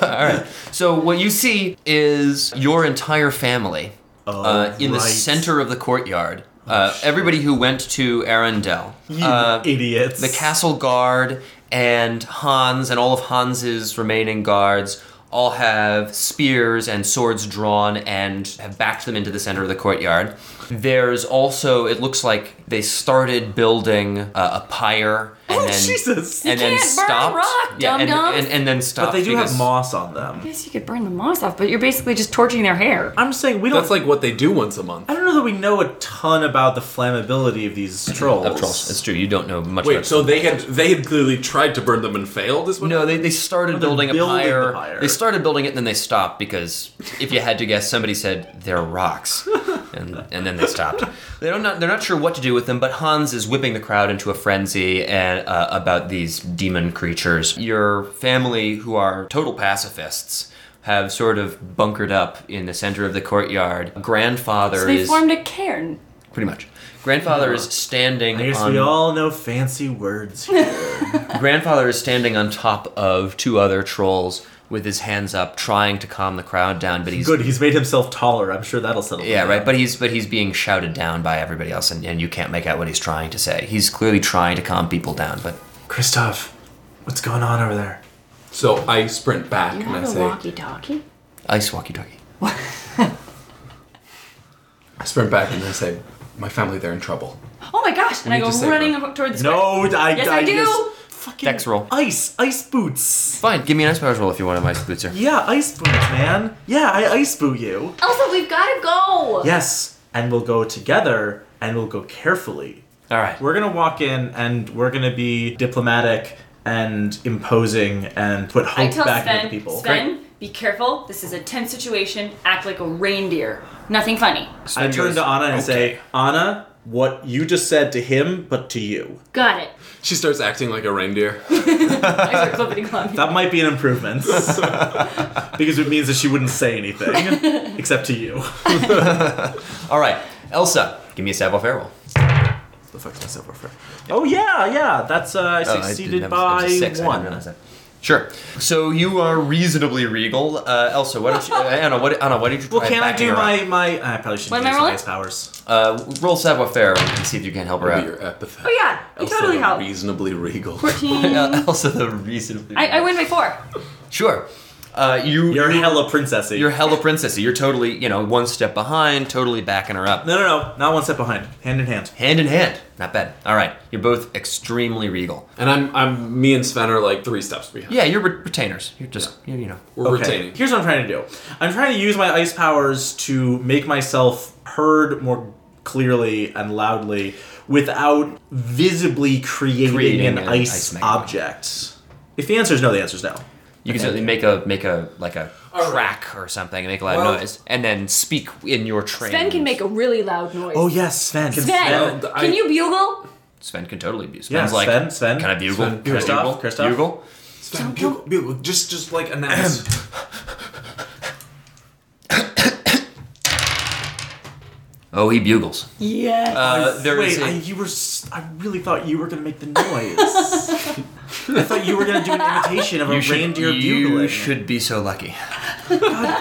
All right. So what you see is your entire family uh, in the Oh, right. center of the courtyard. Uh, everybody who went to Arendelle, You uh, idiots. the castle guard, and Hans and all of Hans's remaining guards all have spears and swords drawn and have backed them into the center of the courtyard. There's also it looks like they started building uh, a pyre and Oh, then Jesus. and You then can't burn a stopped. rock, yeah, and, dum-dums. and, and then But stopped. they do have because- moss on them. Yes, you could burn the moss off, but you're basically just torching their hair. I'm saying we don't. That's like what they do once a month. I don't know that we know a ton about the flammability of these trolls. Of trolls. It's true. You don't know much. Wait, about so they had they had clearly tried to burn them and failed. Is what? no, they, they started they're building a building the pyre. pyre. They started building it and then they stopped because if you had to guess, somebody said they're (laughs) rocks, and and then they stopped. They don't not they're not sure what to do with them. But Hans is whipping the crowd into a frenzy and uh, about these demon creatures. Your family, who are total pacifists. Have sort of bunkered up in the center of the courtyard. Grandfather So they is formed a cairn. pretty much. Grandfather is standing. Uh-huh. I guess on, we all know fancy words here. Grandfather is standing on top of two other trolls with his hands up, trying to calm the crowd down, but (laughs) he's Good, he's made himself taller. I'm sure that'll settle. Yeah, them right. down. But he's but he's being shouted down by everybody else, and, and you can't make out what he's trying to say. He's clearly trying to calm people down, but Christoph, what's going on over there? So I sprint back You and I have a say, walkie-talkie? ice walkie-talkie. I sprint back and I say, my family, they're in trouble. Oh my gosh! And I need go to save running her. up toward the square. No, I. Yes, I do. just- fucking Dex roll. Ice, ice boots. Fine, give me an ice powers roll if you want a ice boots, sir. Yeah, ice boots, man. Yeah, I ice boot you. Elsa, we've got to go. Yes, and we'll go together, and we'll go carefully. All right. We're gonna walk in, and we're gonna be diplomatic and imposing, and put I hope tell back Sven, into the people. Sven, be careful. This is a tense situation. Act like a reindeer. Nothing funny. I turn goes, to Anna and "Okay." say, Anna, what you just said to him, but to you. Got it. She starts acting like a reindeer. I start clippity clopping. That might be an (laughs) improvement. because it means that she wouldn't (laughs) say anything except to you. All right, Elsa, give me a Savoy fair roll. the fuck's my silver fur? Oh yeah, yeah. That's uh, I Oh, I succeeded didn't have a- by it was a six, I didn't realize one. that. Sure. So you are reasonably regal, uh, Elsa. Why don't you, uh, Anna? What, Anna, why did you? Well, try can I backing do her up? my my? I probably should What am do I some rolling? ice powers. Uh, roll savoir faire and see if you can help her Be out. your epithet. Oh yeah, you Also totally help. Reasonably regal. Fourteen. Uh, (laughs) also, the reasonably. I, I win by four. Sure. Uh, you, You're you're, hella princessy. you're hella princessy. You're totally, you know, one step behind, totally backing her up. no, no, no, not one step behind. Hand in hand. Hand in hand. Not bad. All right. You're both extremely regal. And I'm I'm me and Sven are like three steps behind. Yeah, you're re- retainers. You're just, you you know. We're retaining. Here's what I'm trying to do. I'm trying to use my ice powers to make myself heard more clearly and loudly without visibly creating, Creating an, an ice ice, magma. object. If the answer is no, the answer is no. You can certainly make a, make a, like a All right. crack or something and make a loud Well- noise and then speak in your train. Sven can make a really loud noise. Oh yes, Sven. Sven, Sven, I- can you bugle? Sven can totally be. Sven's Yeah, like, Sven, Sven. Can I bugle? Sven, can I Kristoff, bugle? Kristoff. Bugle? Sven, bugle- bugle. just just like announce. Oh, he bugles. Yes. Uh, there Wait, is a- I, you were. s- I really thought you were gonna (laughs) make the noise. I thought you were gonna do an imitation of a You should- reindeer you bugling. should be so lucky. God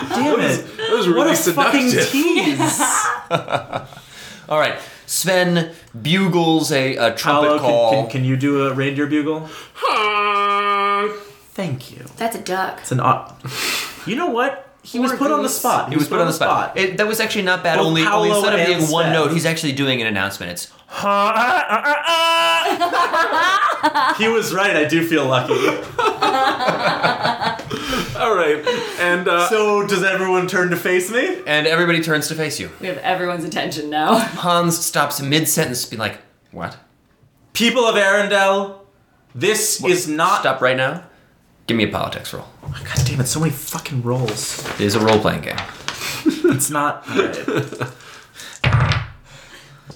damn it! (clears throat) That was really What a fucking seductive. (laughs) tease. All right, Sven bugles a, a Paolo, trumpet call. can, can, can you do a reindeer bugle? Thank you. That's a duck. It's an. au- You know what? He was Or put on the goose. spot. He was put on the spot. It, that was actually not bad. Both only, only Paolo instead of and being one Sven. note, he's actually doing an announcement. It's he was right. I do feel lucky. All right, and uh, (laughs) So does everyone turn to face me? and everybody turns to face you. We have everyone's attention now. Hans stops mid sentence, being like, "What? People of Arendelle, this is not. Stop right now! Give me a politics roll. God damn it! So many fucking rolls. It is a role playing game. It's (laughs) not. Alright.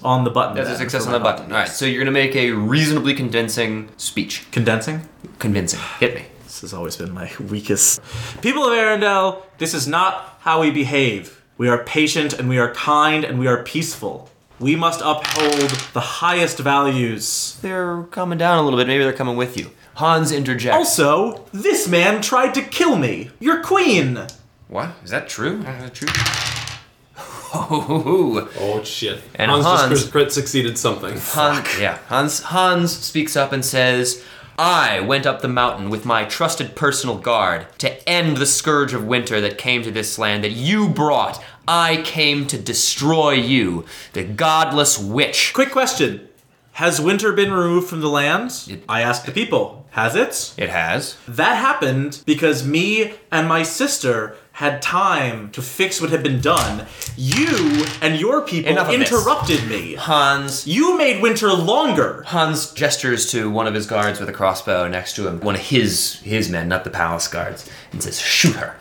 on the button. That's a then, success for on my the button. All right, so you're gonna make a reasonably condensing speech. Condensing. Convincing. Hit me. This has always been my (laughs) weakest. People of Arendelle, this is not how we behave. We are patient and we are kind and we are peaceful. We must uphold the highest values. They're coming down a little bit. Maybe they're coming with you. Hans interjects. Also, this man tried to kill me, your queen. What? Is that true? Is that true? Oh, oh shit, And Hans, Hans- just crit succeeded something. Hans, yeah. Hans Hans speaks up and says, "I went up the mountain with my trusted personal guard to end the scourge of winter that came to this land that you brought. I came to destroy you, the godless witch." Quick question Has winter been removed from the land? It- I asked the people. Has it? It has. That happened because me and my sister had time to fix what had been done. You and your people Enough of this. interrupted me. Hans You made winter longer. Hans gestures to one of his guards with a crossbow next to him, one of his his men, not the palace guards, and says, "Shoot her."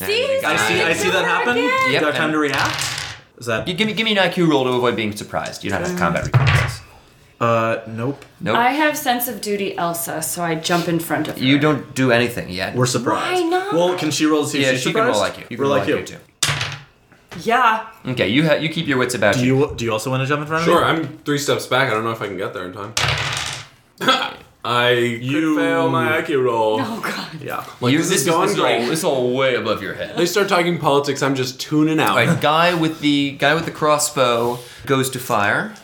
And See? the guy- I see. I see that happen. Again. Yep, Is there time and- to react? Is that? You give me give me an IQ roll to avoid being surprised. You don't have combat reflexes. Uh, nope. Nope. I have sense of duty, Elsa, so I jump in front of her. you don't do anything yet. We're surprised. Why not? Well, can she roll to see yeah, if she's she can roll surprised? like you. You can Roll like you. Yeah. you. Okay, you ha- you keep your wits about Do you. you do you also want to jump in front Sure, of me? I'm three steps back. I don't know if I can get there in time. (laughs) I you You- fail my IQ roll. Oh god. Yeah. Like, You- this, is going this great. All, this is all way above your head. They start talking politics. I'm just tuning out. All right, guy with the guy with the crossbow goes to fire,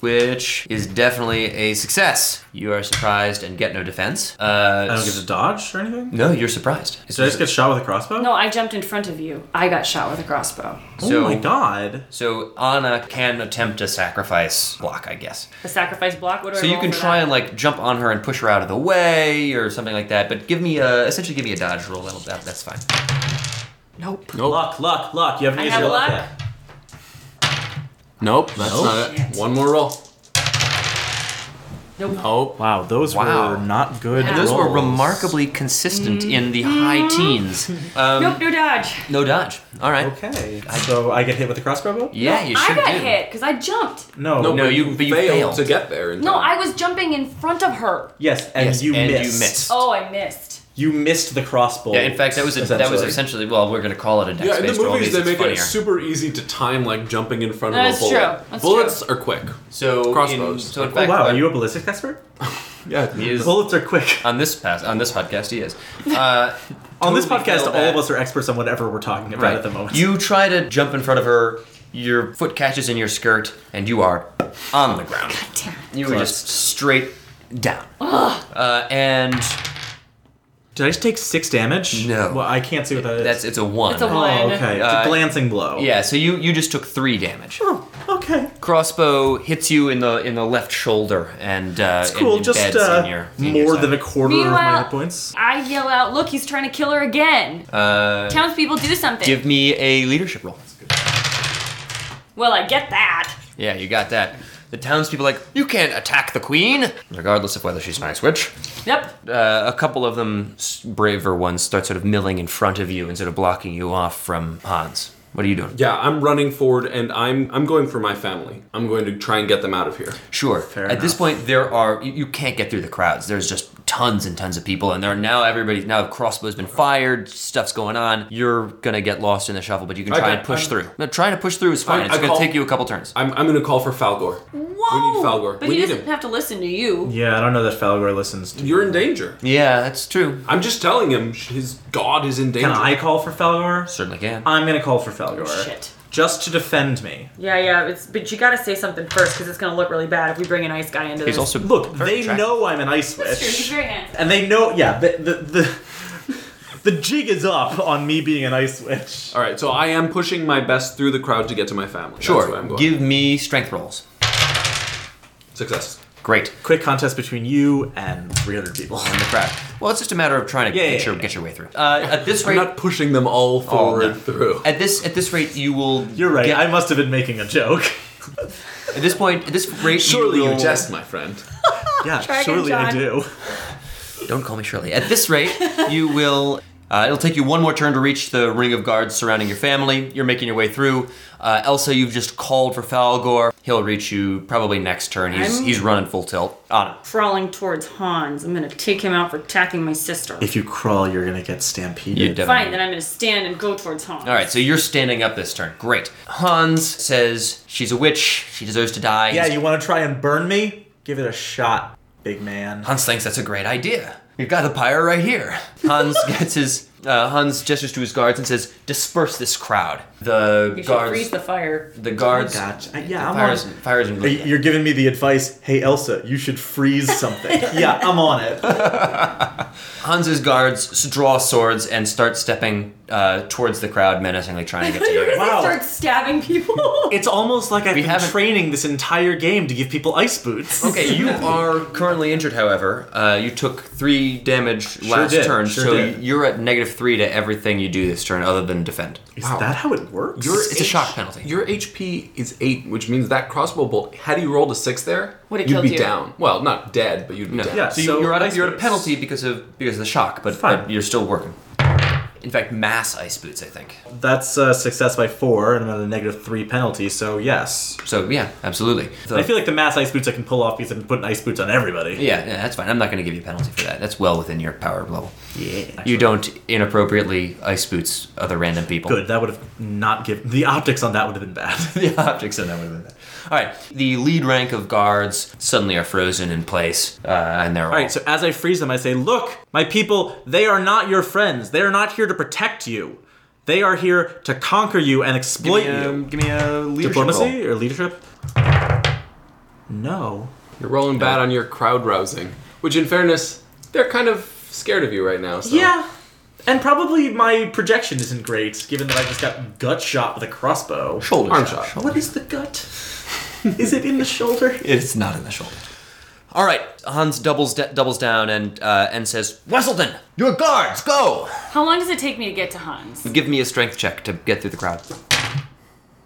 which is definitely a success. You are surprised and get no defense. Uh, I don't get to dodge or anything. no, you're surprised. Did I just get shot with a crossbow? No, I jumped in front of you. I got shot with a crossbow. Oh my god. So Anna can attempt a sacrifice block, I guess. A sacrifice block. What do I So you roll can for try that? and like jump on her and push her out of the way or something like that. But give me a essentially give me a dodge roll. That'll that, that's fine. Nope. Luck, luck, luck. You have an I easy have luck. luck. there. Nope, that's Nope. not it. One more roll. Nope. Oh, Wow, those Wow. were not good. And those were rolls. remarkably consistent Mm. in the high teens. Um, nope. No dodge. (laughs) No dodge. All right. Okay. So I get hit with a crossbow? bow? Yeah, you I should got do. hit because I jumped. No. no, No, but you- you, but you failed failed. to get there. In No, time. I was jumping in front of her. Yes, and Yes, you and you missed. missed. Oh, I missed. You missed the crossbow. Yeah, in fact, that was a, that was essentially well, we're gonna call it a dex Yeah, in based the roll. movies because they make it's funnier. it super easy to time like jumping in front That's of a true. bullet. That's Bullets are quick. so in- crossbows. so in Oh fact, wow, what- are you a ballistic expert? Yeah, he is- Bullets are (laughs) quick. on this pass on this podcast he is. Uh, (laughs) on this totally podcast, feel all that. of us are experts on whatever we're talking about right at the moment. You try to jump in front of her. Your foot catches in your skirt, and you are on the ground. Damn. You are Close. just straight down. Uh, and Did I just take six damage? No. Well, I can't see what that is. that's it's a one. It's a one. oh, okay. It's Uh, a glancing blow. Yeah, so you you just took three damage. Oh, okay. Crossbow hits you in the in the left shoulder, and uh, It's cool. and Just embeds uh, in your, in your more side. than a quarter of my Meanwhile- hit points. I yell out, "Look, he's trying to kill her again!" Uh, Townspeople do something. Give me a leadership roll. well, I get that. Yeah, you got that. The townspeople are like, you can't attack the queen, regardless of whether she's an ice witch. Yep. Uh, a couple of them, s- braver ones, start sort of milling in front of you and sort of blocking you off from Hans. What are you doing? yeah. I'm running forward, and I'm I'm going for my family. I'm going to try and get them out of here. Sure. At this enough. point, there are you, you can't get through the crowds. There's just tons and tons of people, and they're now everybody's now crossbows been fired, stuff's going on. You're gonna get lost in the shuffle, but you can try Okay, and I'm- push through. No, trying to push through is fine. I- it's I gonna call- take you a couple turns. I'm, I'm going to call for Falgor. Whoa! Falgor. But We he need doesn't him. have to listen to you. Yeah, I don't know that Falgor listens to You're in danger. yeah, that's true. I'm just telling him sh- his god is in danger. Can I call for Falgor? Certainly can. I'm gonna call for Falgor. Shit. Just to defend me. Yeah, yeah. It's but you gotta say something first because it's gonna look really bad if we bring an ice guy into He's this. also Look, very they attractive. know I'm an ice witch. That's true. He's very nice. and they know, yeah, the, the, the, (laughs) the jig is up on me being an ice witch. All right, so I am pushing my best through the crowd to get to my family. That's where I'm Sure. going. Give me strength rolls. Success. Great. Quick contest between you and 300 people. In the crowd. Well, it's just a matter of trying to Yeah, get yeah, your yeah. get your way through. Uh, at this I'm rate, not pushing them all forward no. through. at this at this rate, you will. You're right, get- I must have been making a (laughs) joke. at this point, at this rate, Surely you will- jest, my friend. Yeah, Dragon surely I John. do. Don't call me Shirley. At this (laughs) rate, you will. Uh, it'll take you one more turn to reach the ring of guards surrounding your family. You're making your way through. Uh, Elsa, you've just called for Falgor. He'll reach you probably next turn. He's I'm- he's running full tilt. Ah, Anna. Crawling towards Hans. I'm gonna take him out for attacking my sister. If you crawl, you're gonna get stampeded. You definitely. Fine, then I'm gonna stand and go towards Hans. All right, so you're standing up this turn. Great. Hans says she's a witch. She deserves to die. Yeah, you wanna try and burn me? Give it a shot, big man. Hans thinks that's a great idea. We've got the pyre right here. Hans gets his. Uh, Hans gestures to his guards and says, "Disperse this crowd." The You should guards. freeze the fire. The guards. Gotcha. Yeah, I'm fire on. isn't, fire isn't really. You're giving me the advice, hey Elsa, you should freeze (laughs) something. yeah, I'm on it. Hans's guards s- draw swords and start stepping uh, towards the crowd, (laughs) menacingly trying to get to You're you. gonna Wow. start stabbing people. It's almost like I've We been haven't- training this entire game to give people ice boots. Okay, you are currently injured. However, uh, you took three damage last did, turn, sure so did. you're at negative three to everything you do this turn, other than defend. (laughs) Is that how it works? Your It's a H- shock penalty. Your HP is eight, which means that crossbow bolt. Had you rolled a six there, Would it you'd killed be you? down. Well, not dead, but you'd be No. down. Yeah, so, so you're, at ice a, you're at a boots. penalty because of because of the shock, but, Fine. but you're still working. In fact, mass ice boots, I think. That's uh, success by four, and I'm at a negative three penalty, so yes. So yeah, absolutely. The- I feel like the mass ice boots I can pull off because I've been putting ice boots on everybody. yeah, yeah, that's fine. I'm not going to give you a penalty for that. That's well within your power level. Yeah. You don't inappropriately ice boots other random people. (laughs) Good, that would have not given. The optics on that would have been bad. (laughs) the optics in that would have been bad. All right, the lead rank of guards suddenly are frozen in place, uh, and they're all, All right, so as I freeze them, I say, "Look, my people, they are not your friends. They are not here to protect you. They are here to conquer you and Give exploit me um, a, you." give me a leadership Diplomacy roll. or leadership? No. You're rolling bad on your crowd rousing, which, in fairness, they're kind of scared of you right now. So. Yeah. Oh. And probably my projection isn't great, given that I just got gut shot with a crossbow. Shoulder Arm shot. shot. What is the gut? is it in the (laughs) shoulder? It's not in the shoulder. All right, Hans doubles d doubles down and uh, and says, "Wesselton, your guards, go! How long does it take me to get to Hans? Give me a strength check to get through the crowd."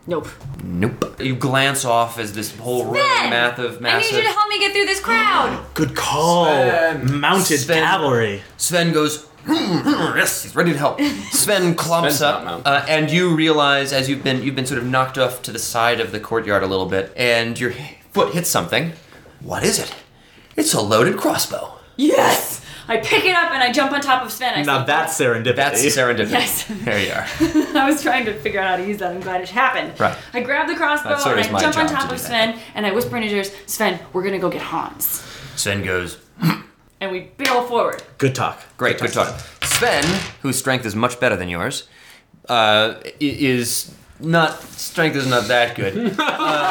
Nope. Nope. You glance off as this whole ring Sven! math of I need you massive. to help me get through this crowd. Good call. Sven. Mounted Sven. cavalry. Sven goes. "Hmm, Yes, he's ready (laughs) to help. Sven clumps Sven's not up, mounted. uh, and you realize as you've been you've been sort of knocked off to the side of the courtyard a little bit, and your foot hits something. What is it? It's a loaded crossbow. Yes! I pick it up and I jump on top of Sven. I Now say, that's serendipity. That's serendipity. Yes. There you (laughs) are. I was trying to figure out how to use that. I'm glad it happened. Right. I grab the crossbow That sort and of I is my jump on job to top do of that. Sven and I whisper in his ears, Sven, we're gonna go get Hans. Sven goes. And we barrel forward. Good talk. Great, good talk. Sven, whose strength is much better than yours, uh, i- is not strength is not that good.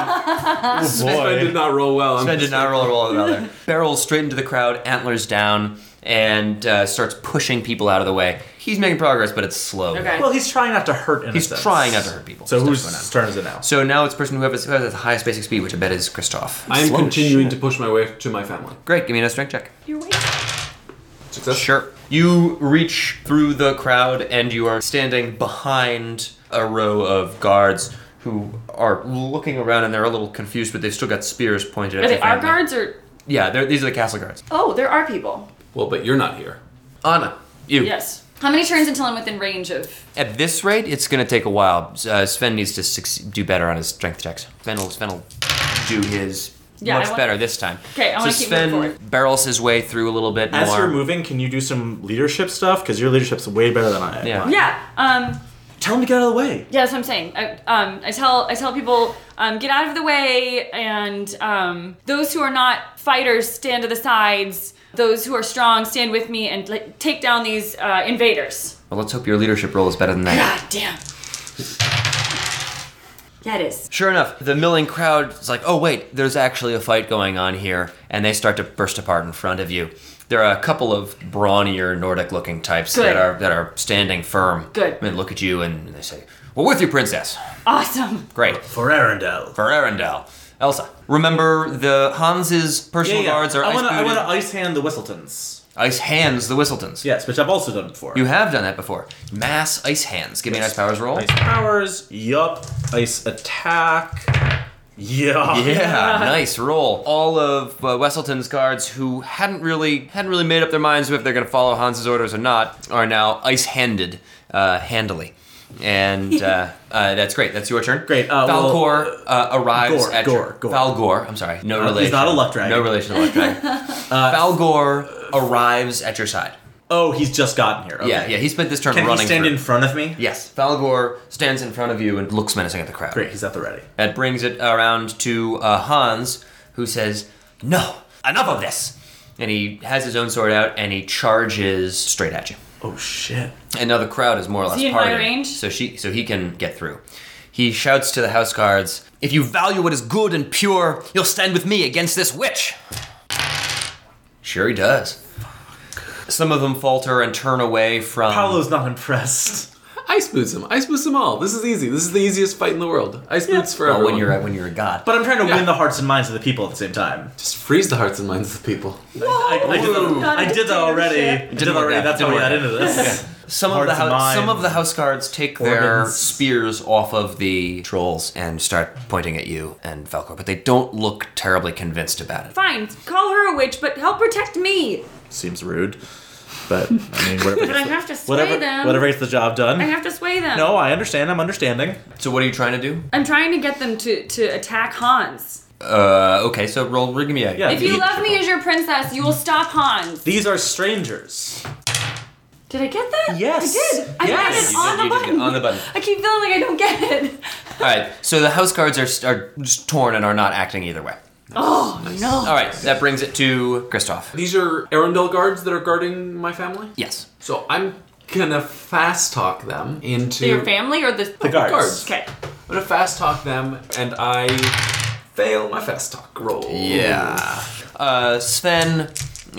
Oh Sven did boy. not roll well. I'm Sven just- did not roll a roll about there. Barrels straight into the crowd, antlers down, and uh, starts pushing people out of the way. He's making progress, but it's slow. Okay. Well, he's trying not to hurt innocents. He's trying not to hurt people. So That's what's whose going on. turn is it now? So now it's the person who has, who has the highest basic speed, which I bet is Kristoff. I am Slow continuing shit. to push my way to my family. Great, give me a strength check. You're waiting. Success. Sure. You reach through the crowd and you are standing behind a row of guards who are looking around and they're a little confused, but they've still got spears pointed Are at they their our family. guards or Yeah, they're, these are the castle guards. Oh, there are people. Well, but you're not here. Anna, you. Yes. How many turns until I'm within range of At this rate, it's going to take a while. Uh, Sven needs to succe- do better on his strength checks. Sven will, Sven will do his Yeah, I much want- better this time. Okay, I so wanna keep moving Sven forward. barrels his way through a little bit As more. you're moving, can you do some leadership stuff? Because your leadership's way better than I am. Yeah. Yeah. Um, Tell him to get out of the way. yeah, that's what I'm saying. I, um, I tell I tell people um, get out of the way, and um, those who are not fighters stand to the sides. Those who are strong stand with me and like, take down these uh, invaders. well, let's hope your leadership role is better than that. God damn. Yeah, it is. Sure enough, the milling crowd is like, oh, wait, there's actually a fight going on here. And they start to burst apart in front of you. There are a couple of brawnier Nordic looking types Good. that are that are standing firm. Good. And look at you and they say, well, with you, princess. Awesome. Great. For Arendelle. For Arendelle. Elsa. Remember, the Hans's personal guards are I ice, wanna, I booted- want to ice hand the Whistletons. ice hands, the Whistletons. Yes, which I've also done before. You have done that before. Mass ice hands. Give me an ice powers roll. Ice powers. Yup. Ice attack. Yup. Yeah, nice roll. All of uh, Wesselton's guards who hadn't really hadn't really made up their minds if they're going to follow Hans's orders or not are now ice-handed, uh, handily, (laughs) and uh, uh, that's great. That's your turn. Great, uh, well, Falcor uh, arrives Gore, at your, Gore, Gore. Falgor. I'm sorry, no relation. he's not a luck dragon. Uh, No relation to luck (laughs) dragon. (laughs) Falgor arrives at your side. Oh, he's just gotten here. Okay. Yeah, yeah. He spent this turn Can running. he stand through. in front of me? Yes, Falgor stands in front of you and looks menacing at the crowd. Great. He's at the ready. That brings it around to uh, Hans, who says, No, enough of this! And he has his own sword out and he charges straight at you. Oh shit. And now the crowd is more or less he in my parted, range? so she so he can get through. He shouts to the house guards, "If you value what is good and pure, you'll stand with me against this witch." Sure, he does. Some of them falter and turn away from. Paolo's not impressed. Ice boots him. Ice boots them all. This is easy. This is the easiest fight in the world. Ice boots for Well, everyone. Oh, when you're a- when you're a god. But I'm trying to Yeah. win the hearts and minds of the people at the same time. Just freeze the hearts and minds of the people. I, I did Ooh. that, I did that already. I did that Didn't work already. out. That's how we Didn't got work into this. Some of, the Hearts and house, some minds. of the house guards take their Organs. spears off of the trolls and start pointing at you and Falcor, but they don't look terribly convinced about it. Fine. Call her a witch, but help protect me. Seems rude, but I mean, (laughs) whatever. But I have to sway whatever, them. whatever gets the job I done. have to sway them. No, I understand. I'm understanding. So what are you trying to do? I'm trying to get them to, to attack Hans. Uh, okay, so roll give me a- Yeah. If you Leadership love me as your princess, you will stop Hans. These are strangers. Did I get that? Yes. I did. I Yes. You got it on did- the you did get button. on the button. I keep feeling like I don't get it. All right, so the house guards are, are just torn and are not acting either way. Oh no. All right, that brings it to Kristoff. These are Arendelle guards that are guarding my family. Yes. So I'm gonna fast talk them into. Your family or the The guards. guards. Okay. I'm gonna fast talk them, and I fail my fast talk roll. Yeah. Uh, Sven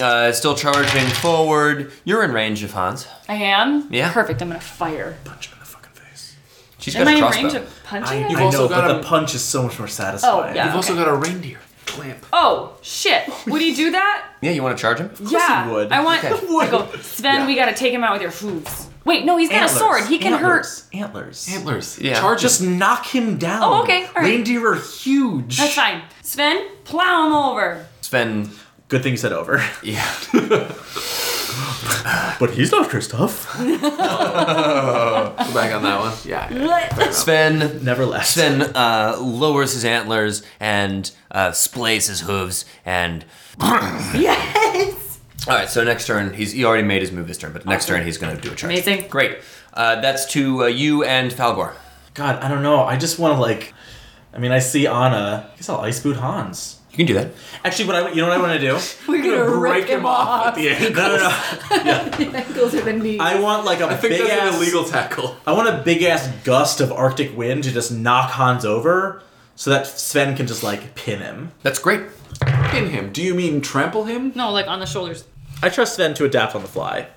uh, still charging forward. You're in range of Hans. I am. Yeah. Perfect. I'm gonna fire. Punch him in the fucking face. She's got Am I a in crossbow. range of punching? I- him? You've I also know, got but him- the punch is so much more satisfying. Oh, yeah. You've also Okay. got a reindeer clamp. Oh shit! Would he do that? yeah, you want to charge him? yeah. he would. I want. (laughs) Okay. I go. Sven, we gotta take him out with your hooves. Wait, no, he's got a sword. He can hurt. hurt antlers. Antlers. Yeah. Charge Just knock him down. Oh, okay, all right. Reindeer are huge. That's fine. Sven, plow him over. Sven Good thing you said over. Yeah. But he's not (laughs) Kristoff. Go back on that one. Yeah. (laughs) yeah. Sven Never left. Sven uh, lowers his antlers and uh, splays his hooves and (laughs) (laughs) yes. all right. So next turn, he's he already made his move this turn, but next turn he's going to do a charge. Amazing. Great. Uh, that's to uh, you and Falgor. God, I don't know. I just want to like. I mean, I see Anna. I guess I'll ice boot Hans. You can do that. Actually, what I you know what I want (laughs) to do? We're gonna, rip, him off. (laughs) no, no, no. Ankles are the knees. I want like a I think big that's ass an illegal tackle. I want a big ass gust of Arctic wind to just knock Hans over, so that Sven can just like pin him. That's great. Pin him. Do you mean trample him? no, like on the shoulders. I trust Sven to adapt on the fly.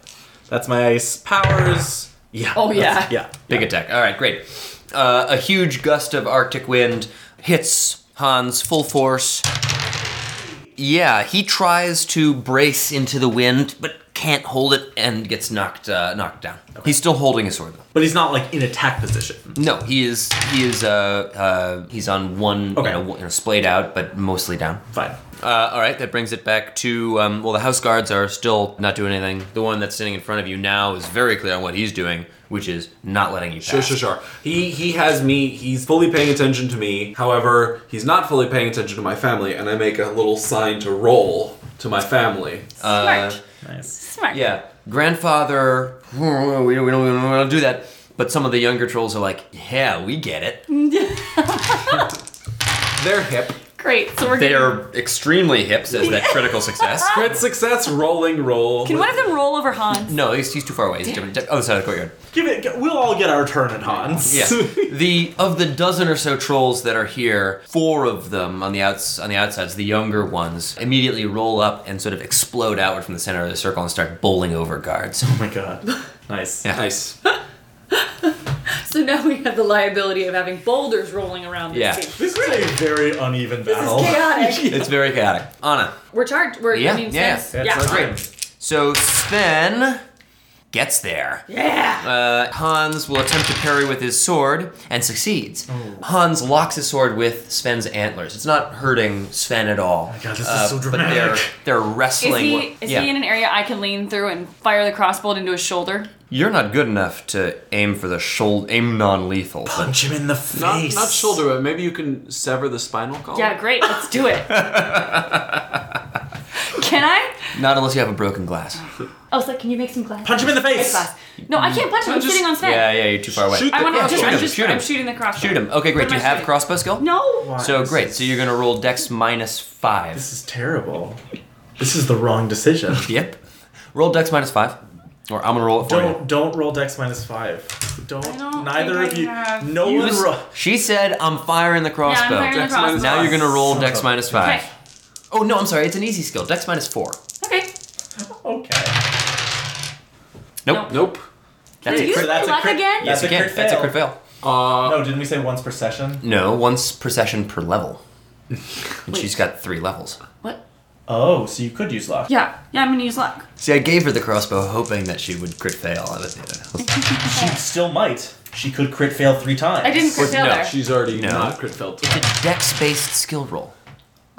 That's my ice powers. Yeah. Oh, that's- yeah. Yeah. Big attack. All right. Great. Uh, a huge gust of Arctic wind hits Hans full force. Yeah, he tries to brace into the wind, but can't hold it and gets knocked uh, knocked down. He's still holding his sword though. But he's not like in attack position. No, he is he is uh, uh, he's on one Okay. you know, one- you know, splayed out, but mostly down. Fine. Uh, all right, that brings it back to um, well, the house guards are still not doing anything. The one that's sitting in front of you now is very clear on what he's doing, which is not letting you pass. Sure, sure, sure. He he has me. He's fully paying attention to me. However, he's not fully paying attention to my family, and I make a little sign to roll to my family. Uh, Smart. Nice. Smart. Yeah, grandfather. We don't, we don't, we don't wanna do that. But some of the younger trolls are like, yeah, we get it. They're hip. Great. So we're They gonna- are extremely hip, says that critical (laughs) success. Crit success, rolling roll. Can one of them roll over Hans? No, he's, he's too far away. He's different, other side of the courtyard. Give it. We'll all get our turn at Hans. (laughs) Oh Yeah. the of the dozen or so trolls that are here, four of them on the outs on the outsides, the younger ones, immediately roll up and sort of explode outward from the center of the circle and start bowling over (laughs) guards. Oh my god. Nice. Yeah. nice. (laughs) So now we have the liability of having boulders rolling around. this Yeah. team. This is a very uneven This battle. is (laughs) chaotic. It's very chaotic. Anna. We're charged. We're, Yeah, I mean, yeah, Sven's- That's Oh. yeah. our Yeah. turn. So Sven gets there. Uh, Hans will attempt to parry with his sword and succeeds. Oh. Hans locks his sword with Sven's antlers. It's not hurting Sven at all. Oh Uh, God, this is so But they're, dramatic. they're wrestling. Is wa- he is yeah. he in an area I can lean through and fire the crossbow into his shoulder? You're not good enough to aim for the shoulder. Aim non-lethal. but- Punch him in the face. Not, not shoulder, but maybe you can sever the spinal column. Yeah, great. Let's do it. can I? Not unless you have a broken glass. Oh, so can you make some glass? Punch him in the face. glass. No, I can't punch him. I'm Just- sitting on Sven. Yeah, yeah, you're too far away. Shoot I want to. Shoot I'm him, just. shoot him. I'm shooting the crossbow. Shoot him. Okay, great. What Do you am I have shooting? crossbow skill? No. So This great. is- So you're gonna roll Dex minus five. This is terrible. This is the wrong decision. Yep. Roll Dex minus five, or I'm gonna roll it for you. Don't don't roll dex minus five. Don't. I don't neither think of I you. have- No You one. s- Ro- she said, "I'm firing the Yeah, crossbow." I'm firing the Dex minus crossbow. now you're gonna roll Son Dex of a- minus five. Okay. Oh no, I'm sorry. It's an easy skill. Dex minus four. Okay. okay. Nope. Nope. That's Did a you crit. say luck again? Yes, That's a again. crit That's a fail. crit fail. Uh, No, didn't we say once per session? No, once per session per level. And she's got three levels. What? Oh, so you could use luck. Yeah. Yeah. I'm gonna use luck. See, I gave her the crossbow hoping that she would crit fail. I was- (laughs) She still might. She could crit fail three times. I didn't crit fail no, there. she's already No. not crit (laughs) failed. Dex based skill roll.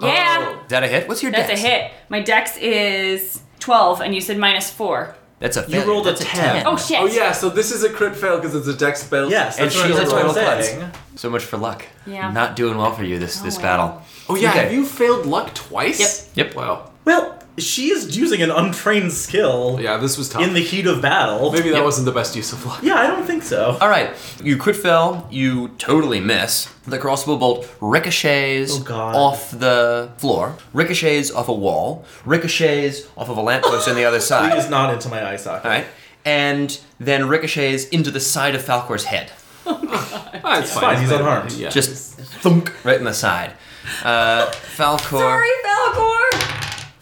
Yeah. Oh. Is that a hit? What's your That's a dex? hit. My dex is 12, and you said minus 4. That's a You failure. rolled a That's 10. Oh, shit. Oh yeah, so this is a crit fail because it's a dex spell. Yes, And that's what, she's that's a what I'm total klutz. saying. So much for luck. Yeah. Not doing well for you this this wow. battle. Oh yeah. Okay. Have you failed luck twice? Yep. Yep. Wow. Well, she is using an untrained skill Yeah, this was tough. in the heat of battle. Maybe that Yep. wasn't the best use of luck. Yeah, I don't think so. All right, you crit fail. You totally miss. The crossbow bolt ricochets Oh, God. off the floor, ricochets off a wall, ricochets off of a lamppost on the other He side. is not into my eye socket. All right, and then ricochets into the side of Falcor's head, Ah, it's, fine, he's unharmed. Yeah. (laughs) just thunk right in the side. Uh, Falcor. Sorry, Falcor!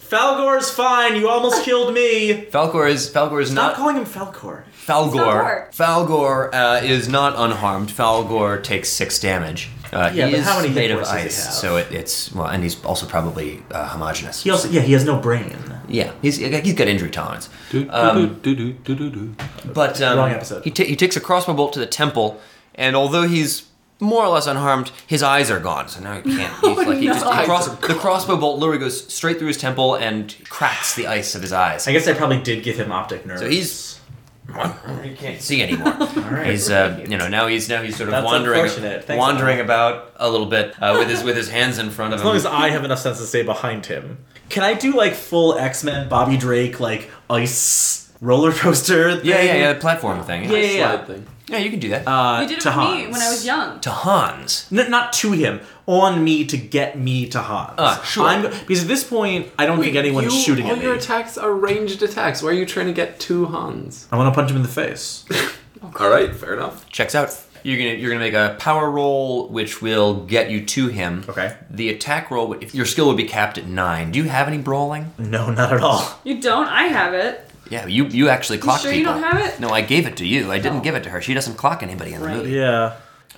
Falgor's fine. You (laughs) almost killed me. Falcor is Falcor is Stop not calling him Falcor. Falgor. Falgor uh, is not unharmed. Falgor takes six damage. Uh, Yeah, he but is how many hit made of points does he ice, have? so it, it's well, and he's also probably uh, homogenous. He also, yeah, he has no brain. yeah, he's he's got injury tolerance. Do, Um, do, do, do, do, do. But um, Wrong episode. He, ta- he takes a crossbow bolt to the temple, and although he's more or less unharmed, his eyes are gone. So now he (laughs) can't. He's like he just, no. he cross, Eyes the crossbow bolt literally goes straight through his temple and cracks the ice of his eyes. I guess I probably did give him optic nerve. So he's he can't see anymore. all right. (laughs) He's uh, you know now he's now he's sort of That's wandering unfortunate. Thanks, wandering Alan. about a little bit uh, with his with his hands in front of As long him. as I have enough sense to stay behind him. Can I do like full X Men Bobby Drake like ice roller coaster? Thing? yeah, yeah, yeah, platform thing. Yeah, Yeah, yeah, yeah. Slide thing. you can do that. Uh, You did it to with Hans. me when I was young. to Hans. N- not to him, on me to get me to Hans. Ah, sure. I'm, because at this point, I don't think anyone's you, shooting all at me. your attacks are ranged attacks. Why are you trying to get two Hans? I want to punch him in the face. (laughs) All right, fair enough. Checks out. You're gonna you're gonna make a power roll, which will get you to him. Okay. The attack roll, if your skill would be capped at nine. Do you have any brawling? no, not at all. You don't? I have it. Yeah, you you actually clock sure you people. don't have it? No, I gave it to you. I didn't give it to her. She doesn't clock anybody in the Right. movie. Yeah.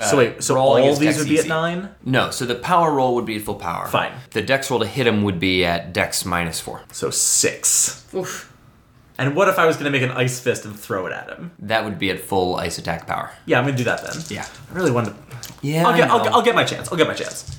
so wait, so brawling all is these dex would be easy. at nine? No, so the power roll would be at full power. Fine. The dex roll to hit him would be at dex minus four. So six. Oof. And what if I was going to make an ice fist and throw it at him? That would be at full ice attack power. Yeah, I'm going to do that then. Yeah. I really wanted to. Yeah. I'll, I get, I'll, know. I'll get my chance. I'll get my chance.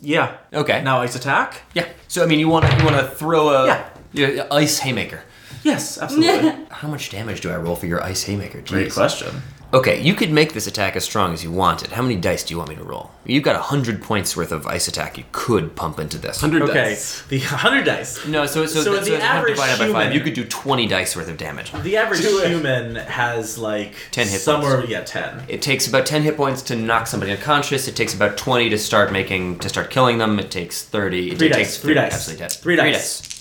Yeah. Okay. Now ice attack? Yeah. So I mean, you want to you want to throw a Yeah. yeah, ice haymaker. Yes, (laughs) absolutely. How much damage do I roll for your ice haymaker? Jeez. Great question. Okay, you could make this attack as strong as you wanted. How many dice do you want me to roll? You've got hundred points worth of ice attack. You could pump into this. 100 Okay. dice. The (laughs) 100 dice. No, so so, So so, the it's 100 average divided by five. human- You could do twenty dice worth of damage. The average human has like 10 hit somewhere, yeah, 10. It takes about 10 hit points to knock somebody unconscious. It takes about 20 to start making to start killing them. It takes 30. It Three dice, takes three 30, dice, Absolutely dead. three dice.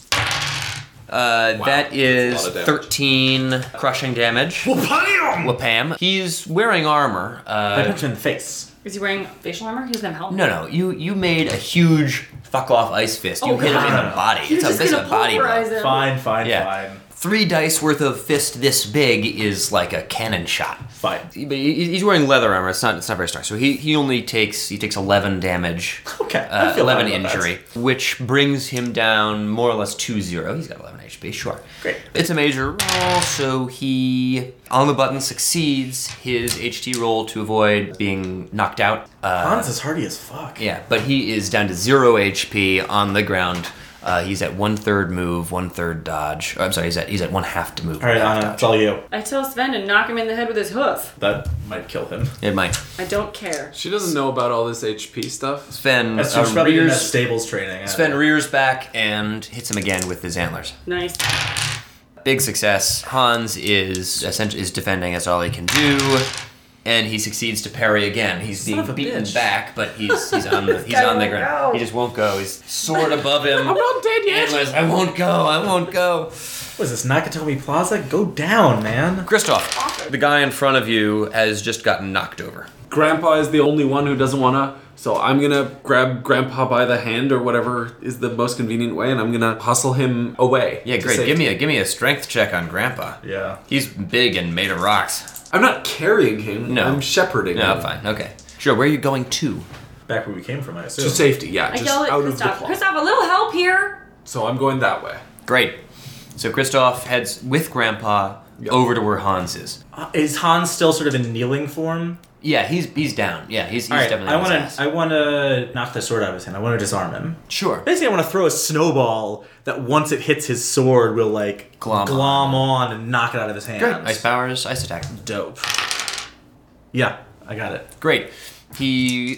Uh, That is lot of damage. 13 crushing damage. Bam! Wapam. He's wearing armor. I Uh, punch him in the face. Is he wearing facial armor? He doesn't have help. no, no. You you made a huge fuck off ice fist. You Oh, hit him in God. the body. You're It's a, just this is gonna a body pulverize blow. him. Fine, fine, Yeah. fine. Three dice worth of fist this big is like a cannon shot. Fine. But he- he's wearing leather armor. It's not. It's not very strong. So he, he only takes he takes eleven damage. Okay, I Uh, feel eleven fine about that. injury, which brings him down more or less to zero. He's got eleven HP. Sure. Great. It's a major roll, so he on the button succeeds his HT roll to avoid being knocked out. Uh, Hans is hardy as fuck. yeah, but he is down to zero HP on the ground. Uh, he's at one third move, one third dodge. Oh, I'm sorry, he's at he's at one half to move. All right, one half Anna, dodge. it's all you. I tell Sven to knock him in the head with his hoof. That might kill him. It might. I don't care. She doesn't know about all this HP stuff. Sven That's just uh, probably in that rears stables training. Sven rears back and hits him again with his antlers. Nice. Big success. Hans is essentially is defending. That's all he can do, and he succeeds to parry again. He's of a being beaten bitch. back, but he's (laughs) he's on the he's on the ground. He just won't go. He's sword above him. I'm not dead yet. Antlers. I won't go. I won't go. What is this, Nakatomi Plaza? Go down, man. Kristoff, the guy in front of you has just gotten knocked over. Grandpa is the only one who doesn't want to. So I'm gonna grab Grandpa by the hand or whatever is the most convenient way, and I'm gonna hustle him away. Yeah, great. Give me a give me a strength check on Grandpa. Yeah. He's big and made of rocks. I'm not carrying him. No. I'm shepherding No, him fine. Okay. Sure. Where are you going to? Back where we came from, I assume. to safety. Yeah, I just yell at out of the Kristoff. claw. Kristoff, a little help here. So I'm going that way. Great. So Kristoff heads with Grandpa over to where Hans is. Uh, is Hans still sort of in kneeling form? Yeah, he's he's down. Yeah, he's, he's All right, I definitely. on his want ass. to. I want to knock the sword out of his hand. I want to disarm him. Sure. Basically, I want to throw a snowball that once it hits his sword will like Glom on and knock it out of his hand. Great. Ice powers, ice attack. Dope. Yeah, I got it. Great. He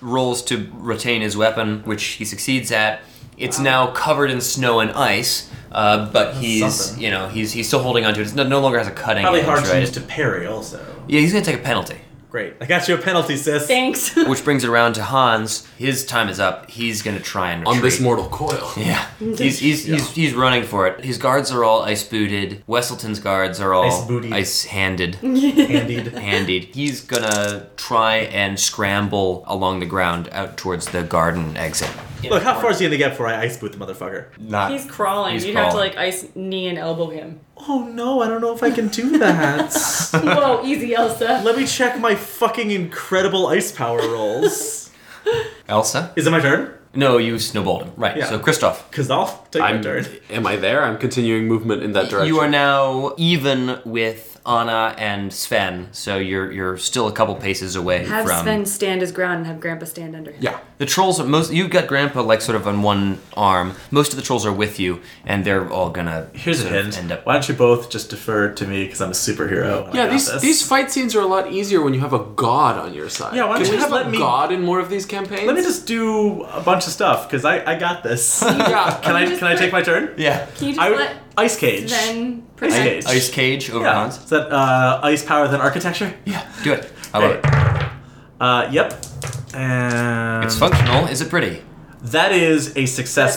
rolls to retain his weapon, which he succeeds at. It's now covered in snow and ice, uh, but he's something. you know he's he's still holding onto it. It's no, no longer has a cutting. Probably edge, hard to right? use to parry, also. Yeah, he's gonna take a penalty. Great. I got you a penalty, sis. Thanks. (laughs) Which brings it around to Hans. His time is up. He's gonna try and On retreat. this mortal coil. Yeah, he's he's, he's he's running for it. His guards are all ice booted. Wesselton's guards are all Ice booted. ice handed. Handied. Handied. He's gonna try and scramble along the ground out towards the garden exit. Look, how far is he gonna get before I ice boot the motherfucker? Not. He's crawling. He's You'd have to crawling. like ice knee and elbow him. Oh no, I don't know if I can do that. (laughs) Whoa, easy, Elsa. Let me check my fucking incredible ice power rolls. Elsa. Is it my turn? No, you snowballed him. Right. Yeah. So Kristoff. Because I'll take my I'm. turn. Am I there? I'm continuing movement in that direction. You are now even with Anna and Sven, so you're you're still a couple paces away Have from Sven stand his ground and have Grandpa stand under him. Yeah. The trolls are most. You've got Grandpa like sort of on one arm. Most of the trolls are with you, and they're all gonna. Here's a sort of hint. End up. Why don't you both just defer to me because I'm a superhero? and I Yeah, got these this. these fight scenes are a lot easier when you have a god on your side. Yeah, why don't Can you we just have a let me- god in more of these campaigns? Let me just do a bunch of stuff because I, I got this. (laughs) can Yeah. I just can I put- take my turn? Yeah. Can you just I let ice cage. Sven Ice pretend? cage. Ice cage over yeah. Hans. Is that uh, ice power than architecture? Yeah. Do it. I love Great. it. Uh, yep. And It's functional. Is it pretty? That is a success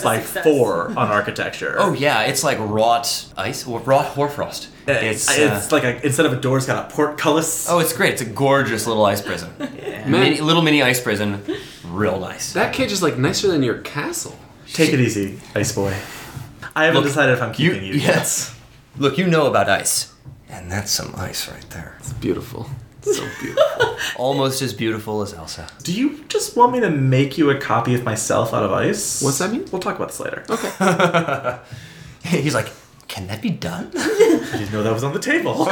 That's a by success. (laughs) four on architecture. Oh yeah, it's like wrought ice or wrought hoarfrost. it's It's. uh, it's like a, instead of a door, it's got a portcullis. Oh, it's great. It's a gorgeous little ice prison. (laughs) Mini, little mini ice prison. Real nice. that cage is like nicer than your castle. Take it easy, ice boy. I haven't Look, decided if I'm keeping you. yet. Yes. Look, you know about ice. And that's some ice right there. It's beautiful. It's so beautiful. Almost as beautiful as Elsa. (laughs) Do you just want me to make you a copy of myself out of ice? What's that mean? We'll talk about this later. He's like, Can that be done? (laughs) I didn't know that was on the table.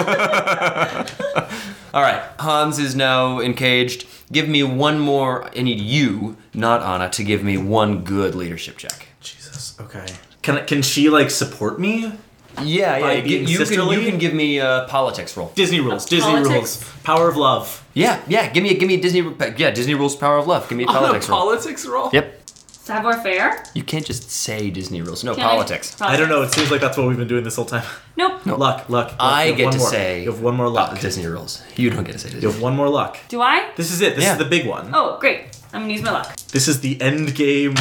All right, Hans is now encaged. Give me one more. I need you, not Anna, to give me one good leadership check. Jesus. Okay. Can can she like support me? Yeah, By yeah. gi- being You can, you sisterly? can give me a politics roll. Disney rules. Disney Politics. rules. Power of love. Yeah, yeah. Give me a, give me a Disney. Yeah, Disney rules. Power of love. Give (laughs) Oh, me a politics on a roll. politics roll. Yep. Savoir faire? You can't just say Disney rules. No Can I- politics. I don't know. It seems like that's what we've been doing this whole time. Nope. Luck, luck. luck. I You have get one to more. say- You have one more Uh, luck. Disney rules. You don't get to say Disney. You have one more luck. Do I? This is it. This Yeah. is the big one. Oh, great. I'm gonna use my luck. This is the end game.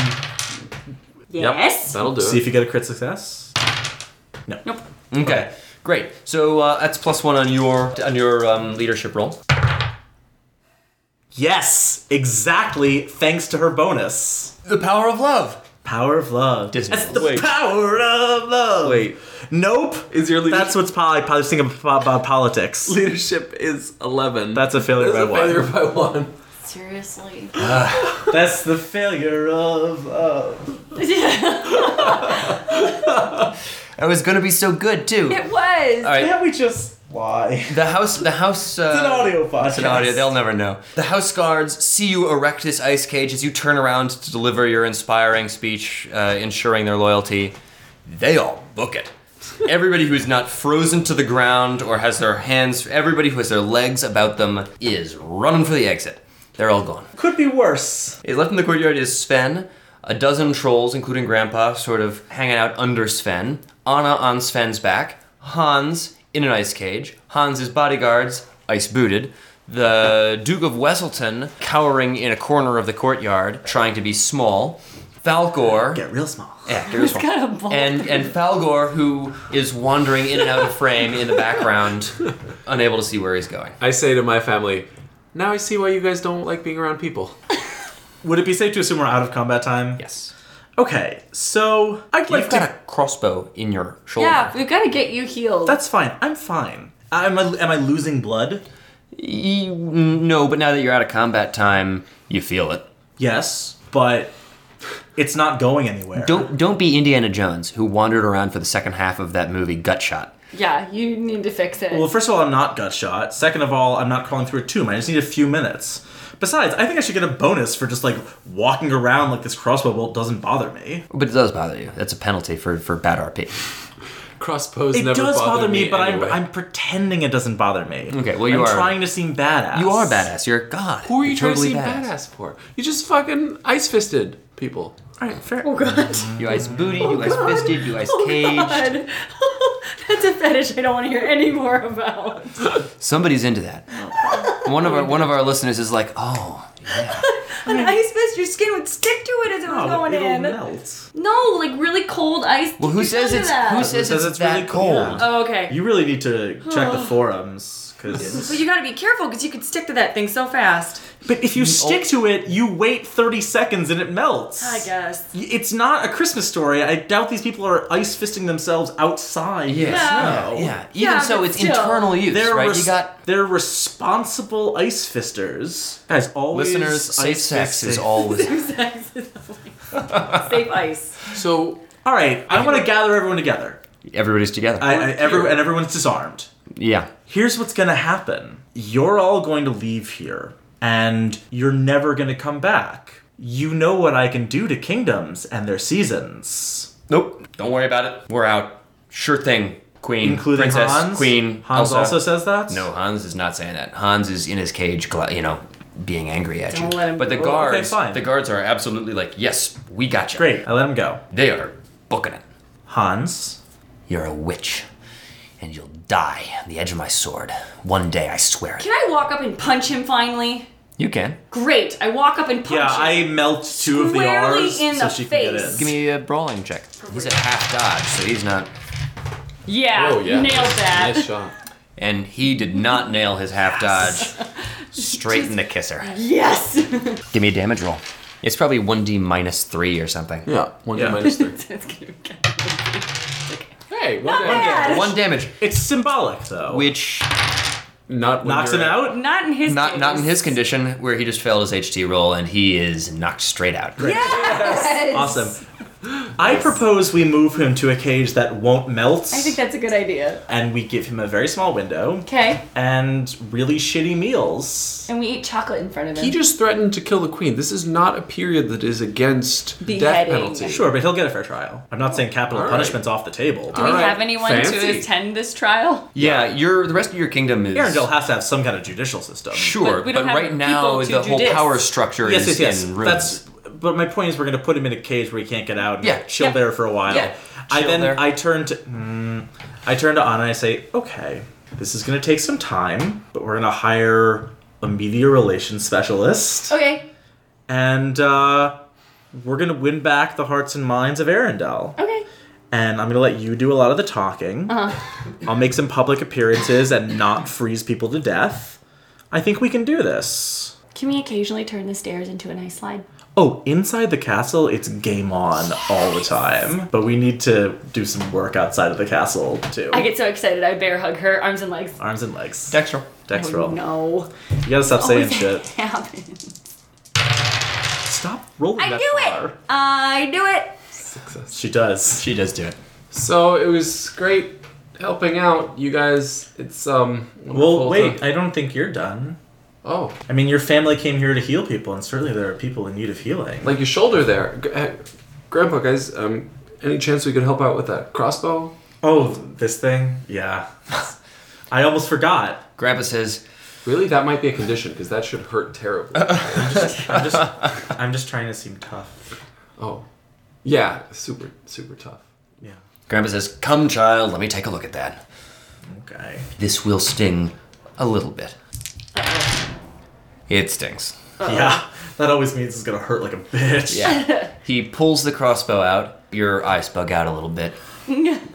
Yes. That'll do See it. if you get a crit success. No. Nope. Okay, great. So uh, that's plus one on your on your um, leadership roll. Yes, exactly. Thanks to her bonus. The power of love. Power of love. Disney That's rules. the Wait. power of love. Wait, Nope. is your leadership? That's what's probably probably thinking about about politics. leadership is eleven. That's a failure That's by a one. failure by one. Seriously. That's the failure of. Uh, (laughs) it It was gonna be so good too. was. All right. can't we just? Why? The house. The house. Uh, It's an audio podcast. It's an audio. They'll never know. The house guards see you erect this ice cage as you turn around to deliver your inspiring speech, uh, ensuring their loyalty. They all book it. Everybody who is not frozen to the ground or has their hands, everybody who has their legs about them is running for the exit. They're all gone. Could be worse. It- Left in the courtyard is Sven, a dozen trolls, including Grandpa, sort of hanging out under Sven, Anna on Sven's back, Hans in an ice cage, Hans's bodyguards, ice booted, the Duke of Wesselton cowering in a corner of the courtyard, trying to be small, Falcor. Get real small. Yeah, give us one. got a (laughs) ball. And and Falgor, who is wandering in and out of frame in the background, unable to see where he's going. I say to my family, now I see why you guys don't like being around people. Would it be safe to assume we're out of combat time? Yes, Okay, so I'd like you've got to. a crossbow in your shoulder. Yeah, we gotta get you healed. That's fine. I'm fine. Am I, am I losing blood? E- No, but now that you're out of combat time, you feel it. Yes, but it's not going anywhere. Don't don't be Indiana Jones, who wandered around for the second half of that movie, Gut Shot. yeah, you need to fix it. Well, first of all, I'm not gut shot. Second of all, I'm not crawling through a tomb. I just need a few minutes. Besides, I think I should get a bonus for just like walking around like this crossbow bolt doesn't bother me. But it does bother you. That's a penalty for, for bad RP. Crossbows It never does bothered bother me, but anyway. I'm I'm pretending it doesn't bother me. Okay, well, you I'm are- trying to seem badass. You are badass. You're a god. Who are you You're trying totally to seem badass. for? You just fucking ice fisted people. All right, fair. oh god. You ice booty. You ice fisted. You ice Oh Mm-hmm. caged. god. (laughs) That's a fetish I don't want to hear any more about. Somebody's into that. One of our one of our listeners is like, oh, yeah. An ice fist, your skin would stick to it as it was Oh, going it'll in. melt. No, like really cold ice. Well, who You says do it's that. who says Because it's, it's that really cool. cold? Yeah. Oh, okay. You really need to (sighs) check the forums because. but you gotta be careful because you could stick to that thing so fast. But if you stick to it, you wait 30 seconds and it melts. I (laughs) guess. Y- It's not a Christmas story. I doubt these people are ice fisting themselves outside. Yeah. Yeah. No. Yeah. Even Yeah, so, but it's still. internal use, They're, right? res- you got they're responsible ice fisters. Guys, always. listeners. Safe ice sex is fisting. always (laughs) Safe ice. So All right, I want to gather everyone together. everybody's together. I, I, every, and everyone's disarmed. yeah. Here's what's going to happen you're all going to leave here, and you're never going to come back. You know what I can do to kingdoms and their seasons. Nope. Don't worry about it. We're out. Sure thing, Queen, including Princess, Hans. Queen, Hans Elsa. also says that. No, Hans is not saying that. Hans is in his cage, gla- you know, being angry at Don't you. let him but the go. guards, Okay, fine. the guards are absolutely like, yes, we got you. Great. I let him go. They are booking it. Hans. You're a witch, and you'll die on the edge of my sword one day. I swear it. Can I walk up and punch him finally? You can. Great. I walk up and punch Yeah, him. I melt two of the Squarely R's in so the she can face. get Give in. me a brawling check. He's at half dodge, so he's not. yeah, Oh yeah. Uh, nailed that. Nice shot. And he did not nail his half dodge. (laughs) Straight in (laughs) the kisser. Yes. Give me a damage roll. It's probably 1d minus 3 or something. Yeah. One (laughs) D Yeah. minus three. (laughs) That's gonna be- hey, one Not day. bad. One damage, It's symbolic though. which Not when knocks you're him at- out. Not in his. not not in case. his condition where he just failed his HT roll and he is knocked straight out. (laughs) Yes. Awesome. I propose we move him to a cage that won't melt, I think that's a good idea. and we give him a very small window Okay. and really shitty meals. And we eat chocolate in front of him. He just threatened to kill the queen. This is not a period that is against death Beheading. penalty. Sure, but he'll get a fair trial. I'm not saying capital All right. Uh, punishment's off the table. Do we All right. have anyone Fancy. to attend this trial? Yeah, your the rest of your kingdom is Arendelle has to have some kind of judicial system. sure, But but, we don't have right now people to the do whole this. power structure Yes, yes, is yes. in ruins. That's. But my point is, we're going to put him in a cage where he can't get out. And Yeah, chill yeah. there for a while. Yeah, I chill then there. I turn to, mm, I turn to Anna. and I say, okay, this is going to take some time, but we're going to hire a media relations specialist, Okay. and uh, we're going to win back the hearts and minds of Arendelle. Okay. And I'm going to let you do a lot of the talking. Uh-huh. I'll make some public appearances and not freeze people to death. I think we can do this. Can we occasionally turn the stairs into an ice slide? Oh, inside the castle, it's game on all the time. But we need to do some work outside of the castle too. I get so excited. I bear hug her arms and legs. Arms and legs. Dex roll. Dex Oh, roll. No. Oh, You gotta stop saying Always (laughs) shit. happens. Stop rolling. I that knew it. far. I knew it. She does. She does do it. So it was great helping out, you guys. It's um. Well, wonderful wait. to- I don't think you're done. oh, I mean, your family came here to heal people, and certainly there are people in need of healing. like your shoulder there, G- eh, Grandpa. Guys, um, any chance we could help out with that crossbow? oh, this thing. Yeah. (laughs) I almost forgot. Grandpa says, Really, that might be a condition because that should hurt terribly. Uh, (laughs) I'm just, I'm just trying to seem tough. oh, yeah, super, super tough. Yeah. Grandpa says, "Come, child, let me take a look at that. Okay. This will sting a little bit. It stings." Yeah. That always means it's gonna hurt like a bitch. Yeah. he pulls the crossbow out. Your eyes bug out a (laughs) little bit.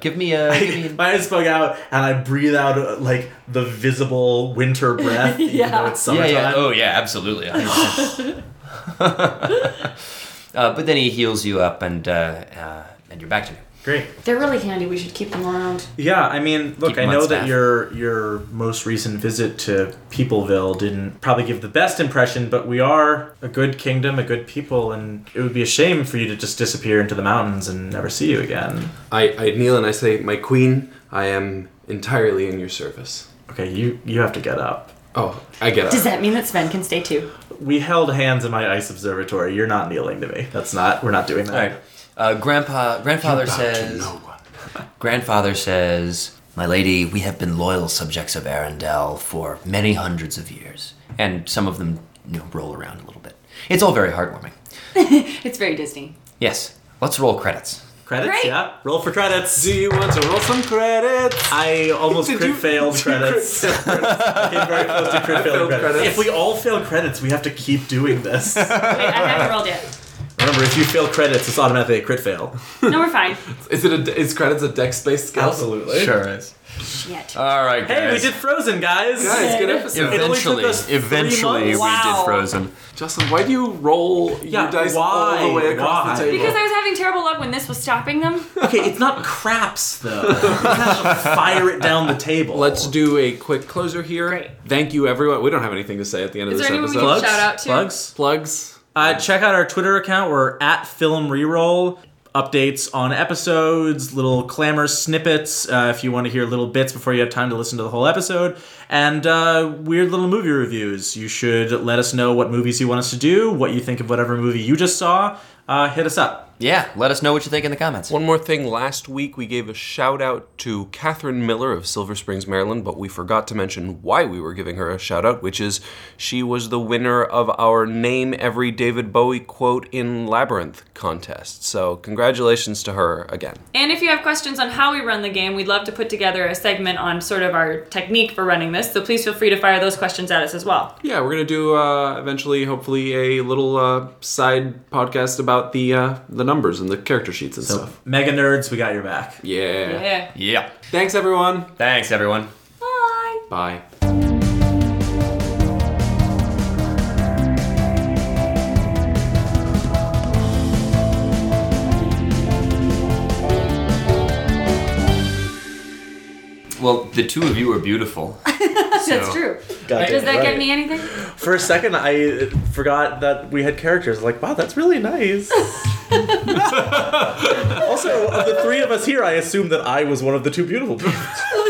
give me (laughs) a. Give me an- my eyes bug out and I breathe out uh, like the visible winter breath, even Yeah. though it's yeah, summertime. yeah. Oh, yeah. (laughs) Absolutely. 100%. uh, but then he heals you up, and uh, uh, and you're back to me. Great. They're really handy. We should keep them around. Yeah, I mean, look, Keep I him on know that staff. your your most recent visit to Peopleville didn't probably give the best impression, but we are a good kingdom, a good people, and it would be a shame for you to just disappear into the mountains and never see you again. I, I kneel and I say, my queen, I am entirely in your service. Okay, you you have to get up. Oh, I get Does it. that mean that Sven can stay too? (laughs) We held hands in my ice observatory. You're not kneeling to me. That's not. We're not doing that. All right. Uh, grandpa, grandfather Bow to says. no one. (laughs) Grandfather says, My lady, we have been loyal subjects of Arendelle for many hundreds of years. And some of them you know, roll around a little bit. It's all very heartwarming. It's very Disney. Yes, let's roll credits. Credits. Great. Yeah. Roll for credits. Do you want to roll some credits? I (laughs) almost Did crit you- (laughs) failed did you crit credits. I came very close to crit (laughs) failing failed credits. credits. If we all fail credits, we have to keep doing this. (laughs) Remember, Wait, I haven't rolled yet. if you fail credits, it's automatically a crit fail. No, we're fine. Is it a, is credits a dex based skill? Sure is. Shit. All right, Hey, we guys. did Frozen, guys. (laughs) Guys, good Yeah. episode. It only Eventually, took us three eventually we months. Wow. did Frozen. Justin, why do you roll Yeah, your dice all why? the way across Why? the table? Because I was having terrible luck when this was stopping them. Okay, it's not craps though. You have to fire it down the table. Let's do a quick closer here. Great. Thank you, everyone. We don't have anything to say at the end Is of there this anyone we episode. can Plugs? shout out to? Plugs? Plugs. Uh, check out our Twitter account. We're at Film Reroll. Updates on episodes, little clamor snippets uh, if you want to hear little bits before you have time to listen to the whole episode, and uh, weird little movie reviews. You should let us know what movies you want us to do, what you think of whatever movie you just saw. Uh, hit us up. Yeah, let us know what you think in the comments. One more thing. Last week we gave a shout out to Catherine Miller of Silver Springs, Maryland, but we forgot to mention why we were giving her a shout out, which is she was the winner of our Name Every David Bowie Quote in Labyrinth contest. So, congratulations to her again. And if you have questions on how we run the game, we'd love to put together a segment on sort of our technique for running this, so please feel free to fire those questions at us as well. Yeah, we're gonna do uh, eventually, hopefully, a little uh, side podcast about the uh, the numbers and the character sheets and stuff. Mega nerds, we got your back. Yeah. Yeah. Yeah. Thanks, everyone. Thanks, everyone. Bye. Bye. Well, the two of you are beautiful. That's So- true. Goddamn Does that right. get me anything? For a second, I forgot that we had characters. Like, wow, that's really nice. Also, of the three of us here, I assume that I was one of the two beautiful people.